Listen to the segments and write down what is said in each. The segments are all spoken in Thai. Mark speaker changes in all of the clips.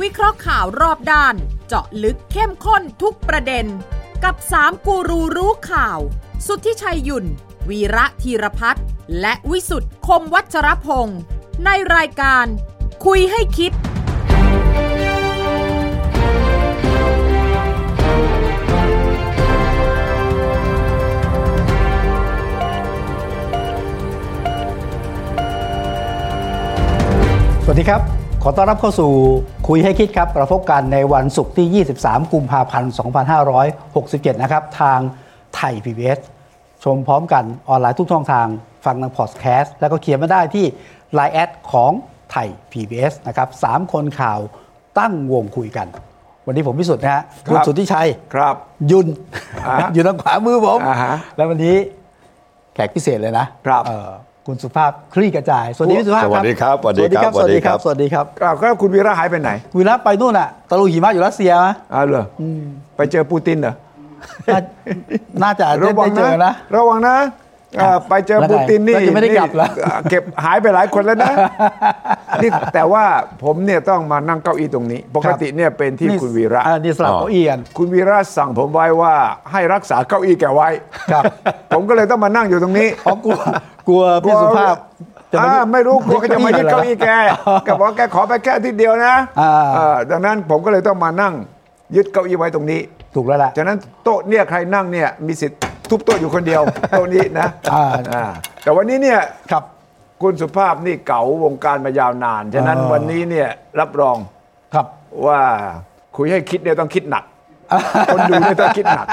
Speaker 1: วิเคราะห์ข่าวรอบด้าน เจาะลึกเข้มข้นทุกประเด็น กับ 3 กูรูรู้ข่าว สุทธิชัยหยุ่น วีระธีรพัฒน์และวิสุทธ์คมวัชรพงศ์ในรายการ คุยให้คิด
Speaker 2: สวัสดีครับ ขอต้อนรับเข้าสู่คุยให้คิดครับเราพบกันในวันศุกร์ที่ 23 กุมภาพันธ์ 2567 นะครับ ทางไทย PBS ชมพร้อมกันออนไลน์ทุกช่องทาง ฟังทางพอดแคสต์ แล้วก็เขียนมาได้ที่ Line แอดของไทย PBS นะครับสามคนข่าวตั้งวงคุยกัน วันนี้ผมพิสุทธิ์นะฮะ
Speaker 3: ครับ
Speaker 2: คุณสุทธิชัย
Speaker 3: ครับ
Speaker 2: ยุน
Speaker 3: อ่าฮะ
Speaker 2: อยู่ทางขวามือผม
Speaker 3: อ่าฮะ
Speaker 2: แล้ววันนี้แขกพิเศษเลยนะครับเอ่อคุณสุภาพคลี่กระจาย สวัสดีพี่สุภาพ
Speaker 4: สวัสดีครับ
Speaker 2: สวัสดีครับ ส
Speaker 4: ส
Speaker 2: วั
Speaker 4: วั
Speaker 2: ส
Speaker 4: สดี
Speaker 2: ดีค
Speaker 4: ครั
Speaker 2: รับ
Speaker 4: บ
Speaker 2: สวัสดีครับ
Speaker 3: อ้าวแล้วคุณวีระหายไปไหน
Speaker 2: วีระไปนู่นน่ะตะลุยหิมะอยู่รัสเซียนะ
Speaker 3: อ้าวเหรออไปเจอปูตินเหรอ
Speaker 2: น่า น่าจะได้
Speaker 3: ระวัง
Speaker 2: เจ
Speaker 3: นะ
Speaker 2: อนะ
Speaker 3: ระวังนะอ่าไปเจอ
Speaker 2: แล้วไง
Speaker 3: ปูตินนี่
Speaker 2: แล้วจะไม่ได้กลับเหรอ
Speaker 3: นี่อ่าเก็บหายไปหลายคนแล้ว นะนี่แต่ว่าผมเนี่ยต้องมานั่งเก้าอี้ตรงนี้ ปกติเนี่ยเป็นที่คุณวีระ
Speaker 2: อ่านี่สลับเก้าอี้กัน
Speaker 3: คุณวีระสั่งผมไว้ว่าให้รักษาเก้าอี้แกไว้
Speaker 2: ครับ
Speaker 3: ผมก็เลยต้องมานั่งอยู่ตรงนี้
Speaker 2: เพราะก ลัวกลัวพี่สุภาพจะ
Speaker 3: อ่าไม่รู้กลัวเขาจะมายึดเก้าอี้แกก็บอกว่าแกขอไปแค่ที่เดียวนะ
Speaker 2: อ่า
Speaker 3: อ่าดังนั้นผมก็เลยต้องมานั่งยึดเก้าอี้ไว้ตรงนี้
Speaker 2: ถูกแล้วล่ะ
Speaker 3: จากนั้นโต๊ะเนี่ยใครนั่งเนี่ยมีสิทธิ์ทุบโต๊ะอยู่คนเดียว โต๊ะนี้นะ
Speaker 2: อ่า
Speaker 3: อ่าแต่วันนี้เนี่ย
Speaker 2: ครับ
Speaker 3: คุณสุภาพนี่เก๋าวงการมายาวนานฉะนั้น
Speaker 2: อ่า
Speaker 3: วันนี้เนี่ยรับรอง
Speaker 2: ครับ
Speaker 3: ว่าคุยให้คิดเนี่ยต้องคิดหนัก คนดูเนี่ยต้องคิดหนัก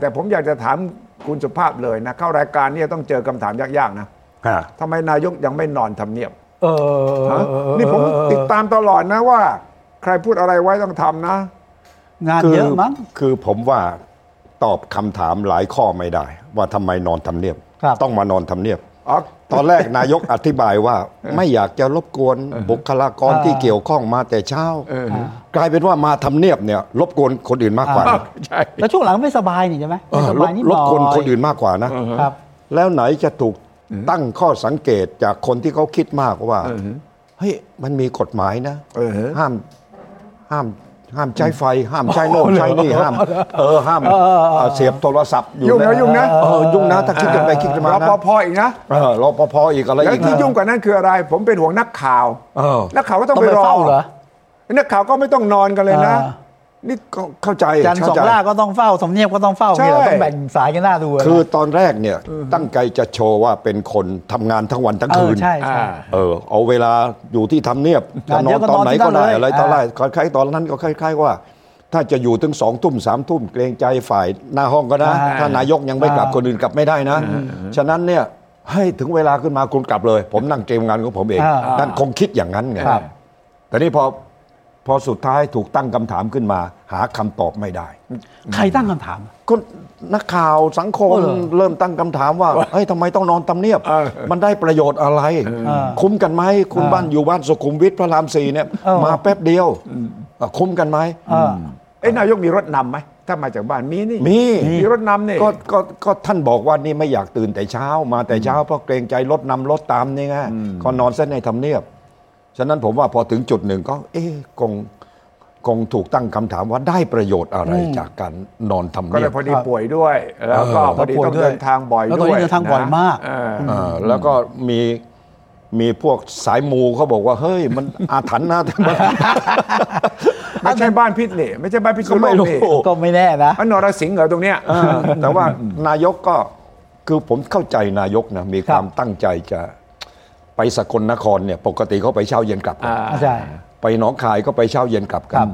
Speaker 3: แต่ผมอยากจะถามคุณสุภาพเลยนะเข้ารายการเนี่ยต้องเจอคำถามยากๆนะ
Speaker 4: อ่า
Speaker 3: ทำไมนายกยังไม่นอนทำเนียบ
Speaker 2: เออ
Speaker 3: ฮะนี่ผมติดตามตลอดนะว่า ใครพูดอะไรไว้ต้องทำนะ
Speaker 2: งาน
Speaker 4: คื
Speaker 2: เยอะมั้ง
Speaker 4: คือผมว่าตอบคำถามหลายข้อไม่ได้ ว่าทำไมนอนทำเนียบ
Speaker 2: ครับ
Speaker 4: ต้องมานอนทำเนียบ
Speaker 3: อ๋อ
Speaker 4: ตอนแรกนายกอธิบายว่า ไม่อยากจะรบกวนบุคลากร
Speaker 2: อ่า
Speaker 4: ที่เกี่ยวข้องมาแต่เช้า
Speaker 3: เออ
Speaker 4: กลายเป็นว่ามาทำเนียบเนี่ยรบกวนคนอื่นมากกว่า
Speaker 3: อ้า
Speaker 4: นะ
Speaker 3: วใช่
Speaker 2: แล้วช่วงหลังไม่สบายนี่ใช่ไหม
Speaker 4: เอ
Speaker 2: ไม่
Speaker 4: อ
Speaker 2: ส
Speaker 4: ร
Speaker 2: บา
Speaker 4: บ
Speaker 2: ยนิดห
Speaker 4: ร
Speaker 2: น่
Speaker 4: บ
Speaker 2: อย
Speaker 4: กวนคนอื่นมากกว่านะ
Speaker 2: ครับ
Speaker 4: แล้วไหนจะถูกตั้งข้อสังเกตจากคนที่เขาคิดมากว่าเฮ้ยมันมีกฎหมายนะ
Speaker 3: เออ
Speaker 4: ห้ามห้ามห้ามใช้ไฟ ห้ามใช้โน่นใช้นี่ห้าม เออห้าม
Speaker 2: เออเออเออ
Speaker 4: เออเสียบโทรศัพท์
Speaker 3: ยุ่งนะ
Speaker 4: ใ
Speaker 3: ยุ่งนะ
Speaker 4: เออยุ่งนะถ้าคิดกันไปคิดกันมา
Speaker 3: เรา
Speaker 4: นะ
Speaker 3: ปภอีกนะ
Speaker 4: เออรปภอีกอะไร
Speaker 3: แล้ว
Speaker 4: อีก
Speaker 3: ที่
Speaker 4: นะ
Speaker 3: ยุ่งกว่านั้นคืออะไร ผมเป็นห่วงนักข่าว
Speaker 4: เออ
Speaker 3: นักข่าวก็ต้องไปรอ
Speaker 2: เฝ้าเหรอ
Speaker 3: นักข่าวก็ไม่ต้องนอนกันเลยนะ
Speaker 2: เออ
Speaker 3: นี่ก็
Speaker 4: เข้าใจ
Speaker 2: จันทร์ส
Speaker 4: เข้
Speaker 2: อง
Speaker 4: ใจ
Speaker 2: ล่าก็ต้องเฝ้าสำเนียบก็ต้องเฝ้า
Speaker 3: ใช่
Speaker 2: เนี่ยเหรอต้องแบ่งสายกันหน้าดูะ
Speaker 4: คือตอนแรกเนี่ย ตั้งใจจะโชว์ว่าเป็นคนทำงานทั้งวันทั้ง
Speaker 2: เอ
Speaker 4: คื
Speaker 2: อน ใช่ใช่
Speaker 3: อ่า
Speaker 4: เออเอาเวลาอยู่ที่ทำเนียบจะน
Speaker 2: งานเย
Speaker 4: อน
Speaker 2: อะก็
Speaker 4: ตอนไหน
Speaker 2: นอนที่
Speaker 4: ก็ได้
Speaker 2: นั่นเลย
Speaker 4: อะไรตอนแรก
Speaker 2: อ่า
Speaker 4: คล้ายๆตอนนั้นก็คล้าย ๆว่า ถ้าจะอยู่ถึงสองทุ่มสามทุ่มเกรงใจฝ่ายหน้าห้องก็นะถ้านายกยังไม่กลับคนอื่นกลับไม่ได้นะ ฉะนั้นเนี่ยให้ถึงเวลาขึ้นมาคุณกลับเลย ผมนั่งเกมงานของผมเอง
Speaker 2: อ่า
Speaker 4: นั่นคงคิดอย่างนั้นไง
Speaker 2: ครับ
Speaker 4: แต่นี่พอพอสุดท้ายถูกตั้งคำถามขึ้นมา หาคำตอบไม่ได้
Speaker 2: ใครตั้งคำถาม
Speaker 4: ก็นักข่าวสังคม
Speaker 2: เออ
Speaker 4: เริ่มตั้งคำถามว่าเฮ้ยทำไมต้องนอนตำเนียบ
Speaker 3: เออ
Speaker 4: มันได้ประโยชน์อะไร
Speaker 2: เออ
Speaker 4: คุ้มกันไหมคุณ
Speaker 2: เออ
Speaker 4: บ้านอยู่บ้านสุขุมวิทพระรามสี่เนี่ย
Speaker 2: เออ
Speaker 4: มาแป๊บเดียวเออคุ้มกันไหม
Speaker 2: เออ
Speaker 3: เอ้ยนายกมีรถนำไหมถ้ามาจากบ้านมีนี่
Speaker 4: มี
Speaker 3: มีรถนำนี่
Speaker 4: ก็ก็ก็ท่านบอกว่านี่ไม่อยากตื่นแต่เช้า มาแต่เช้าเพราะเกรงใจรถนำรถตามนี่ไงก็นอนเส้นในทำเนียบ ฉะนั้นผมว่าพอถึงจุดหนึ่งก็ เอ๊ะคงคงถูกตั้งคำถามว่าได้ประโยชน์อะไรจากการนอนทำ
Speaker 3: ก็
Speaker 4: เนี
Speaker 3: เลย ย
Speaker 4: บ
Speaker 3: พอดีป่วยด้วย แล้วก็พอดีต้อง
Speaker 2: ป่วยด้วย
Speaker 3: เดินทางบ่อย
Speaker 2: แล้ว
Speaker 3: ด้วย
Speaker 2: ตอนนี้เดินทางบ่อยมาก
Speaker 3: เออ
Speaker 4: เออแล้วก็มีมีพวกสายมูเขาบอกว่า เฮ้ย มัน อาถรรพ์นะ
Speaker 3: ไม่ใช่บ้านพิษนี่ไม่ใช่บ้านพิษ
Speaker 4: ก็
Speaker 3: โล
Speaker 4: ไม่
Speaker 3: ก
Speaker 4: รู้
Speaker 3: นี่
Speaker 2: ก็ไม่แน่นะ
Speaker 3: อันนรสิงห์เหรอตรงเนี้ย
Speaker 4: เออแต่ว่านายกก็คือผมเข้าใจนายกนะ มีความ
Speaker 2: ครับ
Speaker 4: ตั้งใจจะไปสกลนครเนี่ย ปกติเขาไปเช้าเย็นกลับกัน
Speaker 3: อ่า
Speaker 2: ใช่
Speaker 4: ไปหนองคายก็ไปเช้าเย็นกลับ
Speaker 2: ค
Speaker 4: กั
Speaker 2: รั
Speaker 4: น
Speaker 2: บ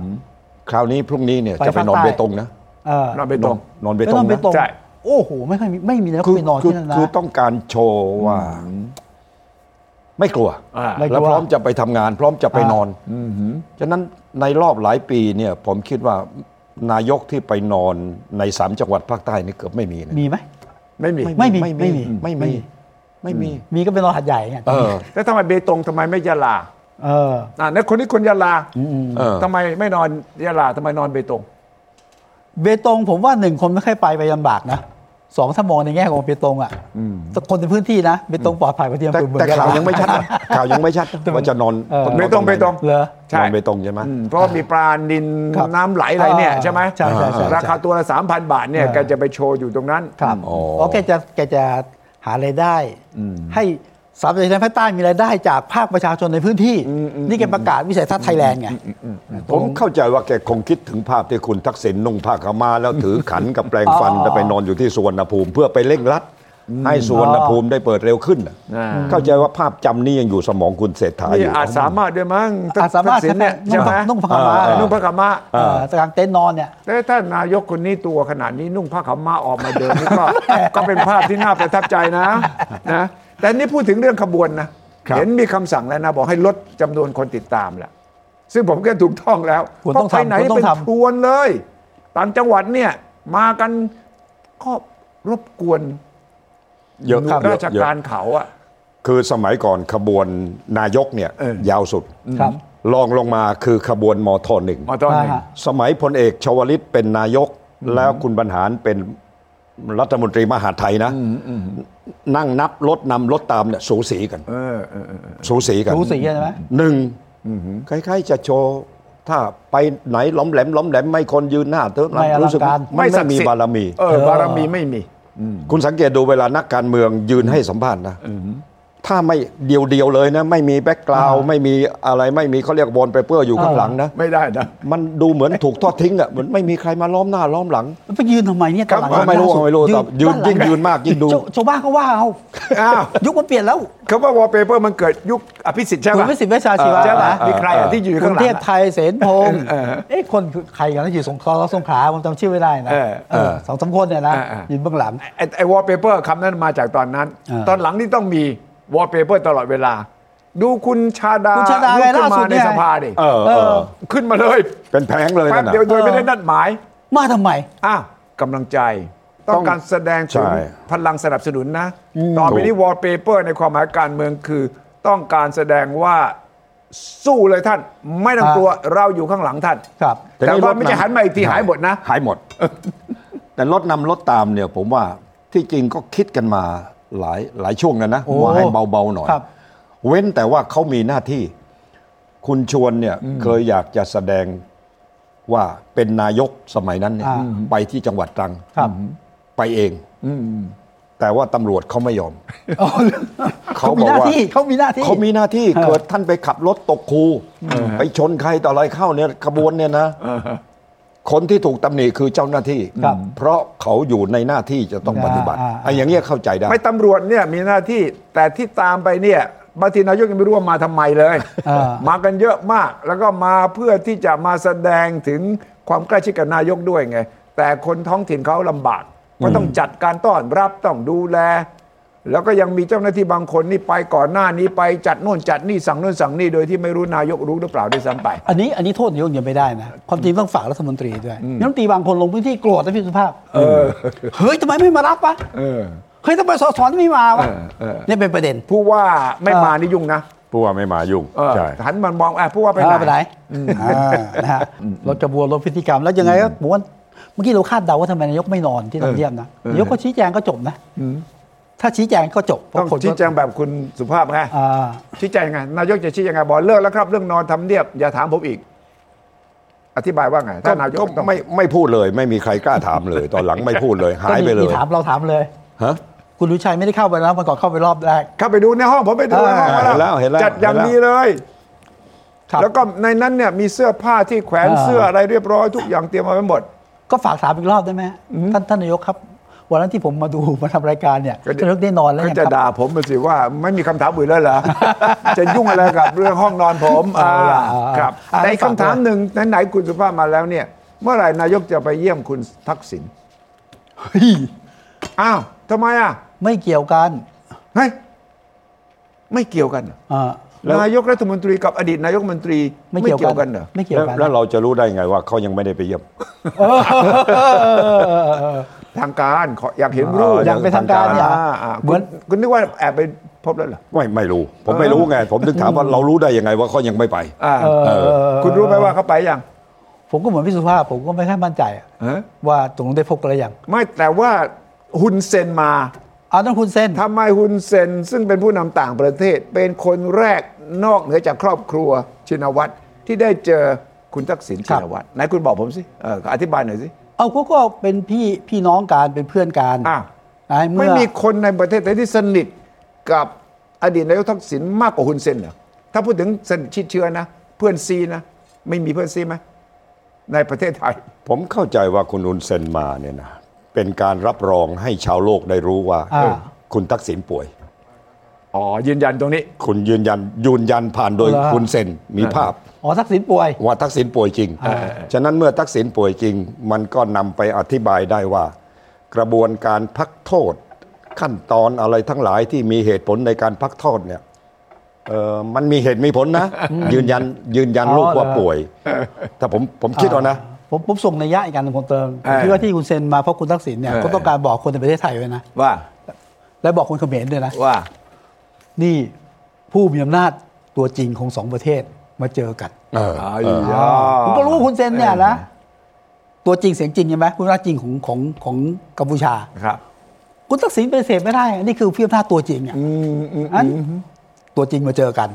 Speaker 4: คราวนี้พรุ่งนี้เนี่ย
Speaker 2: ไป
Speaker 4: จะไปนอน
Speaker 2: ภาคใต้
Speaker 4: เบตงนะ
Speaker 2: เออน
Speaker 3: อนไปตรง
Speaker 4: นอนเบ
Speaker 2: ไม่
Speaker 4: ต
Speaker 2: ต้อง งไป
Speaker 4: นะ
Speaker 2: ตรง
Speaker 3: ใช่
Speaker 2: โอ้โหไม่เคยมีไม่มีแล้ว
Speaker 4: คือ
Speaker 2: ไปนอน
Speaker 4: คือ
Speaker 2: ที่นั่นนะ
Speaker 4: คือต้องการโชว์ว่า ไม่กลัว
Speaker 3: อ่า
Speaker 2: ไม่
Speaker 4: แล้ว
Speaker 2: กลัว
Speaker 4: พร้อมจะไปทำงาน พร้อมจะไป
Speaker 2: อ่าน
Speaker 4: นอน ฉะนั้นในรอบหลายปีเนี่ยผมคิดว่านายกที่ไปนอนในสามจังหวัดภาคใต้นี่เกือบไม่มีนะ
Speaker 2: มีไหม
Speaker 3: ไม่มี
Speaker 2: ไม่มี
Speaker 4: ไม่มี
Speaker 2: ไม่
Speaker 4: ไม่
Speaker 2: มี
Speaker 4: มีไม่มี
Speaker 2: มีก็ไปนอนหัดใหญ่เนี่ย
Speaker 4: เออ
Speaker 3: แล้วทำไมเบตงทำไมไม่ยะลา
Speaker 2: เออ
Speaker 3: อ่าแล้วคนนี้คนยะลา
Speaker 4: เออ
Speaker 3: ทำไมไม่นอนยะลาทำไมนอนเบตง
Speaker 2: เบตงผมว่าหนึ่งคนไม่ค่อยไปไปลำบากนะ สองถ้ามองในแง่ของเปตงอ่ะคนในพื้นที่นะเปตงปลอดภัยกว่าที่อำ
Speaker 4: แต่
Speaker 2: เภอเมือง
Speaker 4: แต่
Speaker 2: กะล
Speaker 4: ข่าวยังไม่ชัดนะข่าวยังไม่ชัด
Speaker 2: แต่มัน
Speaker 4: ว่าจะนอน
Speaker 2: เออ
Speaker 4: นอน
Speaker 3: เบตง
Speaker 4: ไหน
Speaker 3: เบตง
Speaker 2: เหรอ
Speaker 3: ใช่
Speaker 4: นอนเบตงใช่ไหม
Speaker 3: เพราะว่ามีปลานิน
Speaker 2: ครับ
Speaker 3: น้ำไหลอะไรเนี่ยใช่ไหม
Speaker 2: ใช่ใช่ใช่
Speaker 3: ราคาตัวละสามพันบาทเนี่ย
Speaker 2: เออ
Speaker 3: แกจะไปโชว์อยู่ตรงนั้น
Speaker 2: ครับ
Speaker 4: อ๋อ
Speaker 2: เพราะแกจะแกจะหารายได้ ให้สามจังหวัดชายแดนภาคใต้มีรายได้จากภาคประชาชนในพื้นที่ นี่แกประกาศวิสัยทัศน์ไทยแลนด์ไงต
Speaker 4: ผ
Speaker 2: รง
Speaker 4: มเข้าใจว่าแกคงคิดถึงภาพที่คุณทักษิณนุ่งผ้าขาวมาแล้วถือขันกับแปลงฟัน
Speaker 2: อ๋อ
Speaker 4: จะไปนอนอยู่ที่สุวรรณภูมิ เพื่อไปเร่งรัดให้สุวรรณภูมิได้เปิดเร็วขึ้นน่ะ
Speaker 3: อ่า
Speaker 4: เข้าใจว่าภาพจำนี่ยังอยู่สมองคุณเศรษฐาอ
Speaker 3: นี่
Speaker 4: ยู่
Speaker 3: อาจสามารถด้วยมั้ง
Speaker 2: อาจสามารถ
Speaker 3: ทักษิณเนี่ย
Speaker 2: ใช่
Speaker 3: ใช่
Speaker 2: ไห
Speaker 3: ไห
Speaker 2: ม
Speaker 3: ม
Speaker 2: นุ่งผ้าขาวม้า
Speaker 3: เออนุ่งผ้าขาวม้า
Speaker 2: เอ่อตะกางเต็นท์นอนเนี่ย
Speaker 3: แต่ถ้านายกคนนี้ตัวขนาดนี้นุ่งผ้าขาวม้าออกมาเดินนี่ก็ ก็เป็นภาพที่น่าประทับใจนะนะ แต่นี่พูดถึงเรื่องขบวนนะครับ เห็นมีคำสั่งแล้วนะ บอกให้ลดจำนวนคนติดตามแหละซึ่งผมก็ถูกต้องแล้ว
Speaker 2: คุณ
Speaker 3: เพ
Speaker 2: ต้อ
Speaker 3: ราะ
Speaker 2: งทำ
Speaker 3: ไปไหน
Speaker 2: คุณต้อง
Speaker 3: เป็น
Speaker 2: ทำ
Speaker 3: พรวนเลยต่างจังหวัดเนี่ยมากันก็รบกวน
Speaker 4: เยอะ
Speaker 3: หน่
Speaker 4: ครับ
Speaker 3: วยราช
Speaker 4: เยอะ
Speaker 3: การเขาอะ
Speaker 4: คือสมัยก่อนขบวนนายกเนี่ย
Speaker 3: เออ
Speaker 4: ยาวสุด
Speaker 2: ครับ
Speaker 4: รองลงมาคือขบวนมทหนึ่ง
Speaker 3: มาตอนหนึ่ง
Speaker 2: อ่าฮะ
Speaker 4: สมัยพลเอกชวลิตเป็นนายกแล้วคุณบรรหารเป็นรัฐมนตรีมหาดไทยนะ นั่งนับรถนำรถตามเนี่ยสูสีกัน
Speaker 3: เออเออเออเออ
Speaker 4: สูสีกัน
Speaker 2: สูสีใช่ไหม
Speaker 4: หนึ่งคล้ายๆจะโชว์ ถ้าไปไหนล้อมแหลมล้อมแหลมไม่คนยืนหน้าเธอ
Speaker 2: ไม่อลังการ
Speaker 4: รู้สึกไม่
Speaker 3: ศั
Speaker 4: ไม่
Speaker 3: ก
Speaker 4: มี
Speaker 3: ดิ์สิทธิ์
Speaker 4: บารมี
Speaker 3: เออบารมีไม่มี
Speaker 4: คุณสังเกตดูเวลานักการเมืองยืนให้สัมภาษณ์นะถ้าไม่เดียวเดียวๆเลยนะ ไม่มีแบ็กกราวด์ไม่มีอะไรไม่มีเขาเรียกวอลเปเปอร์อยู่ข้างหลังนะ
Speaker 3: ไม่ได้นะ
Speaker 4: มันดูเหมือนถูกทอดทิ้งอ่ะเหมือนไม่มีใครมาล้อมหน้าล้อมหลัง
Speaker 2: แล้วไปยืนทำไมเนี่ยตลาด
Speaker 4: ครับไม่รู้
Speaker 2: ล่าสุด
Speaker 4: ไม่รู้ครับยืน
Speaker 2: ด้าหลั
Speaker 4: ยิ่งยืนมากยิ่งดู
Speaker 2: ชาวชาวบ้านก็ว่าเอา
Speaker 3: อ้าว
Speaker 2: ยุคมันเปลี่ยนแล้ว
Speaker 3: เขาว่าวอลเปเปอร์มันเกิดยุคอภิสิทธิ์ใช่
Speaker 2: คุณ
Speaker 3: ปะ
Speaker 2: วิสิทธิ์เวชชาชีวะ
Speaker 3: ใช่ปะ
Speaker 2: นะ
Speaker 3: มีใครอ่ะที่อยู่
Speaker 2: คุ
Speaker 3: ข้า
Speaker 2: ณ
Speaker 3: งหลั
Speaker 2: เท
Speaker 3: ง
Speaker 2: พ
Speaker 3: อะ
Speaker 2: ไทยเสนพงศ์เอ๊ะคนคือใครกันนะอยู่สงขลาสงขลาผมจำชื่อไม่ได้นะ
Speaker 3: เออ
Speaker 2: เออสองสามคนเนี่ยนะ
Speaker 3: เออเออ
Speaker 2: ยืนเบื้องหลัง
Speaker 3: ไอ้ไอ้วอลเปเปอร์คำนั้นมาจากตอนนั้น
Speaker 2: เออ
Speaker 3: ตอนหลังนี่ต้องมีวอลเปเปอร์ตลอดเวลา ดูคุณชาดา
Speaker 2: คุณชาดา
Speaker 3: ลุกขึ้
Speaker 2: ไง
Speaker 3: น
Speaker 2: ล่าสุ
Speaker 3: มา
Speaker 2: ด
Speaker 3: ใน
Speaker 2: เนี่ย
Speaker 3: สภาดิ
Speaker 4: เออเออ
Speaker 3: ขึ้นมาเลย
Speaker 4: เป็นแผงเลย
Speaker 3: แป๊บ
Speaker 4: นั่นน่ะ
Speaker 3: เดียวโดยไม่ได้นัดหมาย
Speaker 2: มาทำไม
Speaker 3: อ้าวกำลังใจ ต้
Speaker 4: ต้
Speaker 3: อ
Speaker 4: อง ง
Speaker 3: การแสดงถึง
Speaker 4: ใช่
Speaker 3: พลังสนับสนุนนะ ต่อไปนี้วอลเปเปอร์ในความหมายการเมืองคือ ต้องการแสดงว่าสู้เลยท่าน ไม่ต้องกลัวเราอยู่ข้างหลังท่าน
Speaker 2: ครับ
Speaker 3: แต่ว่าไม่ใช่หันมาอีกทีหายหมดนะ
Speaker 4: หายหมด แต่รถนำรถตามเนี่ย ผมว่าที่จริงก็คิดกันมาหลายหลายช่วงแล้วนะ
Speaker 2: โอ้
Speaker 4: ว่าให้เบาๆหน่อย
Speaker 2: ครับ
Speaker 4: เว้นแต่ว่าเขามีหน้าที่ คุณชวนเนี่ยเคยอยากจะแสดงว่าเป็นนายกสมัยนั้นเนี่ย
Speaker 2: อ่า
Speaker 4: ไปที่จังหวัดตรัง
Speaker 2: ครับ
Speaker 4: ไปเอง แต่ว่าตำรวจเขาไม่ยอม
Speaker 2: อ๋อ
Speaker 4: เขา
Speaker 2: เขา
Speaker 4: บ
Speaker 2: มี
Speaker 4: อก
Speaker 2: หน้า
Speaker 4: ว่า
Speaker 2: ที่เขามีหน้าที่
Speaker 4: เขามีหน้าที่
Speaker 2: เออ
Speaker 4: เกิดท่านไปขับรถตกคูไปชนใครต่ออะไรเข้าเนี่ยขบวนเนี่ยนะ คนที่ถูกตำหนิคือเจ้าหน้าที่
Speaker 2: ครับ
Speaker 4: เพราะเขาอยู่ในหน้าที่จะต้องปฏิบัติ
Speaker 2: อ่าอ่า
Speaker 4: ไอ้อย่างเงี้ยเข้าใจได้
Speaker 3: ไม่ตำรวจเนี่ยมีหน้าที่แต่ที่ตามไปเนี่ยบางทีนายกยังไม่รู้ว่ามาทำไมเลย
Speaker 2: เออ
Speaker 3: มากันเยอะมาก แล้วก็มาเพื่อที่จะมาแสดงถึงความใกล้ชิดกับนายกด้วยไง แต่คนท้องถิ่นเขาลำบากก็ต้องจัดการต้อนรับต้องดูแล แล้วก็ยังมีเจ้าหน้าที่บางคนนี่ไปก่อนหน้านี้ไปจัดโน่นจัดนี่สั่งโน่นสั่งนี่โดยที่ไม่รู้นายกรู้หรือเปล่าด้วยซ้ำไป
Speaker 2: อันนี้อันนี้โทษนายกยังไม่ได้นะ ความจริงต้องฝากรัฐมนตรีด้วยรัฐมนตรีบางคนลงพื้นที่โกรธนะพี่สุภาพเฮ้ยทำไมไม่มารับวะ
Speaker 3: เออ
Speaker 2: เฮ้ยทำไมสสไม่มาวะ
Speaker 3: เออเออ
Speaker 2: เนี่ยเป็นประเด็น
Speaker 3: ผู้ว่าไม่
Speaker 2: เออ
Speaker 3: มานี่ยุ่งนะ
Speaker 4: ผู้ว่าไม่มายุ่ง
Speaker 3: เออ
Speaker 4: ใช่
Speaker 3: หันมันมองอ่ะผู้ว่าไป
Speaker 2: เออไป
Speaker 3: ไห
Speaker 2: ไห
Speaker 3: น
Speaker 2: นอ่านะฮะรถกระบวนรถพฤติกรรม แล้วยังไงก็ผมว่าเมื่อกี้เราคาดเดาว่าทำไมนายกไม่นอนที่ทำเนียบนะนายกก็ชี้แจงก็จบนะถ้าชี้แจงก็จบเพ
Speaker 3: ต้อง
Speaker 2: ราะคนก็
Speaker 3: ชี้แจงแบบคุณสุภาพไง
Speaker 2: อ่า
Speaker 3: ชี้แจงไงนายกจะชี้ยังไงบอกเลิกแล้วครับ เรื่องนอนทำเนียบ อย่าถามผมอีก อธิบายว่าไง ถ้านายก
Speaker 4: ก็
Speaker 3: ต้อง
Speaker 4: ไม่ไม่พูดเลย ไม่มีใครกล้าถามเลย ตอนหลังไม่พูดเลย หายไปเล
Speaker 2: ก็มี
Speaker 4: ย
Speaker 2: มีถามเราถามเลย
Speaker 4: ฮะ
Speaker 2: คุณรุชัยไม่ได้เข้าไปแล้วมันก่อนเข้าไปรอบแรก
Speaker 3: เข้าไปดูในห้องผมไปดูในห้อง
Speaker 4: เอ
Speaker 3: มา
Speaker 4: อเห็นแล้วเห็นแล้ว
Speaker 3: จัดอย่าง
Speaker 4: เห็นแล้ว
Speaker 3: ดีเลย
Speaker 2: ครับ
Speaker 3: แล้วก็ในนั้นเนี่ยมีเสื้อผ้าที่แขวน
Speaker 2: เออ
Speaker 3: เสื้ออะไรเรียบร้อยทุกอย่างเตรียมมาไว้หมด
Speaker 2: ก็ฝากถามอีกรอบได้ไหมฮะท่านท่านนายกครับ วันนั้นที่ผมมาดู มาทำรายการเนี่ย
Speaker 3: ก็เดี๋ยว
Speaker 2: ท่านนายกได้นอนแล้ว
Speaker 3: ก็
Speaker 2: ยังค
Speaker 3: จะ
Speaker 2: รับ
Speaker 3: ด่าผมมาสิว่าไม่มีคำถามอื่นแล้วเหรอ จะยุ่งอะไรกับเรื่องห้องนอนผมอ่า
Speaker 2: เอาล่ะเอาล่ะ
Speaker 3: ครับ
Speaker 2: อ่ะ
Speaker 3: แต่อีก
Speaker 2: ฝาก
Speaker 3: คำถาม
Speaker 2: ด้วย
Speaker 3: หนึ่งไหนๆคุณสุภาพมาแล้วเนี่ย เมื่อไหร่นายกจะไปเยี่ยมคุณทักษิณ
Speaker 2: เฮ้ย
Speaker 3: อ้าวทำไมอ่ะ
Speaker 2: ไม่เกี่ยวกัน
Speaker 3: เฮ้ยไม่เกี่ยวกันเหรอ
Speaker 2: อ่าน
Speaker 3: ายกรัฐมนตรีกับอดีตนายกรัฐมนตรี
Speaker 2: ไม่เกี่ยวกัน
Speaker 3: เหรอ
Speaker 2: ไม่เกี่ยว
Speaker 4: แล้ว
Speaker 2: กัน
Speaker 4: แล้วเราจะรู้ได้ไงว่าเขายังไม่ได้ไปเยี่ยม
Speaker 3: ทางการขออยากเห็น
Speaker 4: เอ
Speaker 3: รูป
Speaker 4: อ
Speaker 2: อย่างเป็นทางการเนี่ย
Speaker 3: อ่อ่า
Speaker 2: เห
Speaker 3: คุ
Speaker 2: มือ
Speaker 3: ณ
Speaker 2: น
Speaker 3: คุณนึกว่าแอบไปพบแล้วเหรอ
Speaker 4: ไม่ไม่รู้ ผมไม่รู้ไง ผมถึงถามว่าเรารู้ได้ยังไงว่าเขายังไม่ไป
Speaker 3: อ่า
Speaker 2: เออ
Speaker 4: เออ
Speaker 3: คุณรู้ไหมว่าเขาไปยัง
Speaker 2: ผมก็เหมือนพี่สุภาพผมก็ไม่ค่อยมั่นใจอะ
Speaker 3: ฮะ
Speaker 2: ว่าตรงได้พบกันหรือยัง
Speaker 3: ไม่แต่ว่า ฮุนเซนมา
Speaker 2: เอาต้องคุณเส้น
Speaker 3: ทำไมฮุนเซนซึ่งเป็นผู้นำต่างประเทศ เป็นคนแรกนอกเหนือจากครอบครัวชินวัตรที่ได้เจอคุณทักษิณ
Speaker 2: ครั
Speaker 3: ชิ
Speaker 2: บ
Speaker 3: นวัตรไหนคุณบอกผมสิเอออธิบายหน่อยสิ
Speaker 2: เอาเขาก็เป็นพี่พี่น้องกันเป็นเพื่อนกัน
Speaker 3: อ้าว
Speaker 2: นะเมื่
Speaker 3: ไม่
Speaker 2: อ
Speaker 3: มีคนในประเทศไทยที่สนิทกับอดีตนายกทักษิณมากกว่าฮุนเซนเหรอถ้าพูดถึงสนิทชิดเชื้อนะ เพื่อนซีนะ ไม่มีเพื่อนซีไหมในประเทศไทย
Speaker 4: ผมเข้าใจว่าคุณอุนเซนมาเนี่ยนะเป็นการรับรองให้ชาวโลกได้รู้ว่า
Speaker 2: อ่า
Speaker 4: คุณทักษิณป่วย
Speaker 3: อ๋อ ยืนยันตรงนี้
Speaker 4: คุณยืนยันยืนยันผ่านโดย
Speaker 2: เหรอ
Speaker 4: คุณเซนมีภาพ
Speaker 2: อ๋อทักษิณป่วย
Speaker 4: ว่าทักษิณป่วยจริง ฉะนั้นเมื่อทักษิณป่วยจริง มันก็นำไปอธิบายได้ว่า กระบวนการพักโทษ ขั้นตอนอะไรทั้งหลายที่มีเหตุผลในการพักโทษเนี่ยเอ่อมันมีเหตุมีผลนะ ยืนยันยืนยัน
Speaker 2: อ๋อ
Speaker 4: ลูกว่า
Speaker 2: เหรอ
Speaker 4: ป่วย แต่ผมผมคิดว่านะ
Speaker 2: ผมผมส่งในยยะอีกการหนึ่งของเติมผม
Speaker 3: เออ
Speaker 2: คิดว่าที่คุณเซ็นมาเพราะคุณทักษิณเนี่ย
Speaker 3: เออ
Speaker 2: ก็ต้องการบอกคนในประเทศไทยไว้นะ
Speaker 3: ว่า
Speaker 2: และบอกคนเขมรด้วยนะ
Speaker 3: ว่า
Speaker 2: นี่ผู้มีอำนาจตัวจริงของสองประเทศมาเจอกัน
Speaker 4: เออ
Speaker 3: อ๋อ
Speaker 4: เออ
Speaker 3: อ๋อ
Speaker 2: ผมก็รู้ว่าคุณเซนเนี่ยนะ ตัวจริงเสียงจริงใช่ไหมคุณรักจริงของของของกัมพูชา
Speaker 3: ครับ
Speaker 2: คุณทักษิณปฏิเสธไม่ได้อะนี่คือผู้มีอำนาจตัวจริงอ่ะอันตัวจริงมาเจอกัน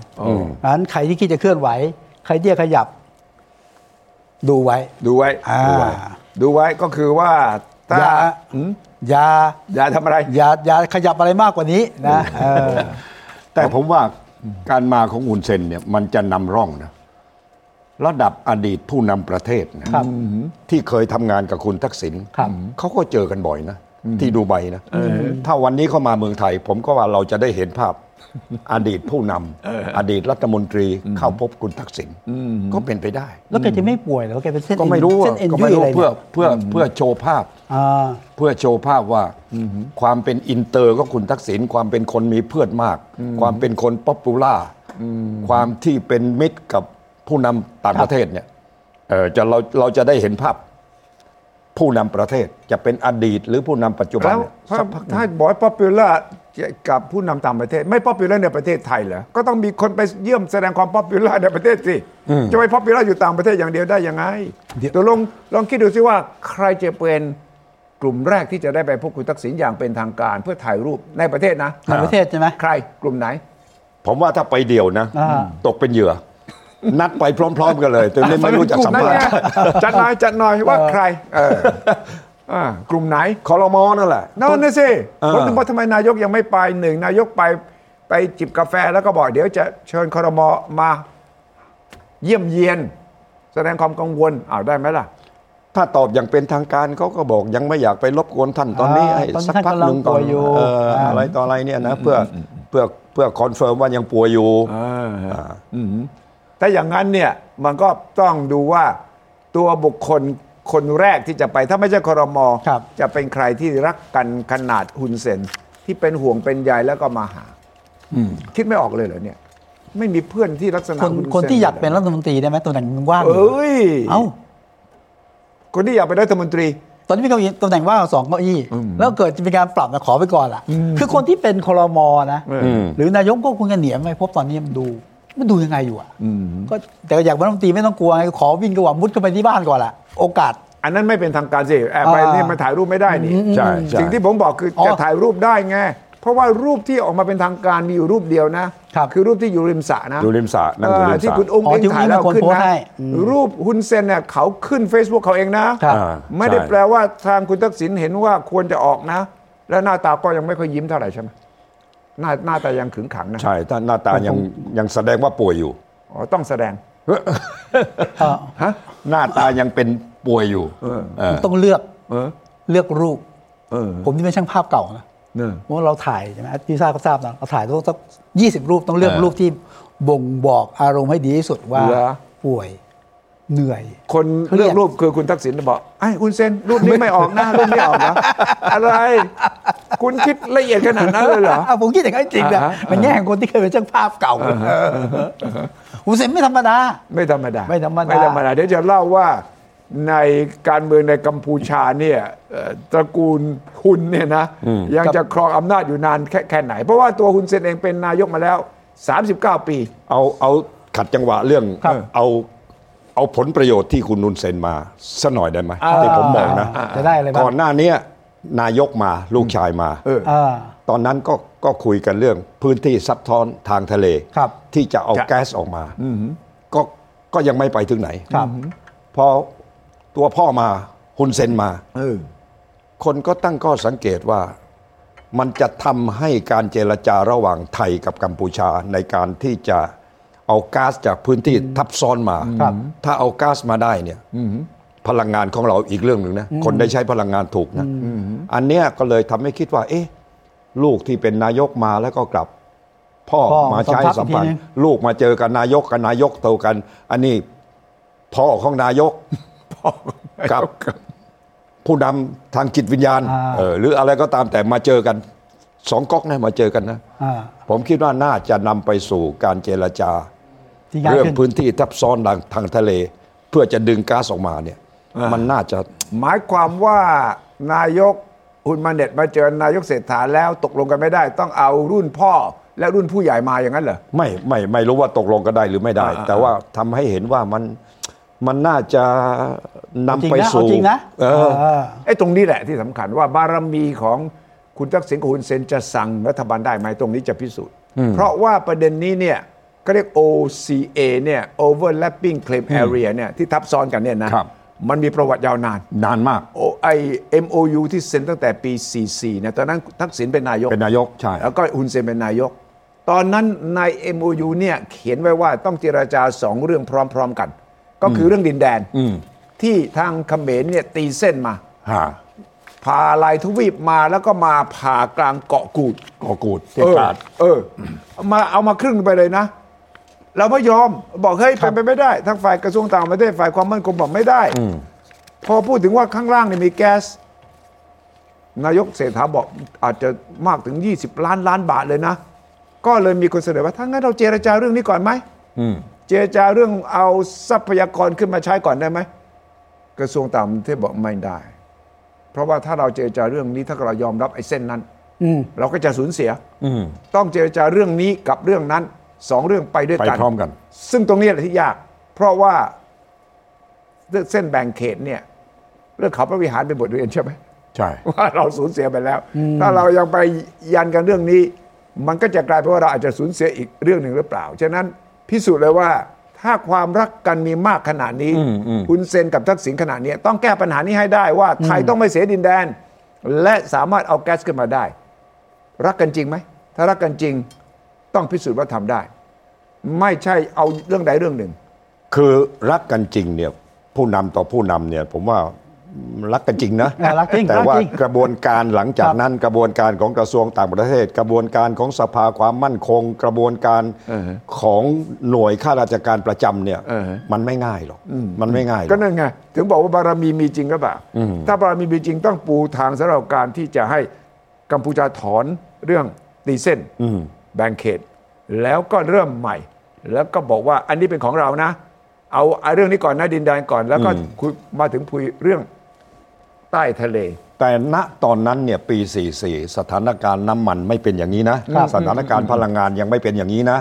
Speaker 2: อันใครที่คิดจะเคลื่อนไหว ใครที่จะขยับ ดูไว้
Speaker 3: ดูไว้
Speaker 2: อ่า
Speaker 3: ดูไว้ดูไว้ก็คือว่า
Speaker 2: อ
Speaker 3: ถ้า
Speaker 2: ย่า
Speaker 3: อืม
Speaker 2: อย่า
Speaker 3: อย่าทำอะไร
Speaker 2: อย่าอย่าขยับอะไรมากกว่านี้นะเออ
Speaker 4: แต่ผมว่าการมาของอุนเซนเนี่ยมันจะนำร่องนะระดับอดีตผู้นำประเทศนะครับ ที่เคยทำงานกับคุณทักษิณ
Speaker 2: ครับ
Speaker 4: เขาก็เจอกันบ่อยนะ ที่ดูไบนะถ้าวันนี้เขามาเมืองไทย ผมก็ว่าเราจะได้เห็นภาพ อดีตผู้นำอดีตรัฐมนตรีเข้าพบคุณทักษิณก็เป็นไปได้
Speaker 2: แล้วแกจะไม่ป่วยเหรอแกเป็นเส้น
Speaker 4: ก็ไม่รู้
Speaker 2: เส้
Speaker 4: อะ
Speaker 2: นเอ็น
Speaker 4: ก็
Speaker 2: ยุ
Speaker 4: ไม่
Speaker 2: ย
Speaker 4: รู้
Speaker 2: อะไร
Speaker 4: เพื่
Speaker 2: เนี่
Speaker 4: อย เพื่อเพื่อโชว์ภาพ
Speaker 2: อ่า
Speaker 4: เพื่อโชว์ภาพว่าความเป็นอินเตอร์ก็คุณทักษิณความเป็นคนมีเพื่อนมาก ความเป็นคนป๊อปปูล่าความที่เป็นมิตรกับผู้นำต่างประเทศเนี่ยเออจะเราเราจะได้เห็นภาพ ผู้นำประเทศจะเป็นอดีตหรือผู้นำปัจจุบัน
Speaker 3: แล้ว
Speaker 4: เนี่ย
Speaker 3: ถ้าถ้าบอกป๊อปปูล่ากับผู้นำต่างประเทศ ไม่ป๊อปปูล่าในประเทศไทยเหรอก็ต้องมีคนไปเยี่ยมแสดงความป๊อปปูล่าในประเทศสิจะไปป๊อปปูล่าอยู่ต่างประเทศอย่างเดียวได้ยังไง
Speaker 2: เดี๋ยว
Speaker 3: ตกลงลองคิดดูสิว่าใครจะเป็นกลุ่มแรกที่จะได้ไปพบคุณทักษิณอย่างเป็นทางการ เพื่อถ่ายรูปในประเทศนะ
Speaker 2: ต่างประเทศใช่ไหม
Speaker 3: ใครกลุ่มไหน
Speaker 4: ผมว่าถ้าไปเดี่ยวนะ
Speaker 2: อ่า
Speaker 4: ตกเป็นเหยื่อ นัดไปพร้อม ๆ กันเลยแต่ไม่ไม่รู้จะสัมภาษ
Speaker 3: นั่น
Speaker 4: ณ์
Speaker 3: ไงจัดหน่อยจัดหน่อยว่าใครเอออ่ากลุ่มไหน
Speaker 4: คอรมอนั่นแหละ
Speaker 3: นั่นนะสิ
Speaker 4: เออ
Speaker 3: ผมถึงบอกทำไมนายกยังไม่ไปหนึ่งนายกไปไปจิบกาแฟแล้วก็บอกเดี๋ยวจะเชิญคอรมอมา เยี่ยมเยียน แสดงความกังวลอ้าวได้ไหมล่ะ
Speaker 4: ถ้าตอบอย่างเป็นทางการเขาก็บอกยังไม่อยากไปรบกวนท่านตอนนี้
Speaker 2: อ่า
Speaker 4: ให้
Speaker 2: ตอนนี้
Speaker 4: สัก
Speaker 2: ท่าน
Speaker 4: พักหนึ่งก่อ
Speaker 2: กำลังป่ว
Speaker 4: น
Speaker 2: ยอยู่
Speaker 4: เอออา อะไรต่ออะไรเนี่ยนะเพื่อเพื่อเพื่อคอนเฟิร์มว่ายังป่วยอยู่
Speaker 3: ถ้าอย่างนั้นเนี่ยมันก็ต้องดูว่าตัวบุคคลคนแรกที่จะไป ถ้าไม่ใช่ครม
Speaker 2: ครับ
Speaker 3: จะเป็นใครที่รักกันขนาดหุนเซนที่เป็นห่วงเป็นใยแล้วก็มาหาคิดไม่ออกเลยเหรอเนี่ย ไม่มีเพื่อนที่ลักษณะ
Speaker 2: คน
Speaker 3: ฮุเซ
Speaker 2: คนที่อยากเป็น
Speaker 3: ล
Speaker 2: รัฐมนตรีได้ไหมตัวไหนมันว่างอ
Speaker 3: เอยู่ ้ย
Speaker 2: เอ้า
Speaker 3: คนที่อยากเป็นรัฐมนตรี
Speaker 2: ตอนนี้มีเก้าอี้ตำแหน่งว่างสองเก้าอี้แล้วเกิดจะมีการปรับนะขอไปก่อนล่ะ คือคนที่เป็นคอรมอนะ
Speaker 3: อืม
Speaker 2: หรือนายกก็คงจะเหนียมไม่พบตอนนี้มันดู มันดูยังไงอยู่อ่ะก็แต่อยากเป็นรัฐมนตรีไม่ต้องกลัวไงขอวิ่งกระหว่ามุดเข้าไปที่บ้านก่อนล่ะ โอกาส
Speaker 3: อันนั้นไม่เป็นทางการสิแอบไป
Speaker 2: อ่า
Speaker 3: นี่มันถ่ายรูปไม่ได้นี่
Speaker 4: ใช่ใช่
Speaker 3: สิ่งที่ผมบอกคืออ
Speaker 2: อ
Speaker 3: จะถ่ายรูปได้ไงเพราะว่ารูปที่ออกมาเป็นทางการมีอยู่รูปเดียวนะครับอรูปที่อยู่ริมสระนะ
Speaker 4: อยู่ริมสระนั่งอยู่ริมสระ
Speaker 3: เที่คุณองค์
Speaker 2: อ๋อ
Speaker 3: เอง
Speaker 2: ที่คุณ
Speaker 3: ถ่ายแล้ว
Speaker 2: เป็นคน
Speaker 3: ขึ้น
Speaker 2: โพสต์
Speaker 3: นะ
Speaker 2: ให้อืม
Speaker 3: รูปฮุนเซนเนี่ยเขาขึ้น Facebook เขาเองนะ
Speaker 2: ครับ
Speaker 4: อ่า
Speaker 3: ไม่ได้
Speaker 4: ใช่
Speaker 3: แปลว่าทางคุณทักษิณเห็นว่าควรจะออกนะ และหน้าตาก็ยังไม่ค่อยยิ้มเท่าไหร่ใช่ไหมหน้าหน้าตายังขึงขังนะ
Speaker 4: ใช่ถ้าหน้าตายังยังแสดงว่าป่วยอยู่
Speaker 3: อ๋อต้องแสดง
Speaker 2: เอ่อ
Speaker 4: หน้าตายังเป็นป่วยอยู่เออ
Speaker 2: ต้องเลือก
Speaker 3: เออ
Speaker 2: เลือกรูป
Speaker 3: เออ
Speaker 2: ผมที่เป็นช่างภาพเก่านะ
Speaker 3: เนอะ
Speaker 2: เพราะว่าเราถ่ายใช่ไหมที่ทราบก็ทราบนะเราถ่ายต้องสักยี่สิบรูปต้องเลือกรูปที่บ่งบอกอารมณ์ให้ดีที่สุดว่า
Speaker 3: เหรอ
Speaker 2: ป่วยเหนื่อย
Speaker 3: คน
Speaker 2: เครียด
Speaker 3: เลือกรูปคือคุณทักษิณบอกไอ้คุณเซนรูปนี้ไม่ออกนะรูปนี้ออกนะอะไร คุณคิดละเอียดขนาดนั้นเลยเหรอ
Speaker 2: ะผมคิดอย่างนั้นจริงนะ
Speaker 3: อ่าฮะ
Speaker 2: มันแง่ของคนที่เคยเป็นช่างภาพเก่าอุเซนไม่ธรรมดา
Speaker 3: ไม่ธรรมดา
Speaker 2: ไม่ธรรมดา
Speaker 3: ไม่ธรรมดาเดี๋ยวจะเล่าว่าในการเมืองในกัมพูชาเนี่ยเอ่อตระกูลฮุนเนี่ยนะ ยังจะครองอำนาจอยู่นานแค่แค่ไหน เพราะว่าตัวฮุนเซนเองเป็นนายกมาแล้ว 39 ปี
Speaker 4: เอาเอาขัดจังหวะเรื่อง
Speaker 2: ครับ
Speaker 4: เอาเอาผลประโยชน์ที่คุณนุนเซนมาสะหน่อยได้ไหม
Speaker 2: อ่า
Speaker 4: ที่ผมบอกนะ
Speaker 2: จะได้อะไรบ้าง
Speaker 4: ก่อนหน้าเนี้ย นายกมาลูกชายมา
Speaker 3: เออ
Speaker 2: อ่า
Speaker 4: ตอนนั้นก็ก็คุยกันเรื่องพื้นที่ซับซ้อนทางทะเล
Speaker 2: ครับ
Speaker 4: ที่จะเอา
Speaker 3: จะ
Speaker 4: แก๊สออกมา
Speaker 3: อืม
Speaker 4: ก็ก็ยังไม่ไปถึงไหน
Speaker 2: ครับ
Speaker 4: พอตัวพ่อมาฮุนเซนมา
Speaker 3: เออ
Speaker 4: คนก็ตั้งข้อสังเกตว่ามันจะทำให้การเจรจาระหว่างไทยกับกัมพูชาในการที่จะเอาก๊าซจากพื้นที่ทับซ้อนมา
Speaker 2: ครับ
Speaker 4: ถ้าเอาก๊าซมาได้เนี่ยพลังงานของเราอีกเรื่องหนึ่งนะ คนได้ใช้พลังงานถูกนะ อันเนี้ยก็เลยทำให้คิดว่า เอ๊ะ ลูกที่เป็นนายกมาแล้วก็กลับ พ่อ
Speaker 2: พ่อ
Speaker 4: มาใช้
Speaker 2: สั
Speaker 4: สั
Speaker 2: ม
Speaker 4: ม
Speaker 2: พั
Speaker 4: พั
Speaker 2: น
Speaker 4: น
Speaker 2: ธ์อีกทีนึ
Speaker 4: ธ์
Speaker 2: ง
Speaker 4: ลูกมาเจอกันนายกกับนายกเท่ากัน อันนี้พ่อของนายก กับผู้นำทางจิตวิญญาณ
Speaker 2: อ่า
Speaker 4: เออหรืออะไรก็ตามแต่มาเจอกันสองก๊อกนะมาเจอกันนะ
Speaker 2: อ่า
Speaker 4: ผมคิดว่าน่าจะนำไปสู่การเจรจา
Speaker 2: ที่ง่าย
Speaker 4: เรื่อง
Speaker 2: ขึ้น
Speaker 4: พื้นที่ทับซ้อนทางทางทะเล เพื่อจะดึงก๊าซออกมาเนี่ย
Speaker 3: อ่ามั
Speaker 4: มันน่าจะ
Speaker 3: หมายความว่านายกอุนมาเน็ตมาเจอนายกเศรษฐาแล้วตกลงกันไม่ได้ ต้องเอารุ่นพ่อและรุ่นผู้ใหญ่มาอย่างนั้นเหรอ
Speaker 4: ไม่ไม่ไม่รู้ว่าตกลงกันได้หรือไม่ได้
Speaker 3: อ่า
Speaker 4: แต่ว่าทำให้เห็นว่ามันมันน่าจะนำไปสู่
Speaker 2: เอาจริงนะ
Speaker 4: เออ
Speaker 2: เออ
Speaker 3: ไอ้ตรงนี้แหละที่สำคัญว่าบารมีของคุณทักษิณกับคุณเซนจะสั่งรัฐบาลได้ไหมตรงนี้จะพิสูจน์ เพราะว่าประเด็นนี้เนี่ยก็เรียก OCA เนี่ย Overlapping Claim Area เนี่ยที่ทับซ้อนกันเนี่ยนะครับ มันมีประวัติยาวนาน
Speaker 4: นานมาก
Speaker 3: โอไอ MOU ที่เซ็นตั้งแต่ปี 44นะตอนนั้นทักษิณเป็นนายก
Speaker 4: เป็นนายกใช่
Speaker 3: แล้วก็ฮุนเซนเป็นนายก ตอนนั้นใน MOU เนี่ยเขียนไว้ว่าต้องเจราจาสองเรื่องพร้อม ๆกัน ก็คือเรื่องดินแดน
Speaker 4: อืม
Speaker 3: ที่ทางเขมรเนี่ยตีเส้นมา
Speaker 4: ฮะ
Speaker 3: พาลายทวีปมาแล้วก็มาผ่ากลางเกาะกูด
Speaker 4: กอกูดเส
Speaker 3: เออก
Speaker 4: าด
Speaker 3: เออเอามาเอามาครึ่งไปเลยนะ เราไม่ยอมบอกเฮ้ยเป็นไปไม่ได้ทางฝ่ายกระทรวงต่างประเทศฝ่ายความมั่นคงบอกไม่ได้ พอพูดถึงว่าข้างล่างเนี่ยมีแก๊ส นายกเศรษฐาบอกอาจจะมากถึง 20 ล้านล้านบาทเลยนะ ก็เลยมีคนเสนอว่าถ้างั้นเราเจรจาเรื่องนี้ก่อนไหมเจรจาเรื่องเอาทรัพยากรขึ้นมาใช้ก่อนได้ไหมกระทรวงต่างประเทศบอกไม่ได้ เพราะว่าถ้าเราเจรจาเรื่องนี้ถ้าเรายอมรับไอ้เส้นนั้นเราก็จะสูญเสียต้องเจรจาเรื่องนี้กับเรื่องนั้นสองเรื่องไปด้วยกัน
Speaker 4: ไปพร้อมกัน
Speaker 3: ซึ่งตรงนี้แหละที่ยาก เพราะว่าเรื่องเส้นแบ่งเขตเนี่ย เรื่องเขาพระวิหารเป็นบทเรียนใช่ไหม
Speaker 4: ใช่
Speaker 3: ว่าเราสูญเสียไปแล้ว ถ้าเรายังไปยันกันเรื่องนี้ มันก็จะกลายเป็นว่าเราอาจจะสูญเสียอีกเรื่องหนึ่งหรือเปล่า ฉะนั้นพิสูจน์เลยว่าถ้าความรักกันมีมากขนาดนี้ คุณเซนกับทักษิณขนาดนี้ต้องแก้ปัญหานี้ให้ได้ว่าไทยต้องไม่เสียดินแดน และสามารถเอาแก๊สขึ้นมาได้ รักกันจริงไหม ถ้ารักกันจริงต้องพิสูจน์ว่าทำได้ ไม่ใช่เอาเรื่องใดเรื่องหนึ่ง
Speaker 4: คือรักกันจริงเนี่ยผู้นำต่อผู้นำเนี่ยผมว่ารักกันจริงนะ
Speaker 2: อ่ะรักจริง
Speaker 4: แต่
Speaker 2: รัก
Speaker 4: ว่า
Speaker 2: จริง
Speaker 4: กระบวนการหลังจา
Speaker 2: ค
Speaker 4: ก
Speaker 2: รับ
Speaker 4: นั้นกระบวนการของกระทรวงต่างประเทศ กระบวนการของสภาความมั่นคง กระบวนการ
Speaker 3: เออฮะ
Speaker 4: ของหน่วยข้าราชการประจำเนี่ย
Speaker 3: เออฮะ
Speaker 4: มันไม่ง่ายหรอกมันไม่ง่ายหร
Speaker 3: ก็
Speaker 4: อก
Speaker 3: นั่นไง ถึงบอกว่าบารมีมีจริงหรือเปล่า ถ้าบารมีมีจริงต้องปูทางสำหรับการที่จะให้กัมพูชาถอนเรื่องตีเส้น
Speaker 4: อืม
Speaker 3: แบ่งเขต แล้วก็เริ่มใหม่ แล้วก็บอกว่าอันนี้เป็นของเรานะ เอาเอาเรื่องนี้ก่อนนะดินแดนก่อน แล้วก็คุยมาถึงคุยเรื่องใต้ทะเล
Speaker 4: แต่ณตอนนั้นเนี่ยปี 44 สถานการณ์น้ำมันไม่เป็นอย่างนี้นะ
Speaker 2: ครับ
Speaker 4: สถานการณ์พลังงานยังไม่เป็นอย่างนี้นะ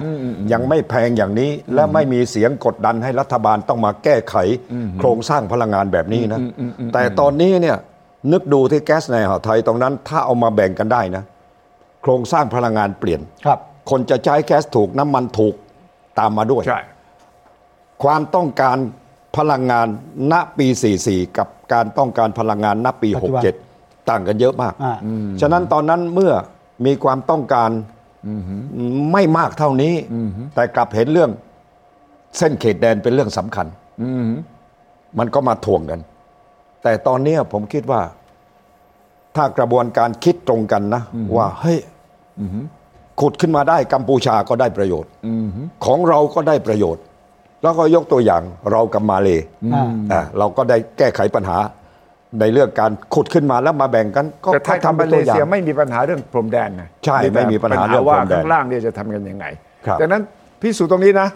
Speaker 4: ยังไม่แพงอย่างนี้และไม่มีเสียงกดดันให้รัฐบาลต้องมาแก้ไขโครงสร้างพลังงานแบบนี้นะ แต่ตอนนี้เนี่ยนึกดูที่แก๊สในอ่าวไทยตรงนั้นถ้าเอามาแบ่งกันได้นะ โครงสร้างพลังงานเปลี่ยน
Speaker 2: ครับ
Speaker 4: คนจะใช้แก๊สถูกน้ำมันถูกตามมาด้วย
Speaker 3: ใช่
Speaker 4: ความต้องการพลังงานณปี 44 กับการต้องการพลังงานณปี
Speaker 2: ปัจจุบัน
Speaker 4: 67 ต่างกันเยอะมาก
Speaker 2: อ่า
Speaker 4: ฉะนั้นตอนนั้นเมื่อมีความต้องการไม่มากเท่านี้ แต่กลับเห็นเรื่องเส้นเขตแดนเป็นเรื่องสำคัญ มันก็มาถ่วงกัน แต่ตอนเนี้ยผมคิดว่า ถ้ากระบวนการคิดตรงกันนะ ว่าเฮ้ยขุดขึ้นมาได้กัมพูชาก็ได้ประโยชน์ของเราก็ได้ประโยชน์ แล้วก็ยกตัวอย่างเรากับมาเล
Speaker 2: อืม
Speaker 4: อ่ะเราก็ได้แก้ไขปัญหา ในเรื่องการขุดขึ้นมาแล้วมาแบ่งกัน ก็
Speaker 3: แต่ไทย
Speaker 4: ก็
Speaker 3: ทำ
Speaker 4: ป็
Speaker 3: มาน เล
Speaker 4: ตัวอาง
Speaker 3: เซียไม่มีปัญหาเรื่องพรมแดนนะ
Speaker 4: ใช่ไม่มีปัญหาเรื่องพรมแดน
Speaker 3: ว่าข้างล่างเนี่ยจะทำกันยังไง
Speaker 4: ครับ
Speaker 3: ดังนั้นพิสูจน์ตรงนี้นะ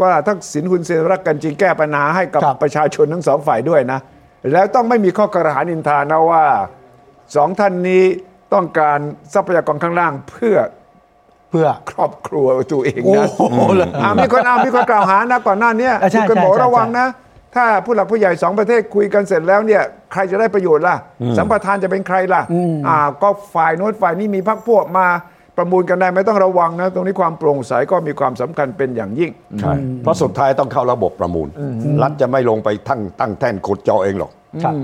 Speaker 3: ว่าทักษิณฮุนเซนรักกันจริงแก้ปัญหาให้กับ
Speaker 2: ครับ
Speaker 3: ประชาชนทั้งสองฝ่ายด้วยนะ แล้วต้องไม่มีข้อกระหานินทานะว่าสองท่านนี้ต้องการทรัพยากรข้างล่างเพื่อ
Speaker 2: เพื่อ
Speaker 3: ครอบครัวตัวเอง
Speaker 2: โอ้
Speaker 3: นะ
Speaker 2: โหเหรอ
Speaker 3: อ่ะมีคนเอามีคนกล่าวหานะก่อนหน้าเนี้ย
Speaker 2: อ่ะใช่
Speaker 3: มีคน
Speaker 2: ใช่
Speaker 3: บอก
Speaker 2: ใช่
Speaker 3: ระวังนะ ถ้าผู้หลักผู้ใหญ่สองประเทศคุยกันเสร็จแล้วเนี่ยใครจะได้ประโยชน์ล่ะ สัมปทานจะเป็นใครล่ะอ่าก็ฝ่ายโน้นฝ่ายนี้มีพรรคพวกมาประมูลกันได้ไม่ต้องระวังนะตรงนี้ความโปร่งใสก็มีความสำคัญเป็นอย่างยิ่ง
Speaker 4: ใช่เพราะสุดท้ายต้องเข้าระบบประมูล รัฐจะไม่ลงไปตั้งตั้งแท่นขุดเจาะเองหรอก
Speaker 2: ครับ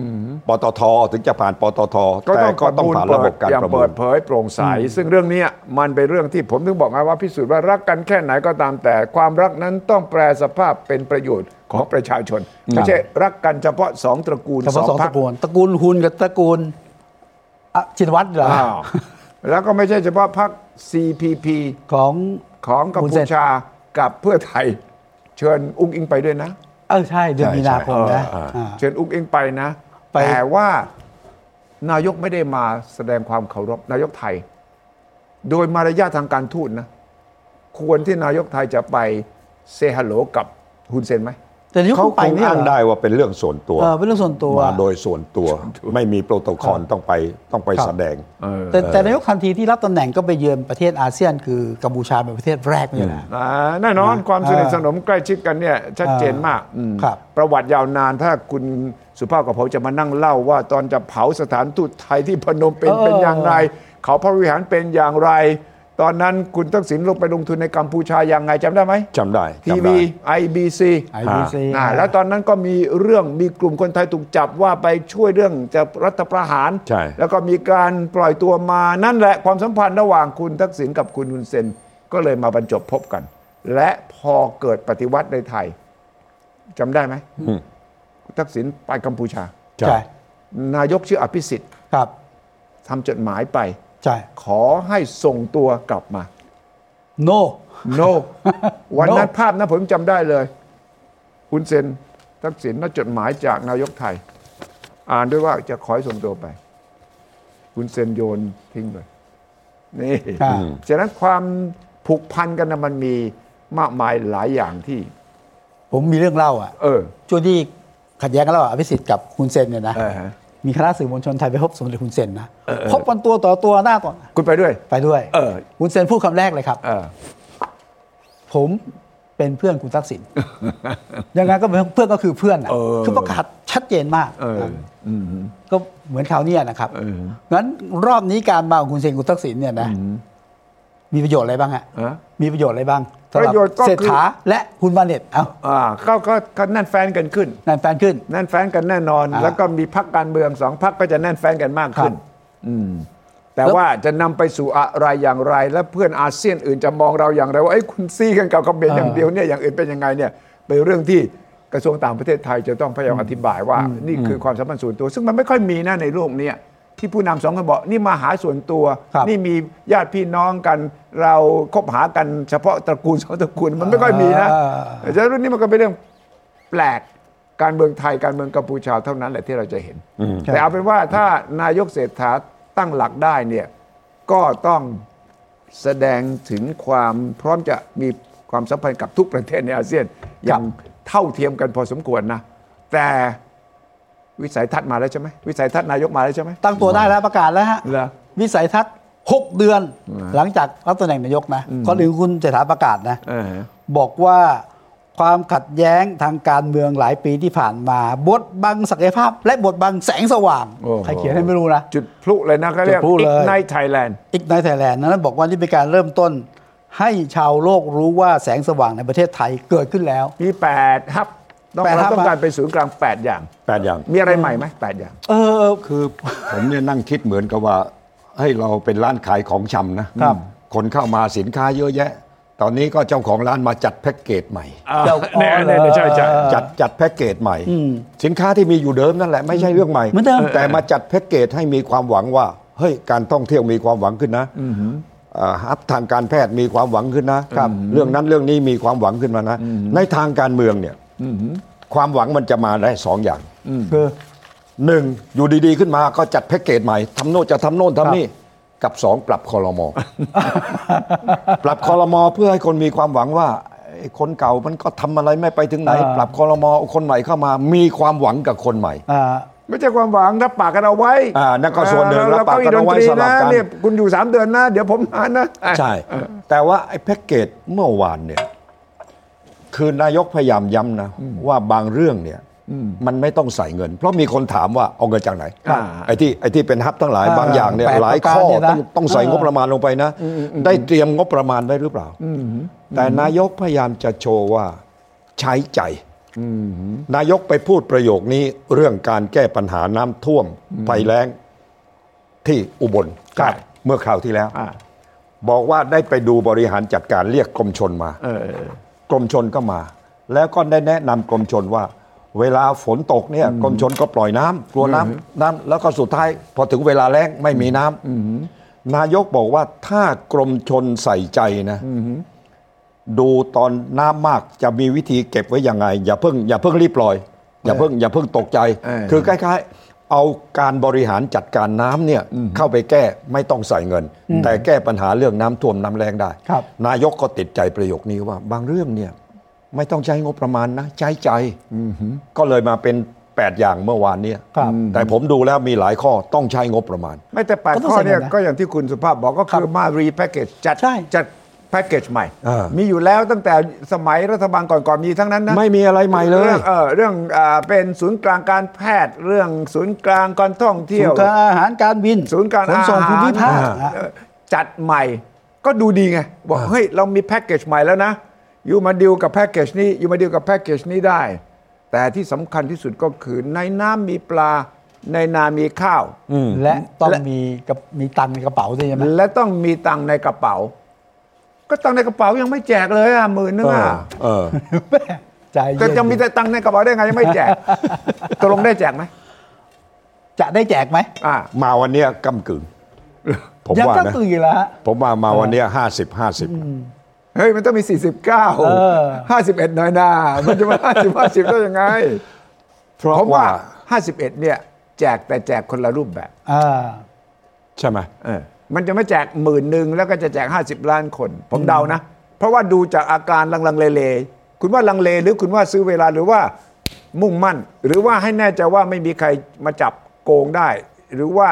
Speaker 4: ปตทถึงจะผ่านปตท
Speaker 3: ก็
Speaker 4: แต่
Speaker 3: ต้อง
Speaker 4: ก็ต้องผ่าน
Speaker 3: ป
Speaker 4: ระ
Speaker 3: มูล
Speaker 4: บบการ
Speaker 3: เปิดอย่าง
Speaker 4: ประมู
Speaker 3: เปิ
Speaker 4: ล
Speaker 3: ดเผยโปร่งใส ซึ่งเรื่องเนี้ยมันเป็นเรื่องที่ผมถึงบอกไงว่าพิสูจน์ว่ารักกันแค่ไหนก็ตามแต่ ความรักนั้นต้องแปลสภาพเป็นประโยชน์ของประชาชนไม่ใช่รักกันเฉพาะสองตระกูล
Speaker 2: เฉพาะสอง
Speaker 3: พ
Speaker 2: ตระ
Speaker 3: รรค
Speaker 2: กูลตระกูลหุนกับตระกูลอ่ะชินวัตรเหรอ
Speaker 3: อ้าวแล้วก็ไม่ใช่เฉพาะพรรค CPP
Speaker 2: ของ
Speaker 3: ของกัม
Speaker 2: คุณเศร
Speaker 3: พู
Speaker 2: ษฐ์
Speaker 3: ชากับเพื่อไทย เชิญอุ้งอิงไปด้วยนะ
Speaker 2: เออใช่เดือน
Speaker 4: ใช่
Speaker 2: มีนาคม
Speaker 4: ใช่
Speaker 2: นะ
Speaker 4: อ่า
Speaker 2: อ่า
Speaker 3: เชิญอุ้งอิงไปนะ
Speaker 2: ไป
Speaker 3: แต่ว่านายกไม่ได้มาแสดงความเคารพนายกไทย โดยมารยาททางการทูตนะ ควรที่นายกไทยจะไปเซฮัลโหลกับฮุนเซนไหม
Speaker 2: แต่นายก
Speaker 4: เขา
Speaker 2: เขาไป
Speaker 4: คง
Speaker 2: เนี่ย
Speaker 4: อ้าง
Speaker 2: เหรอ
Speaker 4: ได้ว่าเป็นเรื่องส่วนตัว
Speaker 2: เออเป็นเรื่องส่วนตัว
Speaker 4: มาโดยส่วนตัวไม่มีโปรโตคอลต้องไปต้องไป
Speaker 2: ครับ
Speaker 4: แสดง
Speaker 2: แต่แต่นายกทันทีที่รับตำแหน่งก็ไปเยือนประเทศอาเซียน คือกัมพูชาเป็นประเทศแรกเนี่ยนะ
Speaker 3: อ่าแน่นอนความสนิทสนมใกล้ชิดกันเนี่ยชัดเจนมากอืม
Speaker 2: ครับ
Speaker 3: ประวัติยาวนานถ้าคุณสุภาพกับผมจะมานั่งเล่าว่า ตอนจะเผาสถานทูตไทยที่พนมเป็นเป็นอย่างไร เขาพระวิหารเป็นอย่างไร ตอนนั้นคุณทักษิณลงไปลงทุนในกัมพูชาอย่างไงจำได้ไหม
Speaker 4: จำได้
Speaker 3: ที
Speaker 4: จำได้
Speaker 3: วี IBC
Speaker 2: IBC
Speaker 3: อ่าแล้วตอนนั้นก็มีเรื่องมีกลุ่มคนไทยถูกจับว่าไปช่วยเรื่องจะรัฐประหาร
Speaker 4: ใช่
Speaker 3: แล้วก็มีการปล่อยตัวมานั่นแหละความสัมพันธ์ระหว่างคุณทักษิณกับคุณฮุนเซนก็เลยมาบรรจบพบกัน และพอเกิดปฏิวัติในไทยจำได้ไหม
Speaker 4: อืม
Speaker 3: ทักษิณไปกัมพูชา
Speaker 4: ใช่
Speaker 2: ใช่
Speaker 3: นายกชื่ออภิสิทธิ์
Speaker 2: ครับ
Speaker 3: ทำจดหมายไป
Speaker 2: ใช่
Speaker 3: ขอให้ส่งตัวกลับมา
Speaker 2: no
Speaker 3: โน วันนั้นภาพนะผมจำได้เลยฮุนเซนทักษิณนัดจดหมายจากนายกไทย อ่านด้วยว่าจะขอให้ส่งตัวไปฮุนเซนโยนทิ้งเลย นี่
Speaker 2: อ่า
Speaker 3: ฉะนั้นความผูกพันกันนะมันมีมากมายหลายอย่างที่
Speaker 2: ผมมีเรื่องเล่าอ่ะ
Speaker 3: เออ
Speaker 2: ช่วงที่ขัดแย้งกันระหว่างอภิสิทธิ์กับคุณเซนเนี่ยนะ
Speaker 3: เออฮะ
Speaker 2: มีคณะสื่อมวลชนไทยไปพบสมเด็จคุณเซนนะพบกันตัวต่อตัวหน้าต่อหน้า
Speaker 3: คุณไปด้วย
Speaker 2: ไปด้วย
Speaker 3: เออ
Speaker 2: คุณเซนพูดคำแรกเลยครับ
Speaker 3: เออ
Speaker 2: ผมเป็นเพื่อนคุณทักษิณ ยังไงก็เป็นเพื่อนก็คือเพื่อนน่ะ
Speaker 3: เออ
Speaker 2: คือประกาศชัดเจนมาก
Speaker 3: เออ
Speaker 2: นะก็เหมือนคราวเนี้ยนะครับ
Speaker 3: เออ
Speaker 2: งั้นรอบนี้การมาของคุณเซนคุณทักษิณเนี่ยนะมีประโยชน์อะไรบ้างฮะ
Speaker 3: ฮะ
Speaker 2: มีประโยชน์อะไรบ้างสำห
Speaker 3: ประโยชน์ก็คือ
Speaker 2: เศรษฐาและคุณวาเน็ตเอา
Speaker 3: อ่าก็ก็ก็แน่นแฟนกันขึ้น
Speaker 2: นั่นแฟนขึ้น
Speaker 3: แน่นแฟนกันแน่นอน
Speaker 2: อ่า
Speaker 3: แล้วก็มีพักการเมืองสองพักก็จะแน่นแฟนกันมากขึ้น
Speaker 2: ครับ
Speaker 3: อืม แต่
Speaker 2: แล้ว
Speaker 3: ว่าจะนำไปสู่อะไรอย่างไร และเพื่อนอาเซียนอื่นจะมองเราอย่างไรว่าไอ้ยคุณซี่กันกับเขมรอย่างเดียวเนี่ยอย่างอื่นเป็นยังไงเนี่ยเป็นเรื่องที่กระทรวงต่างประเทศไทยจะต้องพยายามอธิบายว่า นี่คือความสัมพันธ์ส่วนตัว ซึ่งมันไม่ค่อยมีนะในโลกเนี่ยที่ผู้นำสองคนบอกนี่มาหาส่วนตัว
Speaker 2: ครับ
Speaker 3: นี่มีญาติพี่น้องกัน เราคบหากันเฉพาะตระกูลสองตระกูลมันไม่ค่อยมีนะ ฉะนั้นเรุ่นนี้มันก็เป็นเรื่องแปลกการเมืองไทยการเมืองกัมพูชาเท่านั้นแหละที่เราจะเห็น แต่เอาเป็นว่าถ้านายกเศรษฐาตั้งหลักได้เนี่ยก็ต้องแสดงถึงความพร้อมจะมีความสัมพันธ์กับทุกประเทศในอาเซียน อย่างเท่าเทียมกันพอสมควรนะ แต่วิสัยทัศน์มาแล้วใช่ไหมวิสัยทัศน์นายกมาแล้วใช่ไหม
Speaker 2: ตั้งตัวได้แล้วประกาศแล้วฮะ
Speaker 3: เหรอ
Speaker 2: วิสัยทัศน์หกเดือน หลังจากรับตำแหน่งนายกนะก่อนอื่นคุณเศรษฐาประกาศนะ
Speaker 3: เออ
Speaker 2: บอกว่าความขัดแย้งทางการเมืองหลายปีที่ผ่านมา บดบังศักยภาพ และบดบังแสงสว่าง
Speaker 3: โอ้โห
Speaker 2: ใครเขียนให้ไม่รู้นะ
Speaker 3: จุดพลุเลยนะเขาเรียก
Speaker 2: จุดพลุเลย
Speaker 3: ในไทยแลนด์
Speaker 2: อีกในไทยแลนด์นั้นบอกว่านี่เป็นการเริ่มต้น ให้ชาวโลกรู้ว่าแสงสว่างในประเทศไทยเกิดขึ้นแล้ว
Speaker 3: มี8ฮับต้อง
Speaker 2: แปด
Speaker 3: เรา
Speaker 2: ฮับ
Speaker 3: ต้องการ
Speaker 2: อะ
Speaker 3: เป็นศูนย์กลางแปดอย่าง
Speaker 4: แปดอย่าง
Speaker 3: มีอะไรใหม่ไหมแปดอย่าง
Speaker 2: เออ
Speaker 4: คือผมเนี่ยนั่งคิดเหมือนกับว่า ให้เราเป็นร้านขายของชำนะครับ คนเข้ามาสินค้าเยอะแยะ ตอนนี้ก็เจ้าของร้านมาจัดแพ็กเกจใหม่
Speaker 3: อ่า
Speaker 2: เจ้าพ่อ
Speaker 3: แน่
Speaker 2: เลย
Speaker 3: แน่ใช่ใช่
Speaker 4: จัดจัดแพ็กเกจใหม่ สินค้าที่มีอยู่เดิมนั่นแหละไม่ใช่เรื่องใหม่
Speaker 2: เหมือนเดิม
Speaker 4: แต่มาจัดแพ็กเกจให้มีความหวังว่าเฮ้ยการท่องเที่ยวมีความหวังขึ้นนะอ่าฮับทางการแพทย์มีความหวังขึ้นนะเรื่องนั้นเรื่องนี้มีความหวังขึ้นมานะ ในทางการเมืองเนี่ยความหวังมันจะมาได้สองอย่าง
Speaker 2: คือ
Speaker 4: หนึ่งอยู่ดีๆ ขึ้นมาก็จัดแพ็กเกจใหม่ทำโน่นจะทำโน่นทำนี่ กับสองปรับคอรมอ ปรับคอรมอเพื่อให้คนมีความหวังว่าไอ้คนเก่ามันก็ทำอะไรไม่ไปถึงไหน ปรับคอรมอเอาคนใหม่เข้ามา มีความหวังกับคนใหม่
Speaker 2: อ่า
Speaker 3: ไม่ใช่ความหวังรับปากกันเอาไว้
Speaker 4: อ่านั่นก็ส่วนหนึ่ง
Speaker 3: เออ
Speaker 4: รับปากกันเอาไว้
Speaker 3: แล้ว
Speaker 4: สำหรับ
Speaker 3: เก้อี้ดต
Speaker 4: กัน
Speaker 3: เนี่ยคุณอยู่ 3 เดือนนะ เดี๋ยวผมมานะ
Speaker 4: ใช่ แต่ว่าไอ้แพ็กเกจเมื่อวานเนี่ย คือนายกพยายามย้ำนะ ว่าบางเรื่องเนี่ย มันไม่ต้องใส่เงิน เพราะมีคนถามว่าเอาเงินจากไหน
Speaker 3: อ่า
Speaker 4: ไอ้ที่ไอ้ที่เป็นฮับทั้งหลาย
Speaker 2: อ่า
Speaker 4: บางอย่างเนี่ย
Speaker 2: แปด
Speaker 4: หลาย
Speaker 2: ประการ
Speaker 4: ข้อ
Speaker 2: เนี่ยนะ
Speaker 4: ต้องต้องใส่
Speaker 2: เออ
Speaker 4: งบประมาณลงไปนะ ได้เตรียมงบประมาณไว้หรือเปล่า แต่นายกพยายามจะโชว์ว่าใช้ใจ นายกไปพูดประโยคนี้เรื่องการแก้ปัญหาน้ำท่วมภัยแล้งที่อุบล
Speaker 3: ครับ
Speaker 4: เมื่อคราวที่แล้ว
Speaker 3: อ่า
Speaker 4: บอกว่าได้ไปดูบริหารจัดการเรียกกรมชนมา
Speaker 3: เออ
Speaker 4: กรมชนก็มา แล้วก็ได้แนะนำกรมชนว่า เวลาฝนตกเนี่ยกรมชนก็ปล่อยน้ำกลัวน้ำน้ำแล้วก็สุดท้ายพอถึงเวลาแล้งไม่มีน้ำนายกบอกว่าถ้ากรมชนใส่ใจนะดูตอนน้ำมากจะมีวิธีเก็บไว้ยังไง อย่าเพิ่งอย่าเพิ่งรีบปล่อย อย่าเพิ่งอย่าเพิ่งตกใจ
Speaker 3: เออ
Speaker 4: คือคล้ายๆ เอาการบริหารจัดการน้ำเนี่ยเข้าไปแก้ไม่ต้องใส่เงิน แต่แก้ปัญหาเรื่องน้ำท่วมน้ำแรงได้
Speaker 2: ครับ
Speaker 4: นายกก็ติดใจประโยคนี้ว่าบางเรื่องเนี่ย ไม่ต้องใช้งบประมาณนะ ใช้ใจก็เลยมาเป็น 8 อย่างเมื่อวานเนี่ย
Speaker 2: ครับ
Speaker 4: แต่ผมดูแล้วมีหลายข้อต้องใช้งบประมาณ
Speaker 3: ไม่แต่แปด
Speaker 2: ก็ต้อง
Speaker 3: ข้อเนี่ย
Speaker 2: ใส่หมดนะ
Speaker 3: ก็อย่างที่คุณสุภาพบอกก็คือมารีแพ c เกจจัด
Speaker 2: ใช่
Speaker 3: จัดแพ็กเกจใหม่
Speaker 4: อ่ามี
Speaker 3: มีอยู่แล้วตั้งแต่สมัยรัฐบาลก่อนๆมีทั้งนั้นนะ
Speaker 4: ไม่มีอะไรใหม่เลย
Speaker 3: เรื่องเออเรื่องอ่าเป็นศูนย์กลางการแพทย์ เรื่องศูนย์กลางการท่อง
Speaker 2: ศู
Speaker 3: เที่ย
Speaker 2: น
Speaker 3: ว
Speaker 2: ย์การอาหารการบิน
Speaker 3: ศูนย์การ
Speaker 2: ขน
Speaker 3: อา
Speaker 2: ส่ง
Speaker 3: หาร
Speaker 2: ภูมิภาค
Speaker 3: เอ่
Speaker 2: นะ
Speaker 3: อจัดใหม่ก็ดูดีไง บอก
Speaker 4: อ่า
Speaker 3: เฮ้ย เรามีแพ็กเกจใหม่แล้วนะ อยู่มาดีลกับแพ็กเกจนี้ อยู่มาดีลกับแพ็กเกจนี้ได้ แต่ที่สำคัญที่สุดก็คือในน้ำมีปลาในนามีข้าว
Speaker 2: และต้อง
Speaker 3: และ
Speaker 2: มีกับมีตังค์ในกระเป๋าด้วยใช่ไหม
Speaker 3: และต้องมีตังค์ในกระเป๋า ก็ตังค์ในกระเป๋ายังไม่แจกเลยอ่ะหมื่นนึงอ่ะ
Speaker 4: เออ
Speaker 2: ใจเย็น
Speaker 3: ก็จะมีแต่ตังค์ในกระเป๋าได้ไงยังไม่แจ กตกลงได้แจกไหม
Speaker 2: จะได้แจกไหม
Speaker 3: อ่า
Speaker 4: มาวันเนี้ยก้ากึ่งผม
Speaker 2: ยัง
Speaker 4: ว่า
Speaker 2: ต้อง
Speaker 4: นะ
Speaker 2: ตื่นอยู่แล้วฮะ
Speaker 4: ผมว่ามาวันเนี้ห้าสิบห้าสิบ
Speaker 3: เฮ้ย มันต้องมี
Speaker 2: อ
Speaker 3: 49 51หน่อยนามันจะมา 50 50ได้ยังไง
Speaker 4: เพราะ
Speaker 3: ผม
Speaker 4: ว่า
Speaker 3: ว่า 51 เนี่ย แจกแต่แจกคนละรูปแบบ
Speaker 2: อ่า
Speaker 4: ใช่ไหม
Speaker 3: เออมันจะไม่แจกหมื่นหนึ่งแล้วก็จะแจก 50 ล้านคน ผมเดานะ เพราะว่าดูจากอาการลังๆเลๆคุณว่าลังเลหรือคุณว่าซื้อเวลาหรือว่ามุ่งมั่น หรือว่าให้แน่ใจว่าไม่มีใครมาจับโกงได้ หรือว่า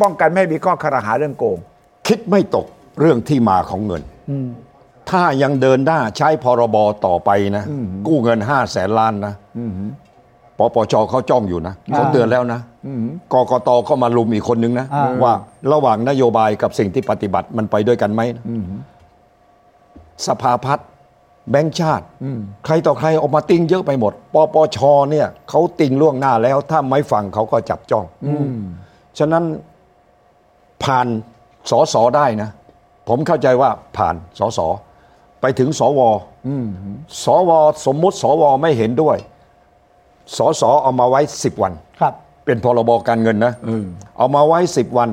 Speaker 3: ป้องกันไม่ให้มีข้อคารหาเรื่องโกง
Speaker 4: คิดไม่ตกเรื่องที่มาของเงินถ้ายังเดินหน้าใช้พรบต่อไปนะ กู้เงินห้าแสนล้านนะปปชเขาจ้องอยู่นะเขาเตือนแล้วนะกกตก็มาลุมอีกคนนึงนะ
Speaker 2: อ่า
Speaker 4: ว่าระหว่างนโยบายกับสิ่งที่ปฏิบัติมันไปด้วยกันไหมนะสภาพัฒน์แบงค์ชาติ ใครต่อใครออกมาติ้งเยอะไปหมดปปชเนี่ยเขาติ้งล่วงหน้าแล้ว ถ้าไม่ฟังเขาก็จับจ้องฉะนั้นผ่านสอสอได้นะ ผมเข้าใจว่าผ่านสอสอไปถึงสวสวสมมุติสวไม่เห็นด้วย สอสอเอามาไว้สิบวัน
Speaker 2: ครับ
Speaker 4: เป็นพรบการเงินนะเอามาไว้สิบวัน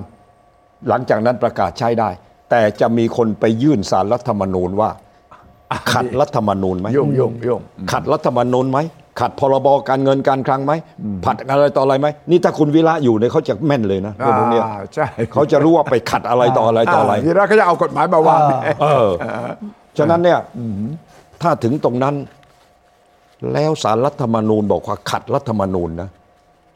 Speaker 4: หลังจากนั้นประกาศใช้ได้ แต่จะมีคนไปยื่นสารรัฐธรรมนูญว่า ขัดรัฐธรรมนูญไหม
Speaker 3: โยงโยงโยง
Speaker 4: ขัดรัฐธรรมนูญไหมขัดพรบการเงินการคลังไหมผัดอะไรต่ออะไรไหมนี่ถ้าคุณวิระอยู่เนี่ยเขาจะแม่นเลยนะเรื่องพวกเนี้ย
Speaker 3: อ่าใช่
Speaker 4: เขาจะรู้ว่าไปขัดอะไรต่ออะไรต่ออะไร
Speaker 3: ยีราก็จะเอากฎหมายมาวาง
Speaker 2: อ่า
Speaker 4: เออ ฉะนั้นเนี่ยถ้าถึงตรงนั้น แล้วสารรัฐธรรมนูญบอกว่าขัดรัฐธรรมนูญนะ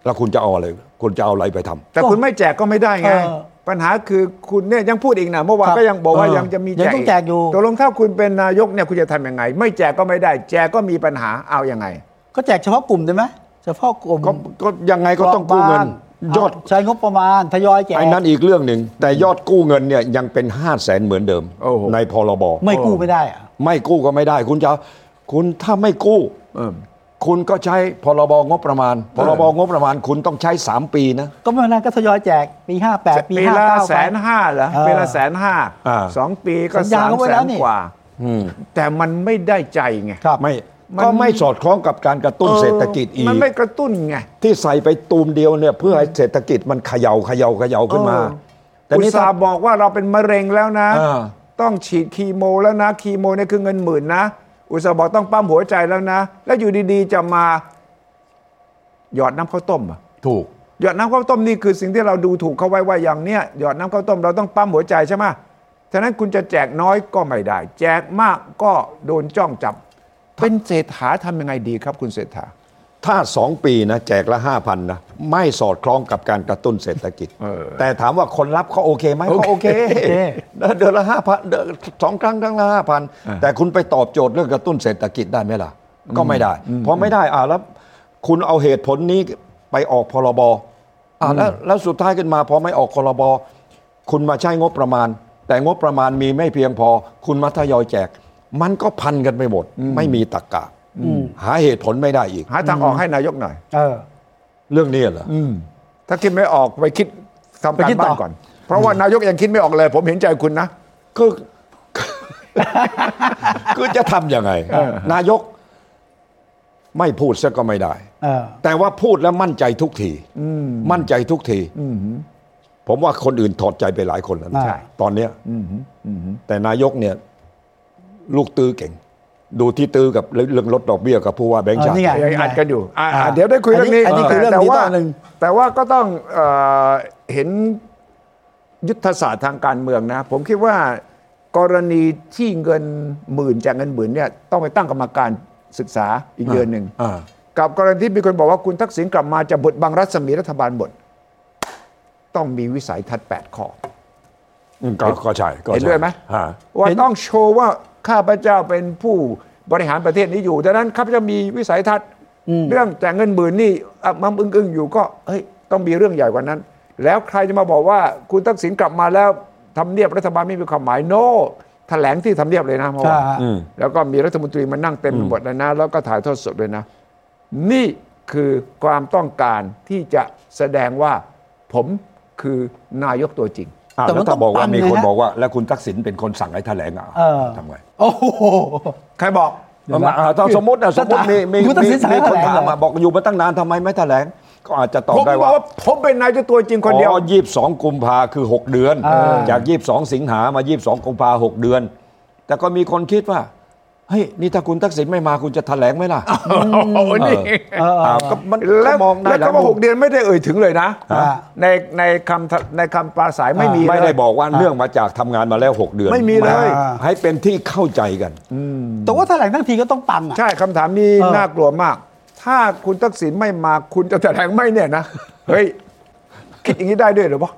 Speaker 4: แล้วคุณจะเอาอะไร คุณจะเอาอะไรไปทำ
Speaker 3: แต่คุณไม่แจกก็ไม่ได้ไง
Speaker 2: เออ
Speaker 3: ปัญหาคือคุณเนี่ยยังพูดอีกนะเมื่อวาน
Speaker 2: ครับ
Speaker 3: ก็ยังบอกว่า
Speaker 4: เออ
Speaker 3: ยังจะมี
Speaker 2: ยั
Speaker 3: แจ
Speaker 2: ง
Speaker 3: ก
Speaker 2: ต้องแจกอยู่
Speaker 3: ตกลงถ้าคุณเป็นนายกเนี่ยคุณจะทำยังไง ไม่แจกก็ไม่ได้ แจกก็มีปัญหาเอายังไง
Speaker 2: ก็แจกเฉพาะกลุ่มได้ไหมเฉพาะกลุ่ม
Speaker 4: ก็ก็ยังไงก็ต้องกู้เงิน ยอด
Speaker 2: ใช้งบประมาณทยอยแจก
Speaker 4: ไอ้นั้นอีกเรื่องหนึ่ง แต่ยอดกู้เงินเนี่ยยังเป็นห้าแสนเหมือนเดิม
Speaker 3: โอ้โห
Speaker 4: ในพรบ
Speaker 2: ไม่กู้ไม่ได้อะ
Speaker 4: ไม่กู้ก็ไม่ได้ คุณจะเอาคุณถ้าไม่กู้
Speaker 3: เออ
Speaker 4: คุณก็ใช้พรบงบประมาณ พรบงบประมาณ คุณต้องใช้สามปีนะ
Speaker 2: ก็ไม่เป็นไรก็ทยอยแจกปี58ปี
Speaker 3: ปีละ
Speaker 2: 59
Speaker 3: แสน
Speaker 2: ไป
Speaker 3: ห้าเหรอ
Speaker 2: เออ
Speaker 3: ปีละแสนห้า
Speaker 4: อ่า
Speaker 3: สองปีก็
Speaker 2: สัญญา
Speaker 3: สาม
Speaker 2: เขาไว้
Speaker 3: แส
Speaker 2: แล้
Speaker 3: น
Speaker 2: วนี่
Speaker 3: กว่า
Speaker 4: อืม
Speaker 3: แต่มันไม่ได้ใจไง
Speaker 2: ครับ
Speaker 4: ไม่
Speaker 3: มัน
Speaker 4: ก็ไม่สอดคล้องกับการกระตุ้นเศรษฐกิจอีก
Speaker 3: มันไม่กระตุ้นไง
Speaker 4: ที่ใส่ไปตูมเดียวเนี่ยเพื่อให้เศรษฐกิจมันเขย่าเขย่าเขย่าขึ้นมา
Speaker 3: เออ
Speaker 4: แต่
Speaker 3: อุต
Speaker 4: นี่
Speaker 3: สา
Speaker 4: ถ้า
Speaker 3: ห์บอกว่าเราเป็นมะเร็งแล้วนะ
Speaker 4: อ่า
Speaker 3: ต้องฉีดคีโมแล้วนะ คีโมเนี่ยคือเงินหมื่นนะ อุตสาห์บอกต้องปั๊มหัวใจแล้วนะ แล้วอยู่ดีๆจะมา หยอดน้ำข้าวต้มอะ
Speaker 4: ถูก
Speaker 3: หยอดน้ำข้าวต้มนี่คือสิ่งที่เราดูถูกเขาไว้ว่าอย่างเนี้ยหยอดน้ำข้าวต้มเราต้องปั๊มหัวใจใช่ไหมฉะนั้นคุณจะแจกน้อยก็ไม่ได้ แจกมากก็โดนจ้องจับ เป็นเศรษฐาทำยังไงดีครับ คุณเศรษฐา
Speaker 4: ถ้าสองปีนะแจกละห้าพันนะไม่สอดคล้องกับการกระตุ้นเศรษฐกิจ
Speaker 3: เออ
Speaker 4: แต่ถามว่าคนรับเขาโอเคไหมเขาโอเค
Speaker 2: โอเค
Speaker 4: เดือนละห้าพันสองครั้งครั้งละห้าพันแต่คุณไปตอบโจทย์เรื่องกระตุ้นเศรษฐกิจได้ไหมล่ะ ก็ไม่ได้พอไม่ได้อ่าแล้ว คุณเอาเหตุผลนี้ไปออกพรบอ่ะแล้วแล้วสุดท้ายขึ้นมาพอไม่ออกพรบคุณมาใช้งบประมาณ แต่งบประมาณมีไม่เพียงพอ คุณมาทยอยแจก มันก็พันกันไปหมด ไม่มีตรกกะหาเหตุผลไม่ได้อีก
Speaker 3: หาทางออกให้นายกหน่อย
Speaker 2: เออ
Speaker 4: เรื่องนี้เหรออ
Speaker 3: ถ้าคิดไม่ออกไปคิดทำกา
Speaker 2: ไป
Speaker 3: ร
Speaker 2: คิดต่
Speaker 3: บ้า
Speaker 2: อ
Speaker 3: นก่อน เพราะว่านายกยังคิดไม่ออกเลย ผมเห็นใจคุณนะ
Speaker 4: คือ คือจะทำยังไง นายก ไม่พูดซะก็ไม่ได้
Speaker 2: เออ
Speaker 4: แต่ว่าพูดแล้วมั่นใจทุกทีมั่นใจทุกทีผมว่าคนอื่นถอดใจไปหลายคนแล้วนะ
Speaker 2: ใช่
Speaker 4: ตอนเนี้ยแต่นายกเนี่ย ลูกตือเก่ง ดูที่ตือกับเรื่องลดดอกเบี้ยกับผู้ว่าแบงค์ชาติ
Speaker 2: นี่ไง
Speaker 3: ยังอัดกันอยู่อ่ะอ่ะ
Speaker 2: อ่ะ
Speaker 3: เดี๋ยวได้คุย
Speaker 2: อั
Speaker 3: เรื่
Speaker 2: น
Speaker 3: อ
Speaker 2: นี้
Speaker 3: งนี้
Speaker 2: อันนี้คือเรื่อง
Speaker 3: แต่
Speaker 2: นี้
Speaker 3: ว่า
Speaker 2: ตอนหนึ่ง
Speaker 3: แต่ว่าก็ต้องเอ่อเห็นยุทธศาสตร์ทางการเมืองนะ ผมคิดว่ากรณีที่เงินหมื่นจากเงินหมื่นเนี่ยต้องไปตั้งกรรมการศึกษาอีกเดือนหนึ่ง
Speaker 4: อ่า
Speaker 3: กับกรณีที่มีคนบอกว่าคุณทักษิณกลับมาจะบดบังรัศมีรัฐบาลหมดต้องมีวิสัยทัศน์8ข้อ
Speaker 4: อืมก็ก็ใช่ก็ใช่
Speaker 3: เห็นด้วยไหม
Speaker 4: ฮะ
Speaker 3: ว่า
Speaker 2: เห็น
Speaker 3: ต้องโชว์ว่าข้าพเจ้าเป็นผู้บริหารประเทศนี้อยู่ดังนั้นข้าพเจ้ามีวิสัยทัศน์เรื่องแต่เงินหมื่นนี่อ่ะมัมอึ้งๆอยู่ก็เฮ้ยต้องมีเรื่องใหญ่กว่านั้น แล้วใครจะมาบอกว่าคุณทักษิณกลับมาแล้วทำเนียบรัฐบาลไม่มีความหมายโน่แถลงที่ทำเนียบเลยนะเมื่อ
Speaker 2: ใช่
Speaker 3: วาน
Speaker 2: ฮะ
Speaker 4: อืม
Speaker 3: แล้วก็มีรัฐมนตรีมานั่งเต็มไปหมดเลยนะ แล้วก็ถ่ายทอดสดเลยนะ นี่คือความต้องการที่จะแสดงว่าผมคือนายกตัวจริง
Speaker 4: อ่า
Speaker 2: แต่มั
Speaker 4: แล้
Speaker 2: น
Speaker 4: วถ้าบอกว่า
Speaker 2: ต้องปัง
Speaker 4: มีคน
Speaker 2: ไงฮะ
Speaker 4: บอกว่า แล้วคุณทักษิณเป็นคนสั่งให้แถลงอ่ะ
Speaker 2: เออ
Speaker 4: ทำไง
Speaker 2: โอ้โห
Speaker 3: ใครบอก
Speaker 2: เดี๋ยวนะ
Speaker 4: อ่าถ้าสมมตินะสมมติมีมี
Speaker 2: คุณทัก
Speaker 4: มี
Speaker 2: ษิณสั่งให้
Speaker 4: มีคน
Speaker 2: แถลง
Speaker 4: ถาม
Speaker 2: เหรอ
Speaker 4: มาบอกอยู่มาตั้งนานทำไมไม่แถลง ก็อาจจะตอบ
Speaker 3: ผม
Speaker 4: ได้
Speaker 3: บอก
Speaker 4: ว่า
Speaker 3: ว่าผมเป็นนายกตัวจริงคนเดียว
Speaker 4: อ๋อ22 กุมภาคือ 6 เดือน
Speaker 2: อ่า
Speaker 4: จาก 22 สิงหามา 22 กุมภา6เดือน แต่ก็มีคนคิดว่าเฮ้ยนี่ถ้าคุณทักษิณไม่มาคุณจะแถลงไหมล่ะ
Speaker 3: โอ้โหนี่
Speaker 2: เออเออ
Speaker 4: อ่าก็มัน
Speaker 3: แล้
Speaker 4: ก็
Speaker 3: ว
Speaker 4: มองได้
Speaker 3: แล้ว
Speaker 4: หลย
Speaker 3: ก็ว่าหก
Speaker 4: มุม
Speaker 3: เดือนไม่ได้เอ่ยถึงเลยนะ
Speaker 2: ฮะ
Speaker 3: ในในคำในคำปราศรัยไม่มี
Speaker 4: ไม่
Speaker 3: เล
Speaker 4: ได้
Speaker 3: ย
Speaker 4: บอกว่าเนื่องมาจากทำงานมาแล้ว 6 เดือน
Speaker 3: ไม่มีเลย
Speaker 4: าให้เป็นที่เข้าใจกัน
Speaker 2: แต่ว่าแถลงทั้งทีก็ต้องปังอ่ะ
Speaker 3: ใช่คำถามนี้
Speaker 2: เออ
Speaker 3: น่ากลัวมาก ถ้าคุณทักษิณไม่มาคุณจะแถลงไม่เนี่ยนะ เฮ้ย คิดอย่างนี้ได้ด้วยเหรือวะ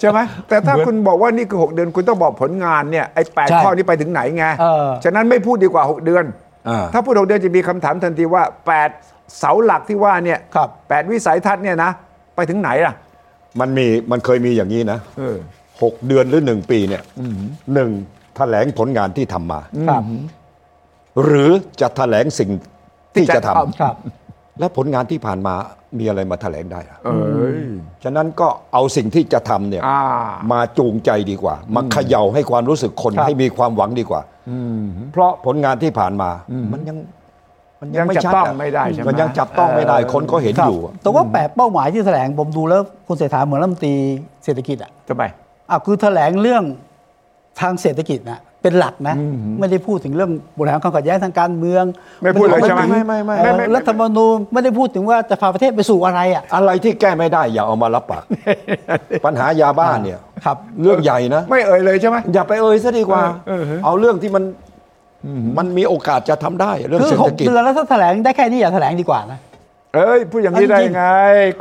Speaker 3: ใช่ไหมแต่ถ้าคุณบอกว่านี่คือ 6 เดือนคุณต้องบอกผลงานเนี่ยไอ้แปด
Speaker 2: ใช่
Speaker 3: ข้อนี้ไปถึงไหนไง
Speaker 2: เออ
Speaker 3: ฉะนั้นไม่พูดดีกว่า 6 เดือน
Speaker 4: อ่า
Speaker 3: ถ้าพูด 6 เดือนจะมีคำถามทันทีว่า 8 เสาหลักที่ว่าเนี่ย
Speaker 2: ครับ
Speaker 3: แปดวิสัยทัศน์เนี่ยนะ ไปถึงไหนล่ะ
Speaker 4: มันมีมันเคยมีอย่างนี้นะ
Speaker 3: เออ
Speaker 4: หกเดือนหรือหนึ่งปีเนี่ยหนึ่งแถลงผลงานที่ทำมา
Speaker 2: ครับ
Speaker 4: หรือจะแถลงสิ่ง
Speaker 3: ที่
Speaker 4: ที่จะ
Speaker 3: จะ
Speaker 4: ทำ
Speaker 3: ทำ
Speaker 2: ครับ
Speaker 4: และผลงานที่ผ่านมามีอะไรมาแถลงได้อะ
Speaker 3: เอ้ย
Speaker 4: ฉะนั้นก็เอาสิ่งที่จะทำเนี่ย
Speaker 3: อ่า
Speaker 4: มาจูงใจดีกว่า มาเขย่าให้ความรู้สึกคนให้มีความหวังดีกว่าเพราะผลงานที่ผ่านมามันยัง
Speaker 3: ยังจับ
Speaker 4: ะ
Speaker 3: ต้องไม่ได้ใช่ไหม
Speaker 4: นยังจับต้องไม่ได้คนก็เห็น
Speaker 2: ครั
Speaker 4: อบ ยู่อะ
Speaker 2: แต่ว่าแปดเป้าหมายที่แถลงผมดูแล้วคุณเศรษฐาเหมือนรัฐมนตรีเศรษฐกิจอ่ะ
Speaker 3: ทำไม
Speaker 2: อ่ะคือแถลงเรื่องทางเศรษฐกิจนะเป็นหลักนะ ไม่ได้พูดถึงเรื่องบริหารความขัดแย้งทางการเมือง
Speaker 3: ไม่พูดเลยใช่ไหม
Speaker 2: ไม่
Speaker 3: ไม่
Speaker 2: ไม่ไม่
Speaker 3: ไม่ไม่ไม่
Speaker 2: เอ่อรัฐธรรมนูญไม่ได้พูดถึงว่าจะพาประเทศไปสู่อะไรอ่ะ
Speaker 4: อะไรที่แก้ไม่ได้อย่าเอามารับ ปากปัญหายาบ้าเนี่ย
Speaker 2: ครับ
Speaker 4: เรื่องใหญ่นะ
Speaker 3: ไม่เอ่ยเลยใช่ไหม
Speaker 4: อย่าไปเอ่ยซะดีกว่า
Speaker 3: เออเออ
Speaker 4: เอาเรื่องที่มันมันมีโอกาสจะทำได้เรื่อง
Speaker 2: คือ
Speaker 4: เศรษ
Speaker 2: ห
Speaker 4: ฐ
Speaker 2: ก
Speaker 4: กิจ
Speaker 2: เดือนแล้วถ้าแถลงได้แค่นี้อย่าแถลงดีกว่านะ
Speaker 3: เอ้ยพูดอย่างนี้ได้ไง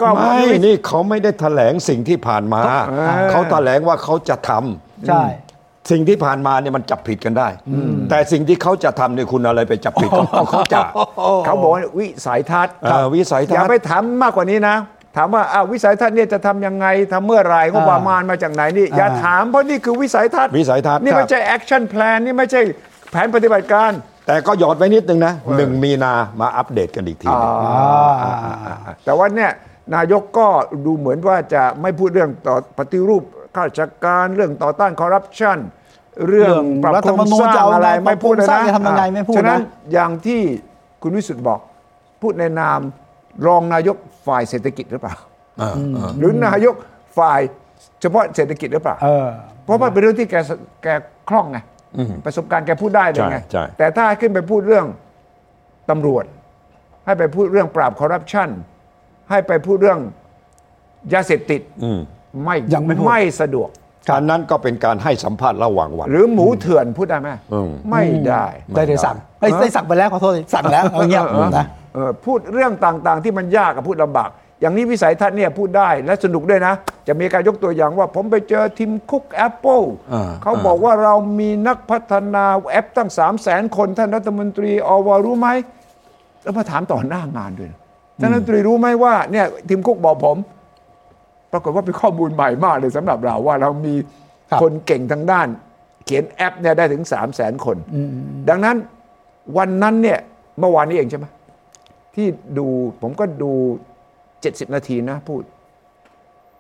Speaker 3: ก็
Speaker 4: ไม่
Speaker 3: วิ
Speaker 4: นี่เขาไม่ได้แถลงสิ่งที่ผ่านมา
Speaker 3: อ
Speaker 4: เขาแถลงว่าเขาจะทำ
Speaker 2: ใช่
Speaker 4: สิ่งที่ผ่านมาเนี่ยมันจับผิดกันได้ แต่สิ่งที่เขาจะทำเนี่ยคุณเอาอะไรไปจับผิดเขาเขาจะ
Speaker 3: เขาบอกว่าวิสัยทัศน์
Speaker 4: เออวิสัยทัศน์
Speaker 3: อย่าไปถามมากกว่านี้นะ ถามว่าอ้าววิสัยทัศน์เนี่ยจะทำยังไงทำเมื่อไหร่งบประมาณมาจากไหนนี่ อย่าถามเพราะนี่คือวิสัยทัศน์
Speaker 4: วิสัยทัศน์
Speaker 3: นี่ไม่
Speaker 4: ครับ
Speaker 3: ใช่แอคชั่นแพลนนี่ไม่ใช่แผนปฏิบัติการ
Speaker 4: แต่ก็หยอดไว้นิดนึงนะหนึ่งมีนามาอัปเดตกันอีกทีหนึ่ง
Speaker 3: แต่ว่าเนี่ยนายกก็ดูเหมือนว่าจะไม่พูดเรื่องต่อปฏิรูปข้าราชการเรื่องต่อต้านคอร์รัปชันเรื่องปรับ
Speaker 2: รัฐ
Speaker 3: โค
Speaker 2: ธรรม
Speaker 3: รง
Speaker 2: นูญ
Speaker 3: สร้าง
Speaker 2: จะเอา
Speaker 3: อะไร
Speaker 2: ไง
Speaker 3: ไม่พูดเลย
Speaker 2: ปรับโครงสร้า
Speaker 3: นะ
Speaker 2: งจะทำยังไงไม่พูดนะ
Speaker 3: ฉะนั้นอย่างที่คุณวิสุทธ์บอกพูดในนามรองนายกฝ่ายเศรษฐกิจหรือเปล่า หรือนายกฝ่ายเฉพาะเศรษฐกิจหรือเปล่า
Speaker 2: เออ
Speaker 3: เพราะว่าเป็นเรื่องที่แกสแกคล่องไงประสบการณ์แกพูดได้เลยไง
Speaker 4: ใช่ใช่
Speaker 3: แต่ถ้าให้ขึ้นไปพูดเรื่องตำรวจ ให้ไปพูดเรื่องปราบคอร์รัปชันให้ไปพูดเรื่องยาเสพติดไม่
Speaker 2: ยังไม่พูด
Speaker 3: ไม่สะดวก
Speaker 4: อันนั้นก็เป็นการให้สัมภาษณ์ระหว่างวัน
Speaker 3: หรือหมูเถื่อนพูดได้ไหม
Speaker 4: อืม
Speaker 3: ไม่ได้
Speaker 2: ได้เลยสั่งเอ้ยได้สั่งไปแล้วขอโทษสั่งแล้วเอาเงียบนะ
Speaker 3: เออพูดเรื่องต่างๆ ที่มันยากกับพูดลำบาก อย่างนี้วิสัยทัศน์เนี่ยพูดได้และสนุกด้วยนะ จะมีการยกตัวอย่างว่า ผมไปเจอทีมคุกแอปเปิล
Speaker 4: อ่า
Speaker 3: เขาบอกว่าเรามีนักพัฒนาแอปตั้ง 3 0 0แสนคนท่านรัฐมนตรีอวรู้ไหม แล้วมาถามต่อหน้างานด้วยนะ ท่านรัฐมนตรีรู้ไหมว่าเนี่ยทีมคุกบอกผม ปรากฏว่าเป็นข้อมูลใหม่มากเลยสำหรับเราว่าเรามี
Speaker 2: ครับ
Speaker 3: คนเก่งทางด้าน เขียนแอปเนี่ยได้ถึง 3 0 0แสนคน ดังนั้นวันนั้นเนี่ยเมื่อวานนี้เองใช่ไหมที่ดูผมก็ดู 70 นาทีนะพูด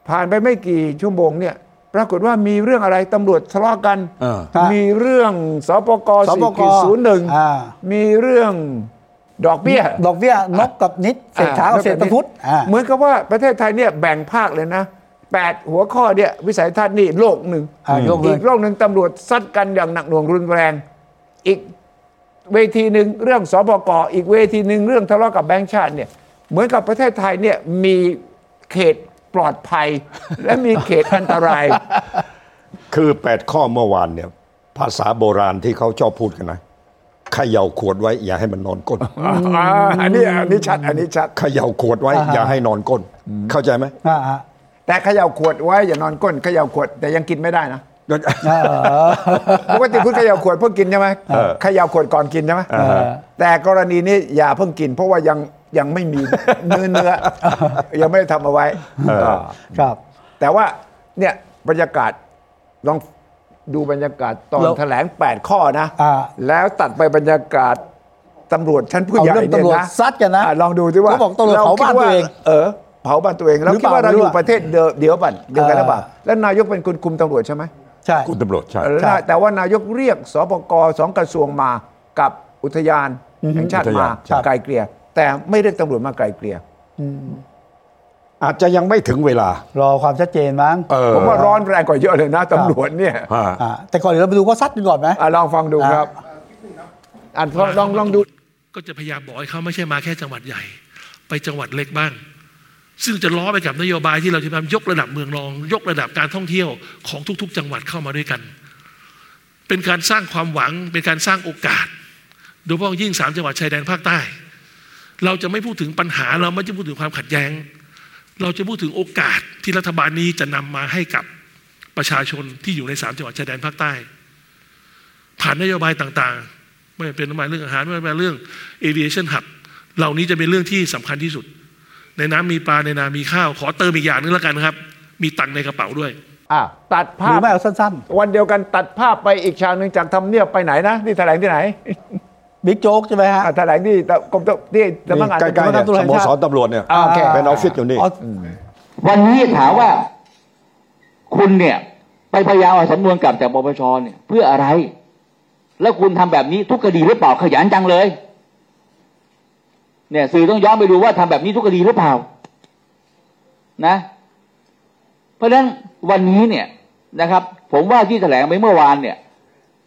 Speaker 3: ผ่านไปไม่กี่ชั่วโมงเนี่ย ปรากฏว่ามีเรื่องอะไรตำรวจทะเลาะกัน
Speaker 4: เออ
Speaker 2: ฮะ
Speaker 3: มีเรื่องสปก
Speaker 2: สปก
Speaker 3: ศูนย์หนึ่ง
Speaker 2: อ่า
Speaker 3: มีเรื่องดอกเบี้ย
Speaker 2: ดอกเบี้ยนกกับนิดเศรษฐากับเศรษฐพุทธอ่า
Speaker 3: เหมือนกับว่าประเทศไทยเนี่ยแบ่งภาคเลยนะ 8 หัวข้อเนี่ยวิสัยทัศน์นี่โลกหนึ่ง
Speaker 2: อ่าโลกหนึ่ง
Speaker 3: อีกโลกหนึ่งตำรวจซัดกันอย่างหนักหน่วงรุนแรง อีกเวทีหนึ่งเรื่องสปกอีกเวทีหนึ่งเรื่องทะเลาะกับแบงค์ชาติเนี่ยเหมือนกับประเทศไทยเนี่ยมีเขตปลอด ภัย และมีเขตอันตราย
Speaker 4: คือ 8 ข้อเมื่อวานเนี่ย ภาษาโบราณที่เขาชอบพูดกันนะเขย่าขวดไว้ อย่าให้มันนอนก้น
Speaker 3: อ่าอันนี้อันนี้ชัดอันนี้ชัด
Speaker 4: เขย่าขวดไว้
Speaker 2: อ่าฮะ
Speaker 4: อย่าให้นอนก้น เข้าใจไหม
Speaker 2: อ่าอ่า
Speaker 3: แต่เขย่าขวดไว้อย่านอนก้นเขย่าขวดแต่ยังกินไม่ได้นะ
Speaker 2: อ่า
Speaker 3: ปกติคุณเขย่าขวดเพื่อกินใช่ไหมเขย่าขวดก่อนกินใช่ไหม
Speaker 2: เออ
Speaker 3: แต่กรณีนี้อย่าเพิ่งกิน เพราะว่ายังยังไม่มี เนื้อเนื้อยังไม่ได้ทำเอาไว้อ่า
Speaker 2: ครับ
Speaker 3: แต่ว่าเนี่ยบรรยากาศลองดูบรรยากาศตอน
Speaker 2: แล้ว
Speaker 3: แถลง 8 ข้อนะ
Speaker 2: อ่า
Speaker 3: แล้วตัดไปบรรยากาศตำรวจชั้นผู้
Speaker 2: เอา
Speaker 3: ใหญ่
Speaker 2: เรื่อง
Speaker 3: เนี่ย
Speaker 2: ตำรวจ
Speaker 3: นะ
Speaker 2: ซัดกันนะ
Speaker 3: อ่าลองดูที่ว่า
Speaker 2: เขาบอกตำรวจเผาบ้านตัวเอง
Speaker 3: รคิดเออเผาบ้านตัวเองแล้
Speaker 2: ห
Speaker 3: ว
Speaker 2: รือ
Speaker 3: คิดว่า
Speaker 2: เปล่าห
Speaker 3: เรา
Speaker 2: รืออยู่ ว่า
Speaker 3: ประเทศเดิมเดียวกันเดียวกันหรือเปล่า
Speaker 2: เออ
Speaker 3: แล้วนายกเป็นคนคุมตำรวจใช่ไหม
Speaker 2: ใช่
Speaker 4: คุณตำรวจใช่
Speaker 3: แล้ว
Speaker 2: ครั
Speaker 3: นะ
Speaker 2: บ
Speaker 3: แต่ว่านายกเรียกสปกสองกระทรวงมากับอุทยานแห่งชาติ
Speaker 4: อุ
Speaker 3: มาย
Speaker 4: ทานครับ
Speaker 3: ไกลเกลี่ยแต่ไม่เรียกตำรวจมาไกลเกลี่ย
Speaker 4: อาจจะยังไม่ถึงเวลา
Speaker 2: รอความชัดเจนมั้ง
Speaker 4: เออ
Speaker 3: ผมว่าร้อนแรงกว่าเยอะเลยนะตำรวจเนี่ย
Speaker 4: อ่า
Speaker 2: อ่าแต่ก่อนเดี๋ยวเราไปดูว่าซัดกันก่อนไหม
Speaker 3: อ่ะลองฟังดูครับอ่ะลองลองลองดู
Speaker 5: ก็จะพยายามบอกให้เขาไม่ใช่มาแค่จังหวัดใหญ่ ไปจังหวัดเล็กบ้าง ซึ่งจะล้อไปกับนโยบายที่เราจะพยายามยกระดับเมืองรอง ยกระดับการท่องเที่ยวของทุก ๆ จังหวัดเข้ามาด้วยกัน เป็นการสร้างความหวังเป็นการสร้างโอกาส โดยเฉพาะยิ่งสามจังหวัดชายแดนภาคใต้ เราจะไม่พูดถึงปัญหาเราไม่จะพูดถึงความขัดแย้ง เราจะพูดถึงโอกาสที่รัฐบาลนี้จะนำมาให้กับประชาชนที่อยู่ในสามจังหวัดชายแดนภาคใต้ ผ่านนโยบายต่างๆ ไม่ว่าเป็นนโยบายเรื่องอาหารไม่ว่าเป็นเรื่อง aviation hub เหล่านี้จะเป็นเรื่องที่สำคัญที่สุด ในน้ำมีปลาในนา มีข้าว ขอเติมอีกอย่างนึงแล้วกันครับ มีตังค์ในกระเป๋าด้วย
Speaker 3: อ่ะตัด
Speaker 2: หรื
Speaker 3: ภาพ
Speaker 2: อไม่เอาสั้น
Speaker 3: วันเดียวกันตัดภาพไปอีกฉากหนึ่งจากทำเนียบไปไหนนะ นี่แถลงที่ไหน
Speaker 2: ๆ บิ๊กโจ๊กใช่ไหมฮะ
Speaker 3: อ่ะแถลงที่กรมตำที่สำนักงาน
Speaker 4: ใกล้ๆเนี่ย
Speaker 2: ตำรวจ
Speaker 4: ส
Speaker 2: แห่งชาติ
Speaker 4: โมสรตำรวจเนี่ย
Speaker 3: อ่ะโอเค
Speaker 4: เป็นออฟฟิศอยู่นี่
Speaker 2: เอา
Speaker 6: วันนี้ถามว่าคุณเนี่ย ไปพยายามเอาสำนวนกลับจากปปชเนี่ย เพื่ออะไร แล้วคุณทำแบบนี้ทุกคดีหรือเปล่าขยันจังเลย เนี่ย สื่อต้องย้อนไปดูว่าทำแบบนี้ทุกคดีหรือเปล่า นะ เพราะฉะนั้นวันนี้เนี่ยนะครับ ผมว่าที่แถลงไปเมื่อวานเนี่ย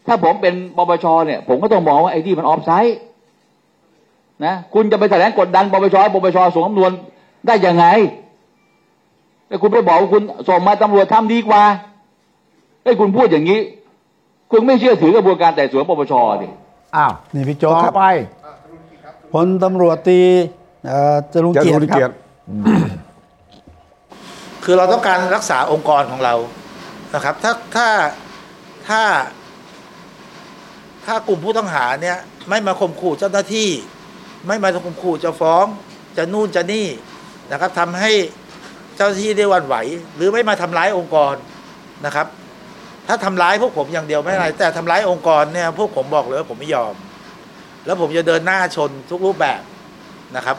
Speaker 6: ถ้าผมเป็นปปชเนี่ย ผมก็ต้องมองว่าไอ้ที่มันออฟไซด์นะคุณจะไปแถลงกดดันปปชให้ปปชส่งสำนวนได้ยังไง แต่คุณไปบอกว่าคุณส่งมาตำรวจทำดีกว่าไอ้ยคุณพูดอย่างนี้ คุณไม่เชื่อถือกระบวนการไต่สวนปปชดิ
Speaker 3: อ้าว
Speaker 2: นี่บิ๊ก
Speaker 3: ต่
Speaker 2: โจ๊กค
Speaker 3: อ
Speaker 2: รับ
Speaker 3: ไป
Speaker 2: พลตำรวจตรีเอ่อจรุง
Speaker 4: จะ
Speaker 2: เกียร
Speaker 4: รู้
Speaker 2: ติค
Speaker 4: เกีย
Speaker 2: รั
Speaker 4: ร
Speaker 2: บ
Speaker 4: ติ
Speaker 7: คือเราต้องการรักษาองค์กรของเรา นะครับ ถ้า ถ้า ถ้า ถ้ากลุ่มผู้ต้องหาเนี่ย ไม่มาข่มขู่เจ้าหน้าที่ ไม่มาข่มขู่จะฟ้อง จะนู่นจะนี่นะครับทำให้เจ้าหน้าที่ได้หวันไหว หรือไม่มาทำร้ายองค์กรนะครับ ถ้าทำร้ายพวกผมอย่างเดียวไม่เป็นไร แต่ทำร้ายองค์กรเนี่ยพวกผมบอกเลยว่าผมไม่ยอม แล้วผมจะเดินหน้าชนทุกรูปแบบนะครับ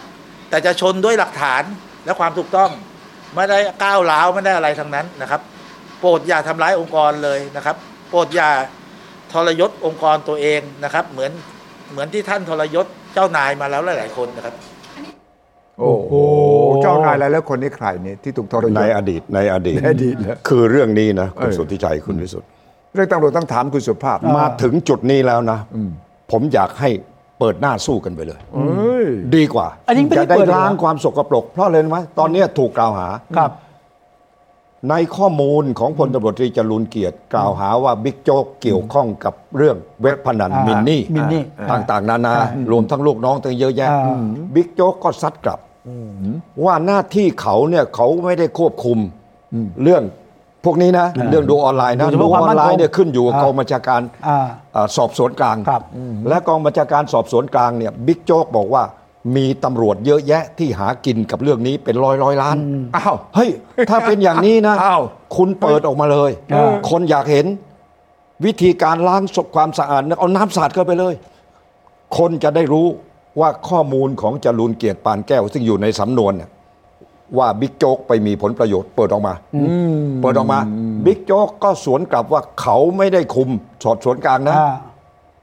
Speaker 7: แต่จะชนด้วยหลักฐานและความถูกต้อง ไม่ได้ก้าวร้าวไม่ได้อะไรทั้งนั้นนะครับ โปรดอย่าทำร้ายองค์กรเลยนะครับ โปรดอย่าทรยศองค์กรตัวเองนะครับ เหมือนเหมือนที่ท่านทรยศเจ้านายมาแล้วหลาย ๆ คนนะครับ
Speaker 3: โอ้โหเจ้านายหลายแล้วคนนี้ใครเนี่ยที่ถูกทรยศ
Speaker 4: ในอดีตในอดีต
Speaker 3: ในอดีตนะ
Speaker 4: คือเรื่องนี้นะคุณ
Speaker 3: เออ
Speaker 4: สุทธิชัยคุณวิสุทธิ์
Speaker 3: เรื่องตำรวจต้องถามคุณสุภาพ
Speaker 4: มาถึงจุดนี้แล้วนะผมอยากให้เปิดหน้าสู้กันไปเลย
Speaker 3: เอ้ย
Speaker 4: ดีกว่า
Speaker 2: อันนี้ไม่ได้
Speaker 4: จะได้
Speaker 2: เปิด
Speaker 4: ล้าง
Speaker 2: เหรอ
Speaker 4: ความสกปรก เพราะเลยไหมตอนเนี้ยถูกกล่าวหา
Speaker 2: ครับ
Speaker 4: ในข้อมูลของพลตำรวจตรีจรูนเกียรติ กล่าวหาว่าบิ๊กโจ๊กเกี่ยวข้องกับเรื่องเว็บพนัน
Speaker 2: อ่า
Speaker 4: มินนี่
Speaker 2: มินนี่
Speaker 4: ต่างๆ นานา
Speaker 2: อ่าร
Speaker 4: วมทั้งลูกน้องตั้งเยอะแยะ
Speaker 2: อ่า
Speaker 4: บิ๊กโจ๊กก็ซัดกลับ ว่าหน้าที่เขาเนี่ยเขาไม่ได้ควบคุมเรื่องพวกนี้นะ เรื่องดูออนไลน์นะ
Speaker 2: ดูเฉพาะ
Speaker 4: อ
Speaker 2: ความ
Speaker 4: อน
Speaker 2: มั่น
Speaker 4: ไล
Speaker 2: คง
Speaker 4: น์เนี่ยขึ้นอยู่กับ
Speaker 2: อ่าก
Speaker 4: องบัญชาการ
Speaker 2: อ่า
Speaker 4: อ่าสอบสวนกลาง
Speaker 2: ครับ
Speaker 4: และกองบัญชาการสอบสวนกลางเนี่ยบิ๊กโจ๊กบอกว่า มีตำรวจเยอะแยะที่หากินกับเรื่องนี้เป็นร้อยร้อยล้าน
Speaker 3: อ้าว
Speaker 4: เฮ้ย ถ้าเป็นอย่างนี้นะ
Speaker 3: อ้าว
Speaker 4: คุณเปิดออกมาเลย
Speaker 2: เออ
Speaker 4: คนอยากเห็น วิธีการล้างศพความสะอาดนะเอาน้ำสาดเข้าไปเลย คนจะได้รู้ว่าข้อมูลของจรูนเกียรติปานแก้ว ซึ่งอยู่ในสำนวนน่ะว่าบิ๊กโจ๊กไปมีผลประโยชน์เปิดออกมา เปิดออกมา บิ๊กโจ๊กก็สวนกลับว่าเขาไม่ได้คุมสอบสวนกลางนะ
Speaker 2: อ่า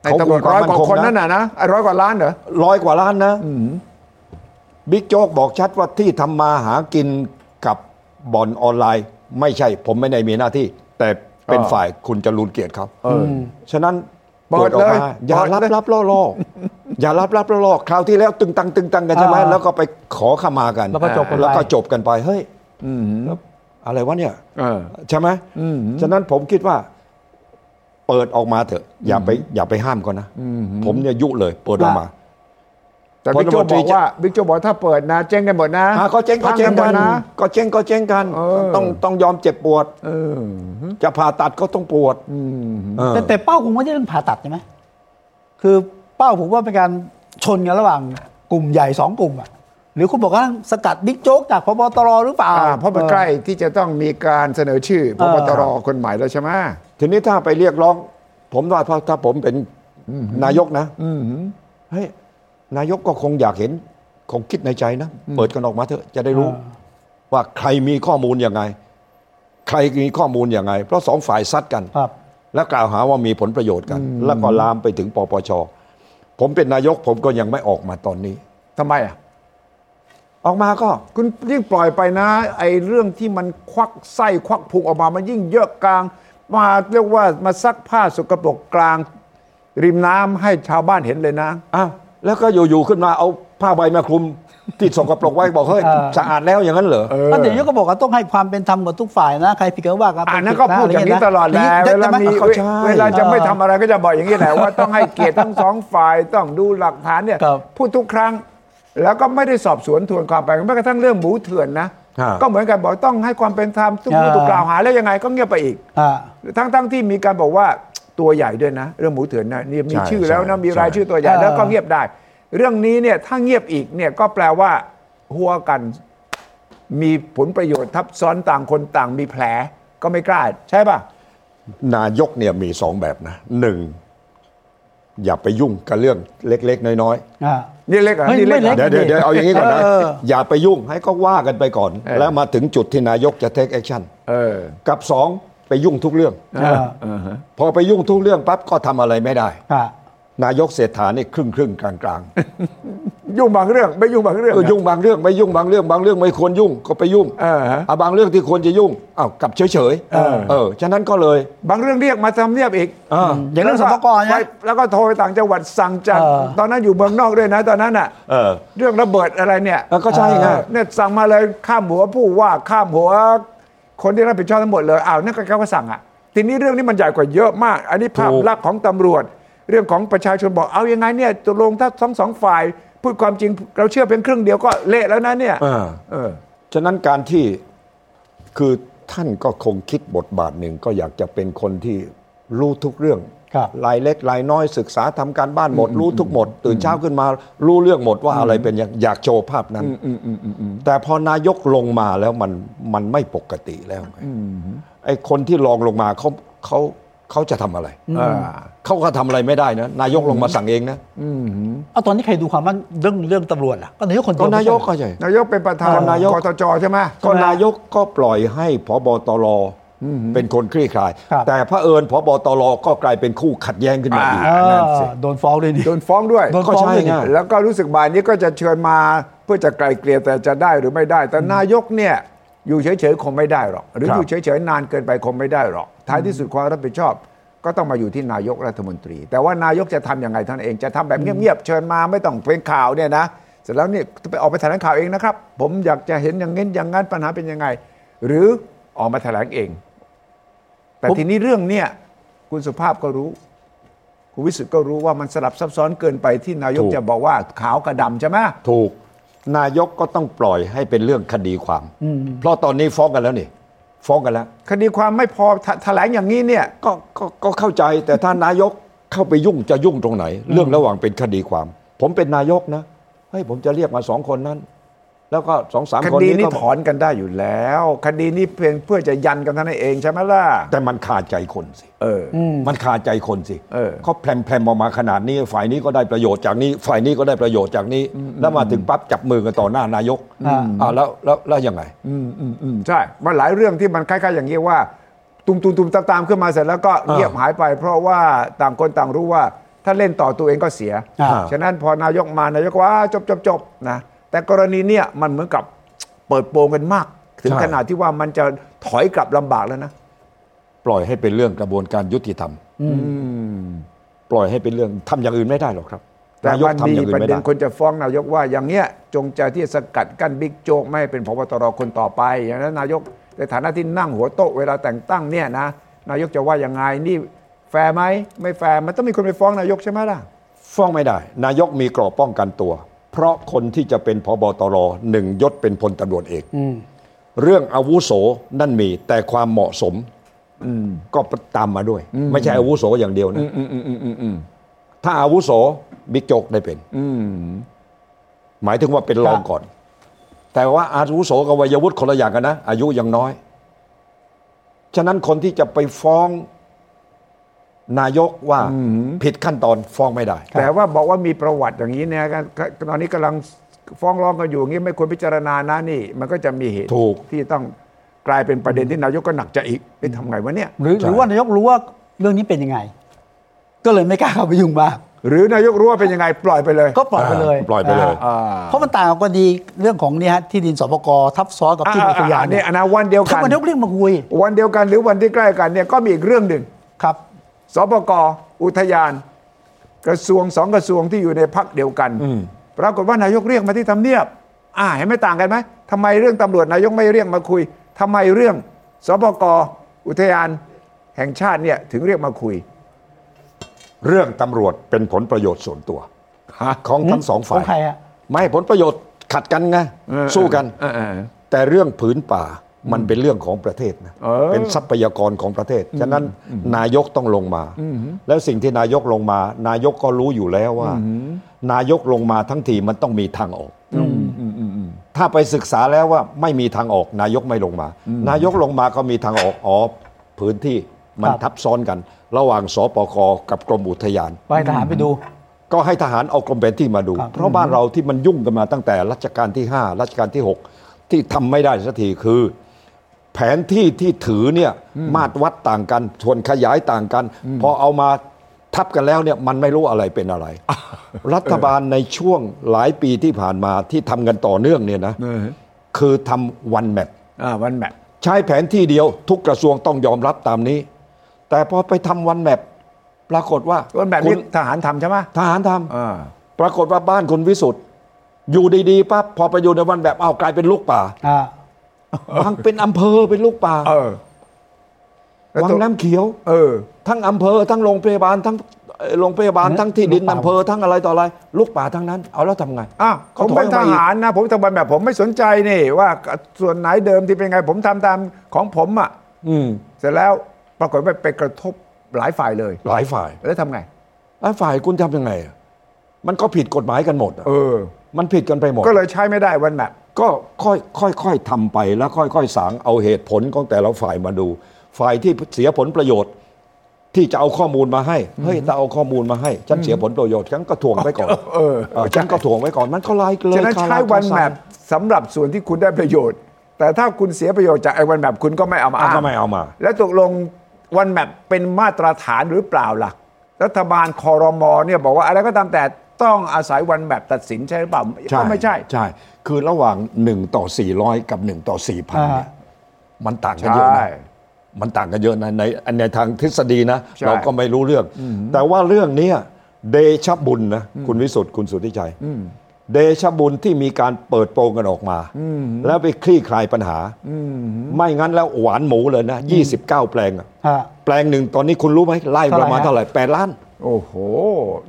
Speaker 3: ไอ้ตำรวจร้อยกว่าคนนั่นน่ะนะไอ้ร้อยกว่าล้านเหรอ
Speaker 4: ร้อยกว่าล้านนะบิ๊กโจ๊กบอกชัดว่าที่ทำมาหากินกับบ่อนออนไลน์ ไม่ใช่ ผมไม่ได้มีหน้าที่ แต่เป็น
Speaker 3: อ่า
Speaker 4: ฝ่ายคุณจรูนเกียรติครับ
Speaker 3: เออ
Speaker 4: ฉะนั้น
Speaker 3: เปิด
Speaker 4: ออกมา
Speaker 3: เลย
Speaker 4: อย่า
Speaker 3: เปิด
Speaker 4: รับ
Speaker 3: เลย
Speaker 4: รับล่อล่ออย่ารับรับล่อล่อคราวที่แล้วตึงตังตึงตังกันใช่ไหม
Speaker 2: อ่า
Speaker 4: แล้วก็ไปขอขมากัน
Speaker 2: แล้วก็จบกันไป
Speaker 4: แล้วก็จบกันไปเฮ้ย
Speaker 3: อืม
Speaker 4: แล้วอะไรวะเนี่ย
Speaker 3: เออ
Speaker 4: ใช่ไหม
Speaker 3: อืม
Speaker 4: ฉะนั้นผมคิดว่า เปิดออกมาเถอะ อย่าไป อย่าไปห้ามเขานะ
Speaker 3: อืม
Speaker 4: ผมเนี่ยยุเลย เปิดออกมา
Speaker 3: แต่บิ๊กโจ๊กบอกว่าบิ๊กโจ๊กบอกถ้าเปิดนะเจ๊งกันหมดนะ
Speaker 4: อ่ะก็เจ๊งก็เจ๊ง
Speaker 3: พั
Speaker 4: กัน
Speaker 3: หมดนะ
Speaker 4: ก็เจ๊งก็เจ๊งกัน
Speaker 3: เออ
Speaker 4: ต้องต้องยอมเจ็บปวด
Speaker 3: เออ
Speaker 4: จะผ่าตัดก็ต้องปวด
Speaker 3: อืม
Speaker 4: เออ
Speaker 2: แต่แต่เป้าคงไม่ใช่เรื่องผ่าตัดใช่ไหมคือเป้าผมว่าเป็นการชนกันระหว่างกลุ่มใหญ่สองกลุ่มอะหรือคุณบอกว่าสกัดบิ๊กโจ๊กจากพบตรหรือเปล่า
Speaker 3: อ่าเพราะมันใกล้ที่จะต้องมีการเสนอชื่อพ
Speaker 2: เออ
Speaker 3: บตรคนใหม่แล้วใช่ไหม
Speaker 4: ทีนี้ถ้าไปเรียกร้อง ผมว่าถ้าถ้าผมเป็นนายกนะ
Speaker 3: อืม
Speaker 4: เฮ้ยนายกก็คงอยากเห็น คงคิดในใจนะ เปิดกันออกมาเถอะจะได้รู้ ว่าใครมีข้อมูลยังไง ใครมีข้อมูลยังไง เพราะสองฝ่ายซัดกัน
Speaker 2: ครับ
Speaker 4: และกล่าวหาว่ามีผลประโยชน์กัน แล้วก็ลามไปถึงปปช ผมเป็นนายกผมก็ยังไม่ออกมาตอนนี้
Speaker 3: ทำไมอ่ะ
Speaker 4: ออกมาก็
Speaker 3: คุณยิ่งปล่อยไปนะ ไอ้เรื่องที่มันควักไส้ควักพุงออกมามันยิ่งเยอะกลาง มาเรียกว่ามาซักผ้าสกปรกกลาง ริมน้ำให้ชาวบ้านเห็นเลยนะ
Speaker 4: อ้าวแล้วก็อยู่ๆขึ้นมาเอาผ้าใบมาคลุม ที่สกปรกไว้บอกเฮ้ย
Speaker 2: เออ
Speaker 4: สะอาดแล้วอย่างนั้นเหรอ
Speaker 3: เออ
Speaker 2: แต่นายกก็บอกว่าต้องให้ความเป็นธรรมกับทุกฝ่ายนะใครผิดก็ว่ากัน
Speaker 3: อ่านั่นก็พูดอย่างนี้ตลอดแหล้ว
Speaker 2: ไ
Speaker 3: เวลามี
Speaker 2: ได้ไห
Speaker 3: เวเวลาจะไม่ทำอะไรก็จะบอกอย่างนี้แหละว่าต้องให้เกีย รติทั้งสองฝ่ายต้องดูหลักฐานเนี่ย
Speaker 2: ครับ
Speaker 3: พูดทุกครั้ง แล้วก็ไม่ได้สอบสวนทวนความไปแม้กระทั่งเรื่องหมูเถื่อนนะ
Speaker 4: า
Speaker 3: ก็เหมือนกันบอกต้องให้ความเป็นธรรมทุกผู้ถูกกล่าวหาแล้วยังไงก็เงียบไปอีก
Speaker 2: อ่า
Speaker 3: ทั้งทั้งที่มีการบอกว่าตัวใหญ่ด้วยนะ เรื่องหมูเถื่อนนะนี่มี
Speaker 4: ใช่
Speaker 3: ชื่อแล้วนะ
Speaker 4: ใช่
Speaker 3: มีรายชื่อตัวใหญ่
Speaker 2: เออ
Speaker 3: แล้วก็เงียบได้ เรื่องนี้เนี่ยถ้าเงียบอีกเนี่ยก็แปลว่า หัวกัน มีผลประโยชน์ทับซ้อนต่างคนต่างมีแผลก็ไม่กล้า ใช่ป่ะ
Speaker 4: นายกเนี่ยมีสองแบบนะหนึ่งอย่าไปยุ่งกับเรื่องเล็ก ๆ น้อย
Speaker 2: อ่า
Speaker 3: นี่เล็กเหรอ
Speaker 2: ไม่
Speaker 3: นี่เล็กเหร
Speaker 2: ไม่
Speaker 3: อ
Speaker 4: ๆเดี๋ยวเดี๋ยวเดี๋ยวเอาอย่างนี้ก่อนนะ
Speaker 2: เออ
Speaker 4: อย่าไปยุ่งให้ก็ว่ากันไปก่อน
Speaker 3: เออ
Speaker 4: แล้วมาถึงจุดที่นายกจะ take action
Speaker 3: เออ
Speaker 4: กับสองไปยุ่งทุกเรื่อง
Speaker 2: อ่า
Speaker 3: อ่าฮะ
Speaker 4: พอไปยุ่งทุกเรื่องปั๊บก็ทำอะไรไม่ได้
Speaker 2: อ่าน
Speaker 4: ายกเศรษฐานี่ครึ่งครึ่งๆกลางกลางๆ
Speaker 3: ยุ่งบางเรื่อง ไม่ยุ่งบางเรื่อง
Speaker 4: เออยุ่งบางเรื่องไม่ยุ่งบางเรื่องบางเรื่องไม่ควรยุ่งก็ไปยุ่ง
Speaker 3: เออฮะ
Speaker 4: เอาบางเรื่องที่ควรจะยุ่งอ้าวกลับเฉยเฉยๆเออฉะนั้นก็เลย
Speaker 3: บางเรื่องเรียกมาทำเนียบอีก
Speaker 4: เออ
Speaker 2: อย่างเรื่องสมกร
Speaker 3: ไป
Speaker 2: นะ
Speaker 3: แล้วก็โทรไปต่างจังหวัดสั่งจาก
Speaker 2: เออ
Speaker 3: ตอนนั้นอยู่เมืองนอกด้วยนะ ตอนนั้นอ่ะ
Speaker 4: เออ
Speaker 3: เรื่องระเบิดอะไรเนี่ย
Speaker 4: แล้วก็ใช่ไง
Speaker 3: เนี่ยสั่งมาเลยข้ามหัวผู้ว่าข้ามหัว คนที่รับผิดชอบทั้งหมดเลยอ้าวนั่นก็เขาก็สั่งอ่ะทีนี้เรื่องนี้มันใหญ่กว่าเยอะมาก อันนี้ภาพ
Speaker 4: ถูก
Speaker 3: ลักษณ์ของตำรวจ เรื่องของประชาชนบอกเอายังไงเนี่ยตกลงถ้าทั้งสองฝ่าย พูดความจริงเราเชื่อเป็นครึ่งเดียวก็เละแล้วนะเนี่ย
Speaker 4: เออ
Speaker 3: เออ
Speaker 4: ฉะนั้นการที่คือท่านก็คงคิดบทบาทหนึ่งก็อยากจะเป็นคนที่รู้ทุกเรื่อง
Speaker 2: ครับ
Speaker 4: รายเล็กรายน้อยศึกษาทำการบ้านหมด รู้ทุกหมด ตื่นเช้าขึ้นมา รู้เรื่องหมดว่าอะไรเป็นอย่างอยากโชว์ภาพนั้น แต่พอนายกลงมาแล้วมันมันไม่ปกติแล้วไงไอ้คนที่ลองลงมาเขาเขาเขาจะทำอะไร
Speaker 3: อ่า
Speaker 4: เขาก็ทำอะไรไม่ได้นะ นายกลงมาสั่งเองนะ
Speaker 2: เอาตอนนี้ใครดูความมั่นเรื่องเรื่องตำรวจล่ะก็นายกคนเดี
Speaker 4: ก็
Speaker 2: ว
Speaker 4: นายกก็ใช่
Speaker 3: นายกเป็นประธาน
Speaker 4: เออนายก
Speaker 3: กตจใช่ไหม
Speaker 4: ก็นายกก็ปล่อยให้พบตรเป็นคนคลี่คลาย
Speaker 2: ครับ
Speaker 4: แต่พระเผอิญพบตรก็กลายเป็นคู่ขัดแย้งขึ้นมาอีก
Speaker 2: เออโดนฟ้องเลยนี่
Speaker 3: โดนฟ้องด้วย
Speaker 2: โดนฟ้องด้วยนี่
Speaker 3: แล้วก็รู้สึกบ่ายนี้ก็จะเชิญมาเพื่อจะไกลเกลี่ยแต่จะได้หรือไม่ได้ แต่นายกเนี่ยอยู่เฉยๆคงไม่ได้หรอก หรือ
Speaker 4: ครับ
Speaker 3: อยู่เฉยๆนานเกินไปคงไม่ได้หรอก ท้ายที่สุดความรับผิดชอบ ก็ต้องมาอยู่ที่นายกรัฐมนตรี แต่ว่านายกจะทำยังไงท่านเองจะทำแบบเงียบๆเชิญมาไม่ต้องเป็นข่าวเนี่ยนะเสร็จแล้วเนี่ยไปออกไปแถลงข่าวเองนะครับ ผมอยากจะเห็นอย่างนี้นอย่างนั้นปัญหาเป็นยังไง หรือออกมาแถลงเอง แต่ทีนี้เรื่องเนี่ยคุณสุภาพก็รู้ คุณวิสุทธ์ก็รู้ว่ามันสลับซับซ้อนเกินไปที่นายก
Speaker 4: ถูก
Speaker 3: จะบอกว่าขาวกับดำใช่ไหม
Speaker 4: ถูกนายกก็ต้องปล่อยให้เป็นเรื่องคดีความ เพราะตอนนี้ฟ้องกันแล้วนี่ ฟ้องกันแล้ว
Speaker 3: คดีความไม่พอถแถลงอย่างนี้เนี่ย
Speaker 4: ก็ก็ก็เข้าใจแต่ถ้านายกเข้าไปยุ่งจะยุ่งตรงไหน เรื่องระหว่างเป็นคดีความ ผมเป็นนายกนะ เฮ้ยผมจะเรียกมาสองคนนั้น แล้วก็สองสาม
Speaker 3: ค
Speaker 4: คน
Speaker 3: ดี
Speaker 4: นี้
Speaker 3: นี้
Speaker 4: ก็
Speaker 3: ถอนกันได้อยู่แล้ว คดีนี้เพียงเพื่อจะยันกันเท่านั้นเองใช่ไหมล่ะ
Speaker 4: แต่มันขาดใจคนสิ
Speaker 3: เออ
Speaker 4: มันขาดใจคนสิ
Speaker 3: เออ
Speaker 4: เขาแพรมๆออกมาขนาดนี้ ฝ่ายนี้ก็ได้ประโยชน์จากนี้ ฝ่ายนี้ก็ได้ประโยชน์จากนี้ แล้วมาถึงปั๊บจับมือกันต่อหน้านายก
Speaker 2: อืม
Speaker 4: อ่าแล้วแล้วแล้วยังไง
Speaker 3: อืมอืมอืมใช่มันหลายเรื่องที่มันคล้ายๆอย่างนี้ว่า ตุมตุมตุมตามตามๆขึ้นมาเสร็จแล้วก็เงียบหายไป เพราะว่าต่างคนต่างรู้ว่า ถ้าเล่นต่อตัวเองก็เสีย
Speaker 2: อ่า
Speaker 3: ฉะนั้นพอนายกมานายกก็ว่าจบจบจบนะแต่กรณีเนี่ยมันเหมือนกับเปิดโปงกันมาก ถึง
Speaker 4: ใช่
Speaker 3: ขนาดที่ว่ามันจะถอยกลับลำบากแล้วนะ
Speaker 4: ปล่อยให้เป็นเรื่องกระบวนการยุติธรรม ปล่อยให้เป็นเรื่องทำอย่างอื่นไม่ได้หรอกครับ
Speaker 3: แต่
Speaker 4: นายก
Speaker 3: มัน
Speaker 4: ทำ
Speaker 3: มี
Speaker 4: อย่างอื่
Speaker 3: ป
Speaker 4: น
Speaker 3: ระ
Speaker 4: ไม่
Speaker 3: เด็
Speaker 4: ได้
Speaker 3: นคนจะฟ้องนายกว่าอย่างเนี้ยจงใจที่จะสกัดกั้นบิ๊กโจ๊กไม่ให้เป็นพบตรคนต่อไป อย่างนั้นนายกในฐานะที่นั่งหัวโต๊ะเวลาแต่งตั้งเนี่ยนะนายกจะว่ายังไงนี่แฟร์ไหมไม่แฟร์มันต้องมีคนไปฟ้องนายกใช่ไหมล่ะ
Speaker 4: ฟ้องไม่ได้ นายกมีกรอบป้องกันตัว เพราะคนที่จะเป็นพบตรหนึ่งยศเป็นพลตำรวจเอกเรื่องอาวุโสนั่นมีแต่ความเหมาะสมก็ตามมาด้วย ไม่ใช่อาวุโสอย่างเดียวนะถ้าอาวุโสบิ๊กโจ๊กได้เป็นหมายถึงว่าเป็นรองก่อน แต่ว่าอาวุโสกับวัยวุฒิคนละอย่างกันนะ อายุยังน้อย ฉะนั้นคนที่จะไปฟ้องนายกว่าผิดขั้นตอนฟ้องไม่ได้
Speaker 3: แต่ว่าบอกว่ามีประวัติอย่างนี้เนี่ยก็ก็ตอนนี้กำลังฟ้องร้องกันอยู่อย่างนี้ไม่ควรพิจารณานะนี่ มันก็จะมีเหตุ
Speaker 4: ถูก
Speaker 3: ที่ต้องกลายเป็นประเด็นที่นายกก็หนักใจอีกไปทำไงวะเนี่ย
Speaker 2: หรือหรือว่านายกรู้ว่าเรื่องนี้เป็นยังไง ก็เลยไม่กล้าเข้าไปยุ่งมาก
Speaker 3: หรือนายกรู้ว่าเป็นยังไงปล่อยไปเลย
Speaker 2: ก็ปล่อยไปเลย
Speaker 4: ปล่อยไปเลย
Speaker 2: าเพราะมันต่างกับกรณีเรื่องของเนี่ยฮะที่ดินสปกทับซ้อนกับที่อุทยาน
Speaker 3: เนี่ยอันนั้นวันเดียวกั
Speaker 2: ถ้าน นายกเรียกมาคุย
Speaker 3: วันเดียวกันหรือวันที่ใกล้กันเนี่ยก็มีอีกเรื่องหนึ่ง
Speaker 2: ครับ
Speaker 3: สปกอุทยาน กระทรวงสองกระทรวงที่อยู่ในพักเดียวกันปรากฏว่านายกเรียกมาที่ทำเนียบ อ่าเห็นไม่ต่างกันไหมทำไมเรื่องตำรวจนายกไม่เรียกมาคุยทำไมเรื่องสปกอุทยานแห่งชาติเนี่ยถึงเรียกมาคุย
Speaker 4: เรื่องตำรวจเป็นผลประโยชน์ส่วนตัว ของทั้งสองฝ่า
Speaker 2: ของใคร
Speaker 4: ย
Speaker 2: ฮะ
Speaker 4: ไม่ผลประโยชน์ขัดกันไง
Speaker 3: เออ
Speaker 4: สู้กัน
Speaker 3: เออเออเออ
Speaker 4: แต่เรื่องผืนป่ามันเป็นเรื่องของประเทศนะ
Speaker 3: เออ
Speaker 4: เป็นทรัพยากรของประเทศ ฉะนั้นนายกต้องลงมา แล้วสิ่งที่นายกลงมา นายกก็รู้อยู่แล้วว่า นายกลงมาทั้งทีมันต้องมีทางออก ถ้าไปศึกษาแล้วว่าไม่มีทางออก นายกไม่ลงมา นายกลงมาก็มีทางออกอ๋อพื้นที่มัน
Speaker 2: ครับ
Speaker 4: ทับซ้อนกัน ระหว่างสปคกับกรมอุทยาน
Speaker 2: ไปทหารไปดู
Speaker 4: ก็ให้ทหารเอากรมแผนที่มาดู
Speaker 2: ครับ
Speaker 4: เพราะบ้านเราที่มันยุ่งกันมาตั้งแต่รัชกาลที่ 5 รัชกาลที่ 6 ที่ทำไม่ได้สักทีคือ แผนที่ที่ถือเนี่ยมาตรวัดต่างกันทวนขยายต่างกัน พอเอามาทับกันแล้วเนี่ยมันไม่รู้อะไรเป็นอะไร รัฐบาลในช่วงหลายปีที่ผ่านมาที่ทำกันต่อเนื่องเนี่ยนะคือทำวันแมป
Speaker 3: อ่าวันแมท
Speaker 4: ใช้แผนที่เดียวทุกกระทรวงต้องยอมรับตามนี้ แต่พอไปทำวันแมปปรากฏว่า
Speaker 3: วันแมท
Speaker 4: คุ
Speaker 3: นี่
Speaker 4: ณ
Speaker 3: ทหารทำใช่ไหม
Speaker 4: ทหารทำ
Speaker 3: อ่า
Speaker 4: ปรากฏว่าบ้านคุณวิสุทธ์อยู่ดีๆปั๊บพอไปอยู่ในวันแบบอ้าวกลายเป็นลูกป่า
Speaker 2: อ่า
Speaker 4: บางเป็นอำเภอเป็นลูกป่า
Speaker 3: เออแล้ว
Speaker 4: วัง
Speaker 3: ตัว
Speaker 4: น้ำเขียว
Speaker 3: เออ
Speaker 4: ทั้งอำเภอทั้งโรงพยาบาลทั้งเอ่อโรงพยาบาลทั้งที่ดิน
Speaker 2: ลูกป่า
Speaker 4: อำเภอทั้งอะไรต่ออะไร ลูกป่าทั้งนั้น เอาแล้วทำไง
Speaker 3: อ้าวผมเป็นทหารนะ ผมทำวันแบบผมไม่สนใจนี่ว่าส่วนไหนเดิมที่เป็นไง ผมทำตามของผมอ่ะ
Speaker 4: อืม
Speaker 3: เสร็จแล้วปรากฏว่าไปกระทบหลายฝ่ายเลย
Speaker 4: หลายฝ่าย
Speaker 3: แล้วทำไง
Speaker 4: หลายฝ่ายคุณทำยังไงอะมันก็ผิดกฎหมายกันหมดอะ
Speaker 3: เออ
Speaker 4: มันผิดกันไปหมด
Speaker 3: ก็เลยใช้ไม่ได้วันแบบ
Speaker 4: ก็ค่อยค่อยค่อยทำไปแล้วค่อยค่อยสางเอาเหตุผลของแต่ละฝ่ายมาดู ฝ่ายที่เสียผลประโยชน์ ที่จะเอาข้อมูลมาให้เฮ้ยถ้าเอาข้อมูลมาให้ ฉันเสียผลประโยชน์ฉันก็ถ่วงไว้ก่อน
Speaker 3: เออ
Speaker 4: เออฉันก็ถ่วงไว้ก่อนมันก็ลายเลย
Speaker 3: ฉะนั้น
Speaker 4: คารา
Speaker 3: ใช้วัน
Speaker 4: คาซั
Speaker 3: แบบ
Speaker 4: ง
Speaker 3: สำหรับส่วนที่คุณได้ประโยชน์ แต่ถ้าคุณเสียประโยชน์จากไอ้วันแบบคุณก็ไม่เอามา
Speaker 4: อ่ะ
Speaker 3: อ้าง
Speaker 4: ก็ไม่เอามา
Speaker 3: แล้วตกลงวันแบบเป็นมาตรฐานหรือเปล่าล่ะ รัฐบาลคอรมอเนี่ยบอกว่าอะไรก็ตามแต่ต้องอาศัยวันแบบตัดสินใช่หรือเปล่าก็ไม่ใช่
Speaker 4: ใช่ คือระหว่าง 1 ต่อ 400 กับ 1 ต่อ 4,000เนี่ย
Speaker 2: อ่า
Speaker 4: มันต่างกันเยอะ
Speaker 3: ใช่
Speaker 4: นะมันต่างกันเยอะนะในในทางทฤษฎีนะ
Speaker 3: ใช่
Speaker 4: เราก็ไม่รู้เรื่อง แต่ว่าเรื่องเนี้ยเดชะบุญนะ คุณวิสุทธ์คุณสุทธิชัยเดชะบุญที่มีการเปิดโปงกันออกมา แล้วไปคลี่คลายปัญหา ไม่งั้นแล้วหวานหมูเลยนะ 29 แปลงอะ
Speaker 2: ฮะ
Speaker 4: แปลงหนึ่งตอนนี้คุณรู้ไหมไล่ประมาณ
Speaker 2: เท่า
Speaker 4: เท่า
Speaker 2: ไห
Speaker 4: ไห
Speaker 2: ร่
Speaker 4: ร่
Speaker 2: ฮะ
Speaker 4: แปดล้าน
Speaker 3: โอ้โห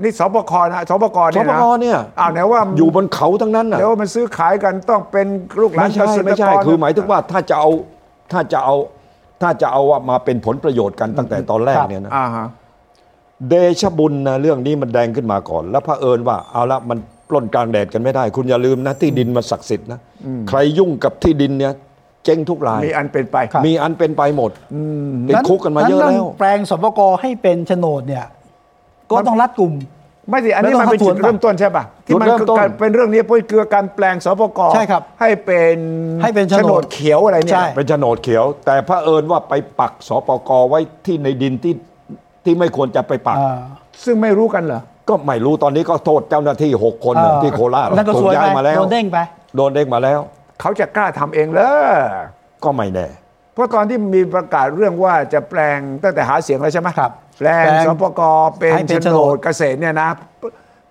Speaker 3: นี่สปคนะสปก
Speaker 4: ส
Speaker 3: เนี่ย
Speaker 4: ป
Speaker 3: นะ
Speaker 4: กเนี่ย
Speaker 3: อ้าวไหนว่า
Speaker 4: อยู่บนเขาทั้งนั้นน่ะ
Speaker 3: เดี๋ยวมันซื้อขายกันต้องเป็นลูกหลาน
Speaker 4: ไม่ใช่
Speaker 3: เกษตรกร
Speaker 4: ไม่ใช่ คือหมายถึง
Speaker 3: ะ
Speaker 4: ว่าถ้าจะเอาถ้าจะเอาถ้าจะเอาว่ามาเป็นผลประโยชน์กันตั้งแต่ตอนแรก
Speaker 2: ครับ
Speaker 4: เนี่ยนะ
Speaker 3: อ่าฮะ
Speaker 4: เดชบุญนะเรื่องนี้มันแดงขึ้นมาก่อน แล้วเผอิญว่าเอาละมัน ปล้นกลางแดดกันไม่ได้ คุณอย่าลืมนะ ที่ดินมันศักดิ์สิทธิ์นะ ใครยุ่งกับที่ดินเนี่ยเจ๊งทุกราย
Speaker 3: มีอันเป็นไป
Speaker 4: มีอันเป็นไปหมดติดคุกกันมาเยอะ
Speaker 2: งั้
Speaker 4: แล้ว
Speaker 2: รื่งแปลงสปกให้เป็นโฉนดเนี่ย ก็ต้องรัดกลุ่ม
Speaker 3: ไม่สิ อันนี้
Speaker 2: แล้ว
Speaker 3: มัน
Speaker 2: ต้องทบท
Speaker 3: เป็นจุ
Speaker 2: วนป่ะ
Speaker 3: ดเริ่มต้นใช่ป่ะ ที่มัน
Speaker 4: จุดเริ่มต้
Speaker 3: คือ
Speaker 4: น
Speaker 3: การเป็นเรื่องนี้เพื่อคือการแปลงสปก
Speaker 2: ใช่ครับ
Speaker 3: ให้เป็น
Speaker 2: ให้เป็นโฉนด
Speaker 3: เขียวอะไรเนี่
Speaker 2: ใช่
Speaker 3: ย
Speaker 4: เป็นโฉนดเขียว แต่พระเผอิญว่าไปปักสปกไว้ที่ในดินที่ที่ไม่ควรจะไปปัก
Speaker 2: อ่า
Speaker 3: ซึ่งไม่รู้กันเหรอ
Speaker 4: ก็ไม่รู้ตอนนี้ก็โทษเจ้าหน้าที่หกคนน่ะ
Speaker 2: เออ
Speaker 4: ที่โคราช
Speaker 2: นั่นก็
Speaker 4: ถู
Speaker 2: ส
Speaker 4: ก
Speaker 2: วย
Speaker 4: ย้าย
Speaker 2: ไป
Speaker 4: มาแล้ว
Speaker 2: โดนเด้งไป
Speaker 4: โดนเด้งมาแล้ว
Speaker 3: เขาจะกล้าทำเองเหรอ
Speaker 4: ก็ไม่แน่
Speaker 3: เพราะตอนที่มีประกาศเรื่องว่าจะแปลงตั้งแต่หาเสียงแล้วใช่ไหม
Speaker 2: ครับ
Speaker 3: แปลง
Speaker 2: แปลง
Speaker 3: สปกเป็น
Speaker 2: ให้เป็
Speaker 3: โฉ
Speaker 2: นโฉน
Speaker 3: นด
Speaker 2: ด
Speaker 3: เกษตรเนี่ยนะ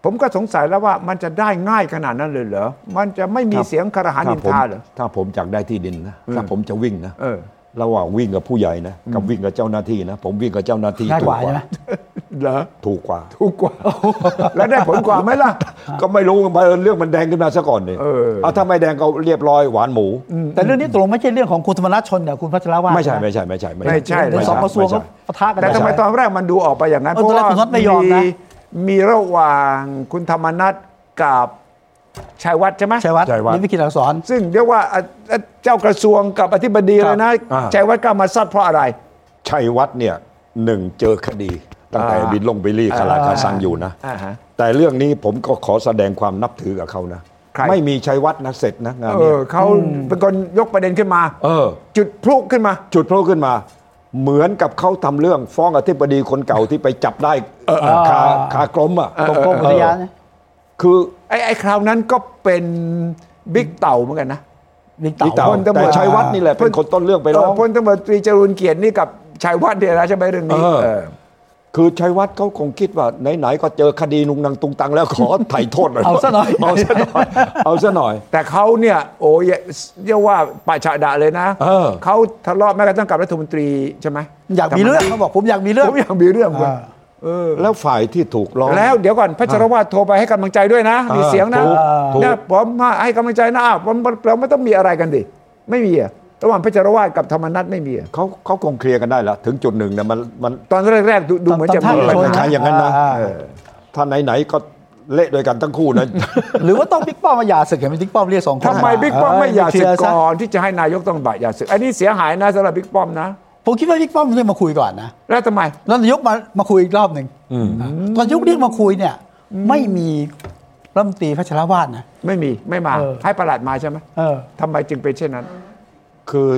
Speaker 3: ผมก็สงสัยแล้วว่ามันจะได้ง่ายขนาดนั้นเลยเหรอ มันจะไม่มี
Speaker 4: ครับ
Speaker 3: เสียงคารหานินทาเหรอ
Speaker 4: ถ้าผมอยากได้ที่ดินนะถ้าผมจะวิ่งนะ
Speaker 3: เออ
Speaker 4: ระหว่างวิ่งกับผู้ใหญ่นะกับวิ่งกับเจ้าหน้าที่นะ ผมวิ่งกับเจ้าหน้าที่
Speaker 2: ง่าย
Speaker 4: ถู
Speaker 2: ก
Speaker 4: ก
Speaker 2: ว่าก ใช่ไหม
Speaker 4: ว่า
Speaker 3: เหรอ
Speaker 4: ถูกกว่า
Speaker 3: ถูกกว่า แล้วได้ผลกว่าไหมล่ะ
Speaker 4: ก็ไม่รู้บังเอิญเรื่องมันแดงขึ้นมาซะก่อนเนี่ย
Speaker 3: เออ
Speaker 4: ถ้าไม่แดงก็เรียบร้อยหวานหมู
Speaker 2: แต่เรื่องนี้ตกลงไม่ใช่เรื่องของคุณธรรมนัฐชนกับคุณพัชรวาท
Speaker 4: ไม่ใช่
Speaker 2: นะ
Speaker 4: ไม่ใช่ไม่ใช่
Speaker 3: ไม่ใช่
Speaker 2: เดี๋ยวสองกระทรวงก็ปะทะกัน
Speaker 3: แต่ทำไมตอนแรกมันดูออกไปอย่างนั้น
Speaker 2: เอ
Speaker 3: เพ
Speaker 2: อตอ
Speaker 3: ราะ
Speaker 2: นแรก
Speaker 3: ว่า
Speaker 2: คุณน็อตไม่ยอมนะ
Speaker 3: มีระหว่างคุณธรรมนัฐกับชัยวัฒน์ใช่ไหม
Speaker 2: ชัยวัฒน์
Speaker 4: ชัยวัฒน์
Speaker 2: นิพิกิจอักษร
Speaker 3: ซึ่งเรียกว่าอ่ะอ่ะเจ้ากระทรวงกับอธิบดี
Speaker 2: ครับ
Speaker 3: เลยนะ
Speaker 4: อ่า
Speaker 3: ชัยวัฒน์กล้ามาซัดเพราะอะไร
Speaker 4: ชัยวัฒน์เนี่ยหนึ่งเจอคดีตั้งแต่
Speaker 3: อ่า
Speaker 4: บินลงบิลลี่คาราคาซังอยู่นะ
Speaker 3: อ่าฮะ
Speaker 4: แต่เรื่องนี้ผมก็ขอแสดงความนับถือกับเขานะ
Speaker 3: ใคร
Speaker 4: ไม่มีชัยวัฒน์นะเสร็จนะงาน
Speaker 3: เอ
Speaker 4: เนี้ย
Speaker 3: อเขาเป็นคนยกประเด็นขึ้นมา
Speaker 4: เออ
Speaker 3: จุดพลุขึ้นมา
Speaker 4: จุดพลุขึ้นมา เหมือนกับเขาทำเรื่องฟ้องอธิบดีคนเก่าที่ไปจับได้คาคากลมอ่ะ
Speaker 2: ตรงกรมอุทยานนะ
Speaker 4: คือ
Speaker 3: ไอ้ไอ้คราวนั้นก็เป็นบิ๊กเต่าเหมือนกันนะ
Speaker 2: ลิงเต่า
Speaker 4: เต่า
Speaker 3: พลตำรวจ
Speaker 4: แต่ชัยวัฒน์นี่แหละเป็นคนต้นเรื่องไปร้อง
Speaker 3: เออพลตำรวจตรีจรุนเกียรตินี่กับชัยวัฒน์เดียนะใช่ไหมเรื่องนี้
Speaker 4: เออ
Speaker 3: เออ
Speaker 4: คือชัยวัฒน์เขาคงคิดว่าไหนๆก็เจอคดีนุงนางตุงตังแล้วขอไถ่โทษหน่อย
Speaker 2: เอาซะหน่อย
Speaker 4: เอาซะหน่อยเอาซะหน่อย
Speaker 3: แต่เขาเนี่ยโอ้ยเรียกว่าป่าชาดะเลยนะ
Speaker 4: เออ
Speaker 3: ทะเลาะแม้กระทั่งกับรัฐมนตรีใช่ไหม
Speaker 2: อยากมีเรื่องเขาบอกผมอยากมีเรื่อง
Speaker 3: ผมอยากมีเรื่องคุณ
Speaker 2: อ่า
Speaker 3: เออ
Speaker 4: แล้วฝ่ายที่ถูกร้อง
Speaker 3: แล้วเดี๋ยวก่อนพัชรวาทโทรไปให้กำลังใจด้วยนะ
Speaker 4: อ่ามี
Speaker 3: มีเสียงนะ
Speaker 4: ถูกถูก
Speaker 3: เนี่ยผมมาให้กำลังใจนะอ้าวผมเราไม่ต้องมีอะไรกันดิ ไม่มีอะระหว่างพัชรวาทกับธรรมนัตไม่มีอะ
Speaker 4: เขาเขาคงเคลียร์กันได้ละถึงจุดหนึ่งเนี่ยมันมัน
Speaker 3: ตอนแรกๆดูดูเหมือนจะ
Speaker 2: ตอ
Speaker 3: มี
Speaker 2: น
Speaker 3: ปัญ
Speaker 2: ท่
Speaker 3: หา
Speaker 4: คล้ายๆอย่างนั้นนะ
Speaker 2: อ่า
Speaker 4: เออถ้าไหนๆก็เละด้วยกันทั้งคู่นะ
Speaker 2: หรือว่าต้องบิ๊กป้อมมาหย่าศึกเห็นไหมบิ๊กป้อมเรียกสองคน
Speaker 3: ทำไมบิ๊กป้อมไม่อยากศึก
Speaker 2: เเคลีร์ซะ
Speaker 3: ก่อนที่จะให้นายกต้องบะอยากศึกอันนี้เสียหายนะสำหรับบิ๊กป้อมนะ
Speaker 2: ผมคิดว่าบิ๊กป้อมเรียกมาคุยก่อนนะ
Speaker 3: แล้วทำไม
Speaker 2: แล้วนายกมามาคุยอีกรอบหนึ่งอ่ะตอนนายกเรียกมาคุยเนี่ย ไม่มีรัฐมนตรีพัชรวาทนะ
Speaker 3: ไม่มีไม่มา
Speaker 2: เออ
Speaker 3: ให้ประหลัดมาใช่ไหม
Speaker 2: เออ
Speaker 3: ทำไมจึงเป็นเช่นนั้น
Speaker 4: คือ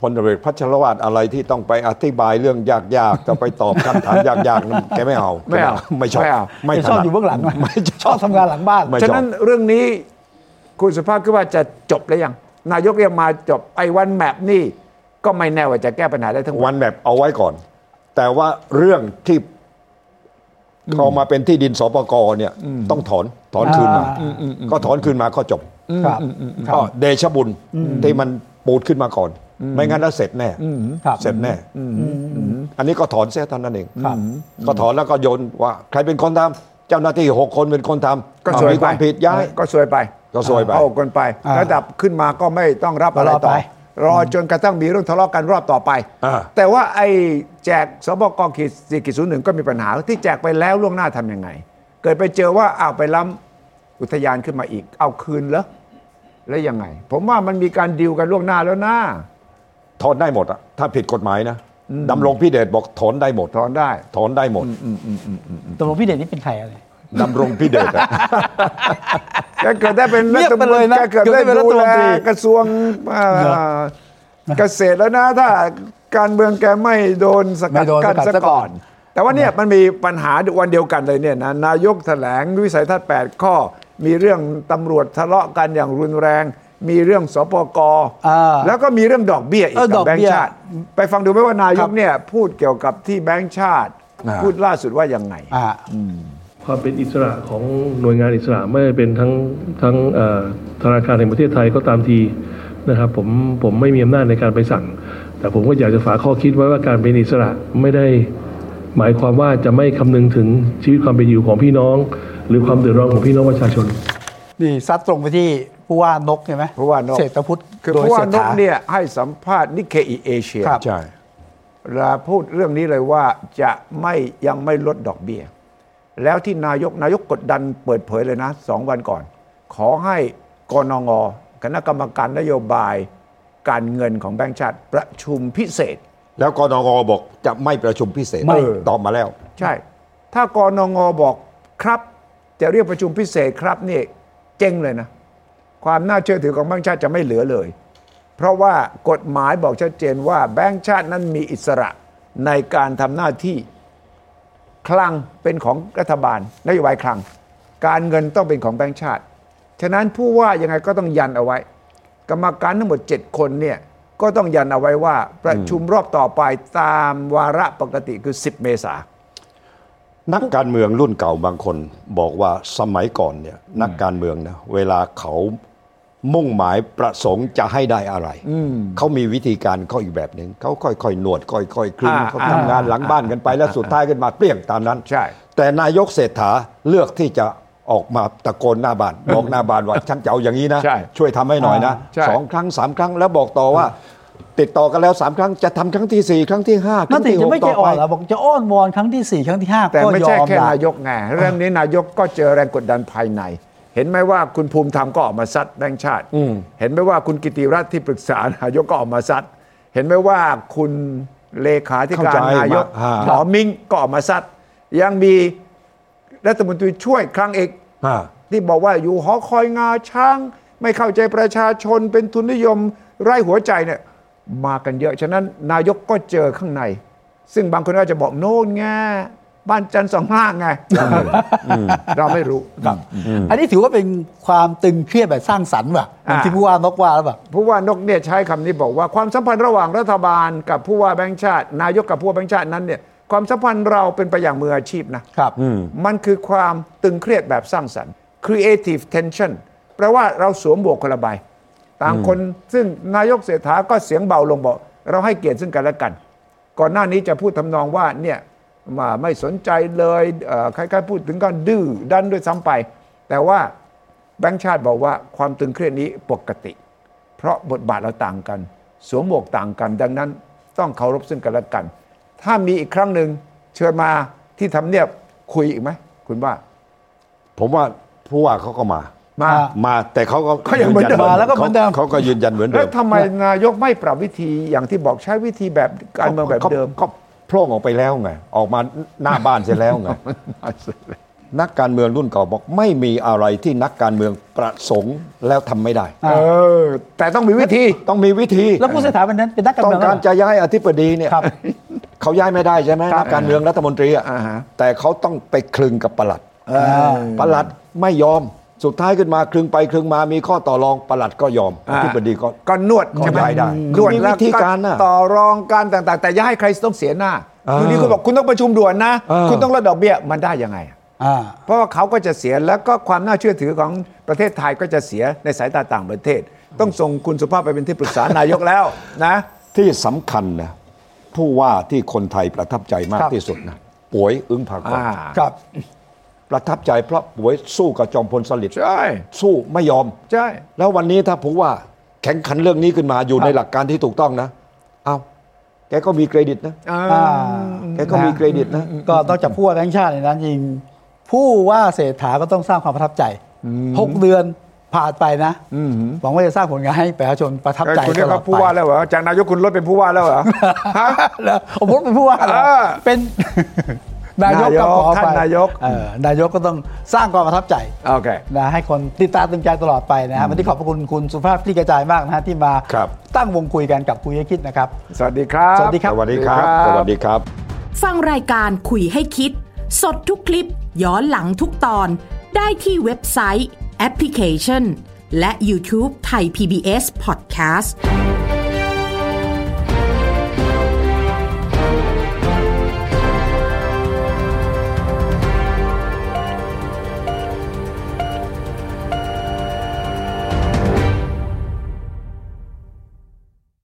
Speaker 4: พลตำรวจพัชรวาทอะไรที่ต้องไปอธิบายเรื่องยากๆจะไปตอบคำถามยากๆนั้นแกไม่เอา
Speaker 3: ไม่เอา
Speaker 4: ไม่ชอบ
Speaker 3: ไม่เอา
Speaker 4: ไม่ถ
Speaker 2: ชอบ
Speaker 4: นัด
Speaker 2: อยู่เบื้องหลังนะ
Speaker 4: ไม่ชอบ
Speaker 2: ชอบทำงานหลังบ้าน
Speaker 4: ไม่
Speaker 3: ฉะ
Speaker 4: ชอ
Speaker 3: นั้
Speaker 4: บ
Speaker 3: นเรื่องนี้คุณสุภาพคิดว่าจะจบหรือยัง นายกเรียกมาจบไอ้วันแมปนี่ก็ไม่แน่ว่าจะแก้ปัญหาได้ทั้งหมด
Speaker 4: วันแบบเอาไว้ก่อน แต่ว่าเรื่องที่เอามาเป็นที่ดินสปกเนี่ย ต้องถอนถอนคืนมา
Speaker 2: อ่า
Speaker 4: ก็ถอนคืนมาก็จบ
Speaker 2: ครับ
Speaker 4: ก็เดชบุญที่มันปูดขึ้นมาก่อน ไม่งั้นแล้วเสร็จแน่
Speaker 2: ครับ
Speaker 4: เสร็จแน่ อันนี้ก็ถอนเสียเท่านั้นเอง
Speaker 2: ครับ
Speaker 4: ก็ถอนแล้วก็โยนว่า ใครเป็นคนทำเจ้าหน้าที่หกคนเป็นคนทำ
Speaker 3: ก็
Speaker 4: อ่ะ
Speaker 3: สวย
Speaker 4: มี
Speaker 3: ไป
Speaker 4: ความผิดย้าย
Speaker 3: ก็สวยไป
Speaker 4: ก็ซวยไป
Speaker 3: เอากันไป
Speaker 2: อ่า
Speaker 3: ระดับขึ้นมาก็ไม่ต้องรับอะไร
Speaker 2: รอ
Speaker 3: ต่อ
Speaker 2: ไป
Speaker 3: รอจนกระทั่งมีเรื่องทะเลาะกันรอบต่อไป
Speaker 4: อ่า
Speaker 3: แต่ว่าไอ้แจกสบกขีดสี่ขีดศูนย์หนึ่งก็มีปัญหาที่แจกไปแล้วล่วงหน้าทำยังไง เกิดไปเจอว่าเอาวไปล้ำอุทยานขึ้นมาอีก เอาคืนเหรอแล้วยังไง ผมว่ามันมีการดีลกันล่วงหน้าแล้วนะ
Speaker 4: ถอนได้หมดอะถ้าผิดกฎหมายนะดำรงพิเดชบอกถอนได้หมด
Speaker 3: ถอนได้
Speaker 4: ถอนได้หมด
Speaker 2: ตกลงพี่เด่นนี่เป็นใครอะไร
Speaker 4: ดำรงพิเดชอะ
Speaker 3: แกเกิดได้เป็น
Speaker 2: เรี
Speaker 3: รั
Speaker 2: ยก
Speaker 3: ฐ
Speaker 2: ไป
Speaker 3: มนต
Speaker 2: เลย
Speaker 3: รี
Speaker 2: นะ
Speaker 3: แกเกิด
Speaker 2: เกิด
Speaker 3: ได้
Speaker 2: ได้เป็นรั
Speaker 3: ดู
Speaker 2: ฐม
Speaker 3: แล
Speaker 2: นตรี
Speaker 3: กระทรวงเอ่อ
Speaker 2: เหรอ
Speaker 3: เกษตรแล้วนะถ้าการเมืองแกไม่โดนส
Speaker 2: ไม่
Speaker 3: กัด
Speaker 2: โดน
Speaker 3: กั้น
Speaker 2: สกัด
Speaker 3: ซะ
Speaker 2: ซะก่
Speaker 3: ก่อ
Speaker 2: อน น
Speaker 3: แต่ว่าเนี่ยมันมีปัญหาวันเดียวกันเลยเนี่ยนะนายกแถลงวิสัยทัศน์ 8 ข้อ มีเรื่องตำรวจทะเลาะกันอย่างรุนแรง มีเรื่องสปก
Speaker 2: อ่า
Speaker 3: แล้วก็มีเรื่องดอกเบี้ยอีก
Speaker 2: เออด
Speaker 3: กับอก แบง
Speaker 2: เบี้
Speaker 3: ค์
Speaker 2: ย
Speaker 3: ชาติ ไปฟังดูไหมว่านาย
Speaker 2: ครั
Speaker 3: ก
Speaker 2: บ
Speaker 3: เนี่ยพูดเกี่ยวกับที่แบงค์ชาติ
Speaker 4: อ่า
Speaker 3: พูดล่าสุดว่ายังไง
Speaker 2: อ่า
Speaker 8: ความเป็นอิสระของหน่วยงานอิสระไม่ว่าเป็นทั้งทั้งเอ่อธนาคารแห่งประเทศไทยก็ตามทีนะครับผมผมไม่มีอำนาจในการไปสั่ง แต่ผมก็อยากจะฝากข้อคิดไว้ว่าการเป็นอิสระไม่ได้หมายความว่าจะไม่คำนึงถึงชีวิตความเป็นอยู่ของพี่น้อง หรือความเดือดร้อนของพี่น้องประชาชน
Speaker 2: นี่ซัดตรงไปที่ผู้ว่านกใช่ไหม
Speaker 3: ผู้ว่านก
Speaker 2: เศรษฐพุทธ
Speaker 3: คือ
Speaker 2: โดย
Speaker 3: ผู้
Speaker 2: เศร
Speaker 3: ว่า
Speaker 2: ษ
Speaker 3: นก
Speaker 2: ฐา
Speaker 3: เนี่ยให้สัมภาษณ์นิเคอีเอเชีย
Speaker 2: ครับ
Speaker 4: ใช่
Speaker 3: เราพูดเรื่องนี้เลยว่าจะไม่ยังไม่ลดดอกเบี้ย แล้วที่นายกนายกกดดันเปิดเผยเลยนะสองวันก่อน ขอให้กนงคณะกรรมการนโยบายการเงินของแบงก์ชาติประชุมพิเศษ
Speaker 4: แล้วกนงบอกจะไม่ประชุมพิเศษ
Speaker 2: ไม่
Speaker 4: ตอบมาแล้ว
Speaker 3: ใช่ ถ้ากนงบอกครับ จะเรียกประชุมพิเศษครับนี่เจ๊งเลยนะ ความน่าเชื่อถือของแบงก์ชาติจะไม่เหลือเลย เพราะว่ากฎหมายบอกชัดเจนว่าแบงก์ชาตินั้นมีอิสระในการทำหน้าที่ คลังเป็นของรัฐบาลนโยบายคลัง การเงินต้องเป็นของแบงก์ชาติ ฉะนั้นผู้ว่ายังไงก็ต้องยันเอาไว้ กรรมการทั้งหมด 7 คนเนี่ยก็ต้องยันเอาไว้ว่าประชุมรอบต่อไปตามวาระปกติคือ 10 เมษา
Speaker 4: นักการเมืองรุ่นเก่าบางคนบอกว่าสมัยก่อนเนี่ยนักการเมืองนะเวลาเขามุ่งหมายประสงค์จะให้ได้อะไรเขามีวิธีการเขาอีกแบบหนึ่งเขาค่อยๆหนวดค่อยๆคลึง
Speaker 3: อ่า
Speaker 4: เขาทำงานหลังบ้านกันไปแล้วสุดท้ายกันมาเปรี้ยงตามนั้น
Speaker 3: ใช่
Speaker 4: แต่นายกเศรษฐาเลือกที่จะออกมาตะโกนหน้าบ้านบอกหน้าบ้านว่าฉันจะเอาอย่างนี้นะ
Speaker 3: ใช่
Speaker 4: วยทำให้หน่อยนะ
Speaker 3: อ่าใช่
Speaker 4: สองครั้งสามครั้งแล้วบอกต่อว่า ติดต่อกันแล้วสามครั้งจะทำครั้งที่สี่ครั้งที่ห้าค
Speaker 2: นั่
Speaker 4: รั้
Speaker 2: น
Speaker 4: ง
Speaker 2: ถึง
Speaker 4: ที่
Speaker 2: จะ
Speaker 4: หก
Speaker 2: ไม่ใจ
Speaker 4: ต่อ
Speaker 2: อ่
Speaker 4: ไป
Speaker 2: อนเหรอบอกจะอ้อนวอนครั้งที่สี่ครั้งที่ห้า
Speaker 3: แต่
Speaker 2: ก็
Speaker 3: ไม่
Speaker 2: ยอ
Speaker 3: ใช่
Speaker 2: ม
Speaker 3: แค่
Speaker 2: ละ
Speaker 3: นายกไงเรื่องนี้นายกก็เจอแรงกดดันภายใน เห็นไหมว่าคุณภูมิธรรมก็ออกมาซัดแบงค์ชาติ
Speaker 4: อืม
Speaker 3: เห็นไหมว่าคุณกิติรัตน์ที่ปรึกษานายกก็ออกมาซัด เห็นไหมว่าคุณเลขาธิการนายก
Speaker 4: เข้าใจมา
Speaker 3: หมอมิ้งก็ออกมาซัด ยังมีรัฐมนตรีช่วยครั้งเอก
Speaker 4: อ่า
Speaker 3: ที่บอกว่าอยู่หอคอยงาช้าง ไม่เข้าใจประชาชนเป็นทุนนิยมไร้หัวใจเนี่ยมากันเยอะ ฉะนั้นนายกก็เจอข้างใน ซึ่งบางคนก็จะบอกโน่นไงบ้านจันทร์สองห้างไงเราไม่รู้
Speaker 2: อันนี้ถือว่าเป็นความตึงเครียดแบบสร้างสรรค์ป่ะเหมือน
Speaker 3: อ่า
Speaker 2: ที่ผู้ว่านกว่าแล้วป่ะ
Speaker 3: ผู้ว่านกเนี่ยใช้คำนี้บอกว่าความสัมพันธ์ระหว่างรัฐบาลกับผู้ว่าแบงค์ชาติ นายกกับผู้ว่าแบงค์ชาตินั้นเนี่ยความสัมพันธ์เราเป็นไปอย่างมืออาชีพนะครับ มันคือความตึงเครียดแบบสร้างสรรค์ creative tension แปลว่าเราสวมบวกคนละใบต่างคนซึ่งนายกเศรษฐาก็เสียงเบาลงบอก เราให้เกียรติซึ่งกันและกัน ก่อนหน้านี้จะพูดทำนองว่าเนี่ยมาไม่สนใจเลยเอ่อคล้ายๆพูดถึงก็ดื้อดันด้วยซ้ำไป แต่ว่าแบงค์ชาติบอกว่าความตึงเครียดนี้ปกติ เพราะบทบาทเราต่างกัน สวมหมวกต่างกัน ดังนั้นต้องเคารพซึ่งกันและกัน ถ้ามีอีกครั้งหนึ่งเชิญมาที่ทำเนียบคุยอีกไหม คุณว่า
Speaker 4: ผมว่าผู้ว่าเขาก็มา
Speaker 3: มา
Speaker 2: อ่า
Speaker 4: มาแต่เขาก็
Speaker 3: เขายังเหมือนเดิม
Speaker 4: ยืยั
Speaker 2: มาแล้วก็เหมือนเดิม
Speaker 4: ขาเขาก็ยืนยันเหมือนเดิ
Speaker 3: แล้ว
Speaker 4: ม
Speaker 3: ทำไมนายกไม่ปรับวิธีอย่างที่บอกใช้วิธีแบบการเมืองแบบเดิม
Speaker 4: ก็โพร่งออกไปแล้วไง ออกมาหน้าบ้านเสร็จแล้วไง นักการเมืองรุ่นเก่าบอกไม่มีอะไรที่นักการเมืองประสงค์แล้วทำไม่ได้
Speaker 3: เออ แต่ต้องมีวิธี
Speaker 4: ต้องมีวิธี
Speaker 2: แล้วผู้เสียหายวันนั้นเป็นนักการ
Speaker 4: ต้อง
Speaker 2: เมือง
Speaker 4: การ
Speaker 2: แล้ว
Speaker 4: จะย้ายอธิบดีเนี่ย
Speaker 2: ครับ
Speaker 4: เขาย้ายไม่ได้ใช่ไหมนักการเมืองรัฐมนตรีอะ
Speaker 3: อ่าฮะ
Speaker 4: แต่เขาต้องไปคลึงกับประหลัด ประหลัดไม่ยอมสุดท้ายขึ้นมาคลึงไปคลึงมามีข้อต่อรองประหลัดก็ยอมอธิบดีก็
Speaker 3: ก็นวด
Speaker 4: ก็
Speaker 3: ใช่ไหม
Speaker 4: ย้ายได้
Speaker 3: นวด
Speaker 4: มีวิธีการน่ะ
Speaker 3: ต่อรองการต่างๆ แต่อย่าให้ใครต้องเสียหน้า
Speaker 4: อ่า
Speaker 3: อยู่ดีคุณบอกคุณต้องประชุมด่วนนะ
Speaker 4: อ่า
Speaker 3: คุณต้องลดดอกเบี้ยมันได้ยังไงอะ
Speaker 2: อ่า
Speaker 3: เพราะว่าเขาก็จะเสียแล้วก็ความน่าเชื่อถือของประเทศไทยก็จะเสียในสายตาต่างประเทศ ต้องส่งคุณสุภาพไปเป็นที่ปรึกษานายกแล้วนะ
Speaker 4: ที่สำคัญนะผู้ว่าที่คนไทยประทับใจมาก
Speaker 2: ครับ
Speaker 4: ที่สุดนะป่วยอึ้งผากร
Speaker 3: อ่า
Speaker 2: ครับ
Speaker 4: ประทับใจเพราะป่วยสู้กับจอมพลสฤษดิ์
Speaker 3: ใช่
Speaker 4: สู้ไม่ยอม
Speaker 3: ใช่
Speaker 4: แล้ววันนี้ถ้าผู้ว่าแข่งขันเรื่องนี้ขึ้นมาอยู่ในหลักการที่ถูกต้องนะ เอาแกก็มีเครดิตนะ
Speaker 3: อ่า
Speaker 2: อ่า
Speaker 4: แกก็มีเครดิตนะ
Speaker 2: ก็นอกจากผู้ว่าแบงค์ชาติในนั้นจริง ผู้ว่าเศรษฐาก็ต้องสร้างความประทับใจหกเดือนผ่านไปนะหวังว่าจะสร้างผลงานให้ประชาชนประทับใจ
Speaker 3: เอ้ยคุณเรียก
Speaker 2: ตลอ
Speaker 3: ว่า
Speaker 2: ดไป
Speaker 3: ผู้ ว่าแล้วเหรอ จากนายกคุณลดเป็นผู้ว่าแล้วเหรอ ฮะ
Speaker 2: แล้วผมเป็นผู้ว่าเหรอ
Speaker 3: เออ
Speaker 2: เป็น นายกก็ขอไป
Speaker 3: ท่านนายก
Speaker 2: เออนายกก็ต้องสร้างความประทับใจ
Speaker 3: โอเค
Speaker 2: นะให้คนติดตามตึงใจตลอดไปนะฮะวันนี้ขอบพระคุณคุณสุภาพคลี่กระจายมากนะฮะที่มา
Speaker 4: ครับ
Speaker 2: ตั้งวงคุยกันกับคุยให้คิดนะครับ
Speaker 3: สวัสดีครับ
Speaker 2: สวัสดีครับ
Speaker 4: สวัสดีครับ สวัสดีครับ
Speaker 1: ฟังรายการคุยให้คิด สดทุกคลิป ย้อนหลังทุกตอน ได้ที่เว็บไซต์ แอปพลิเคชัน และ YouTube ไทย PBS Podcast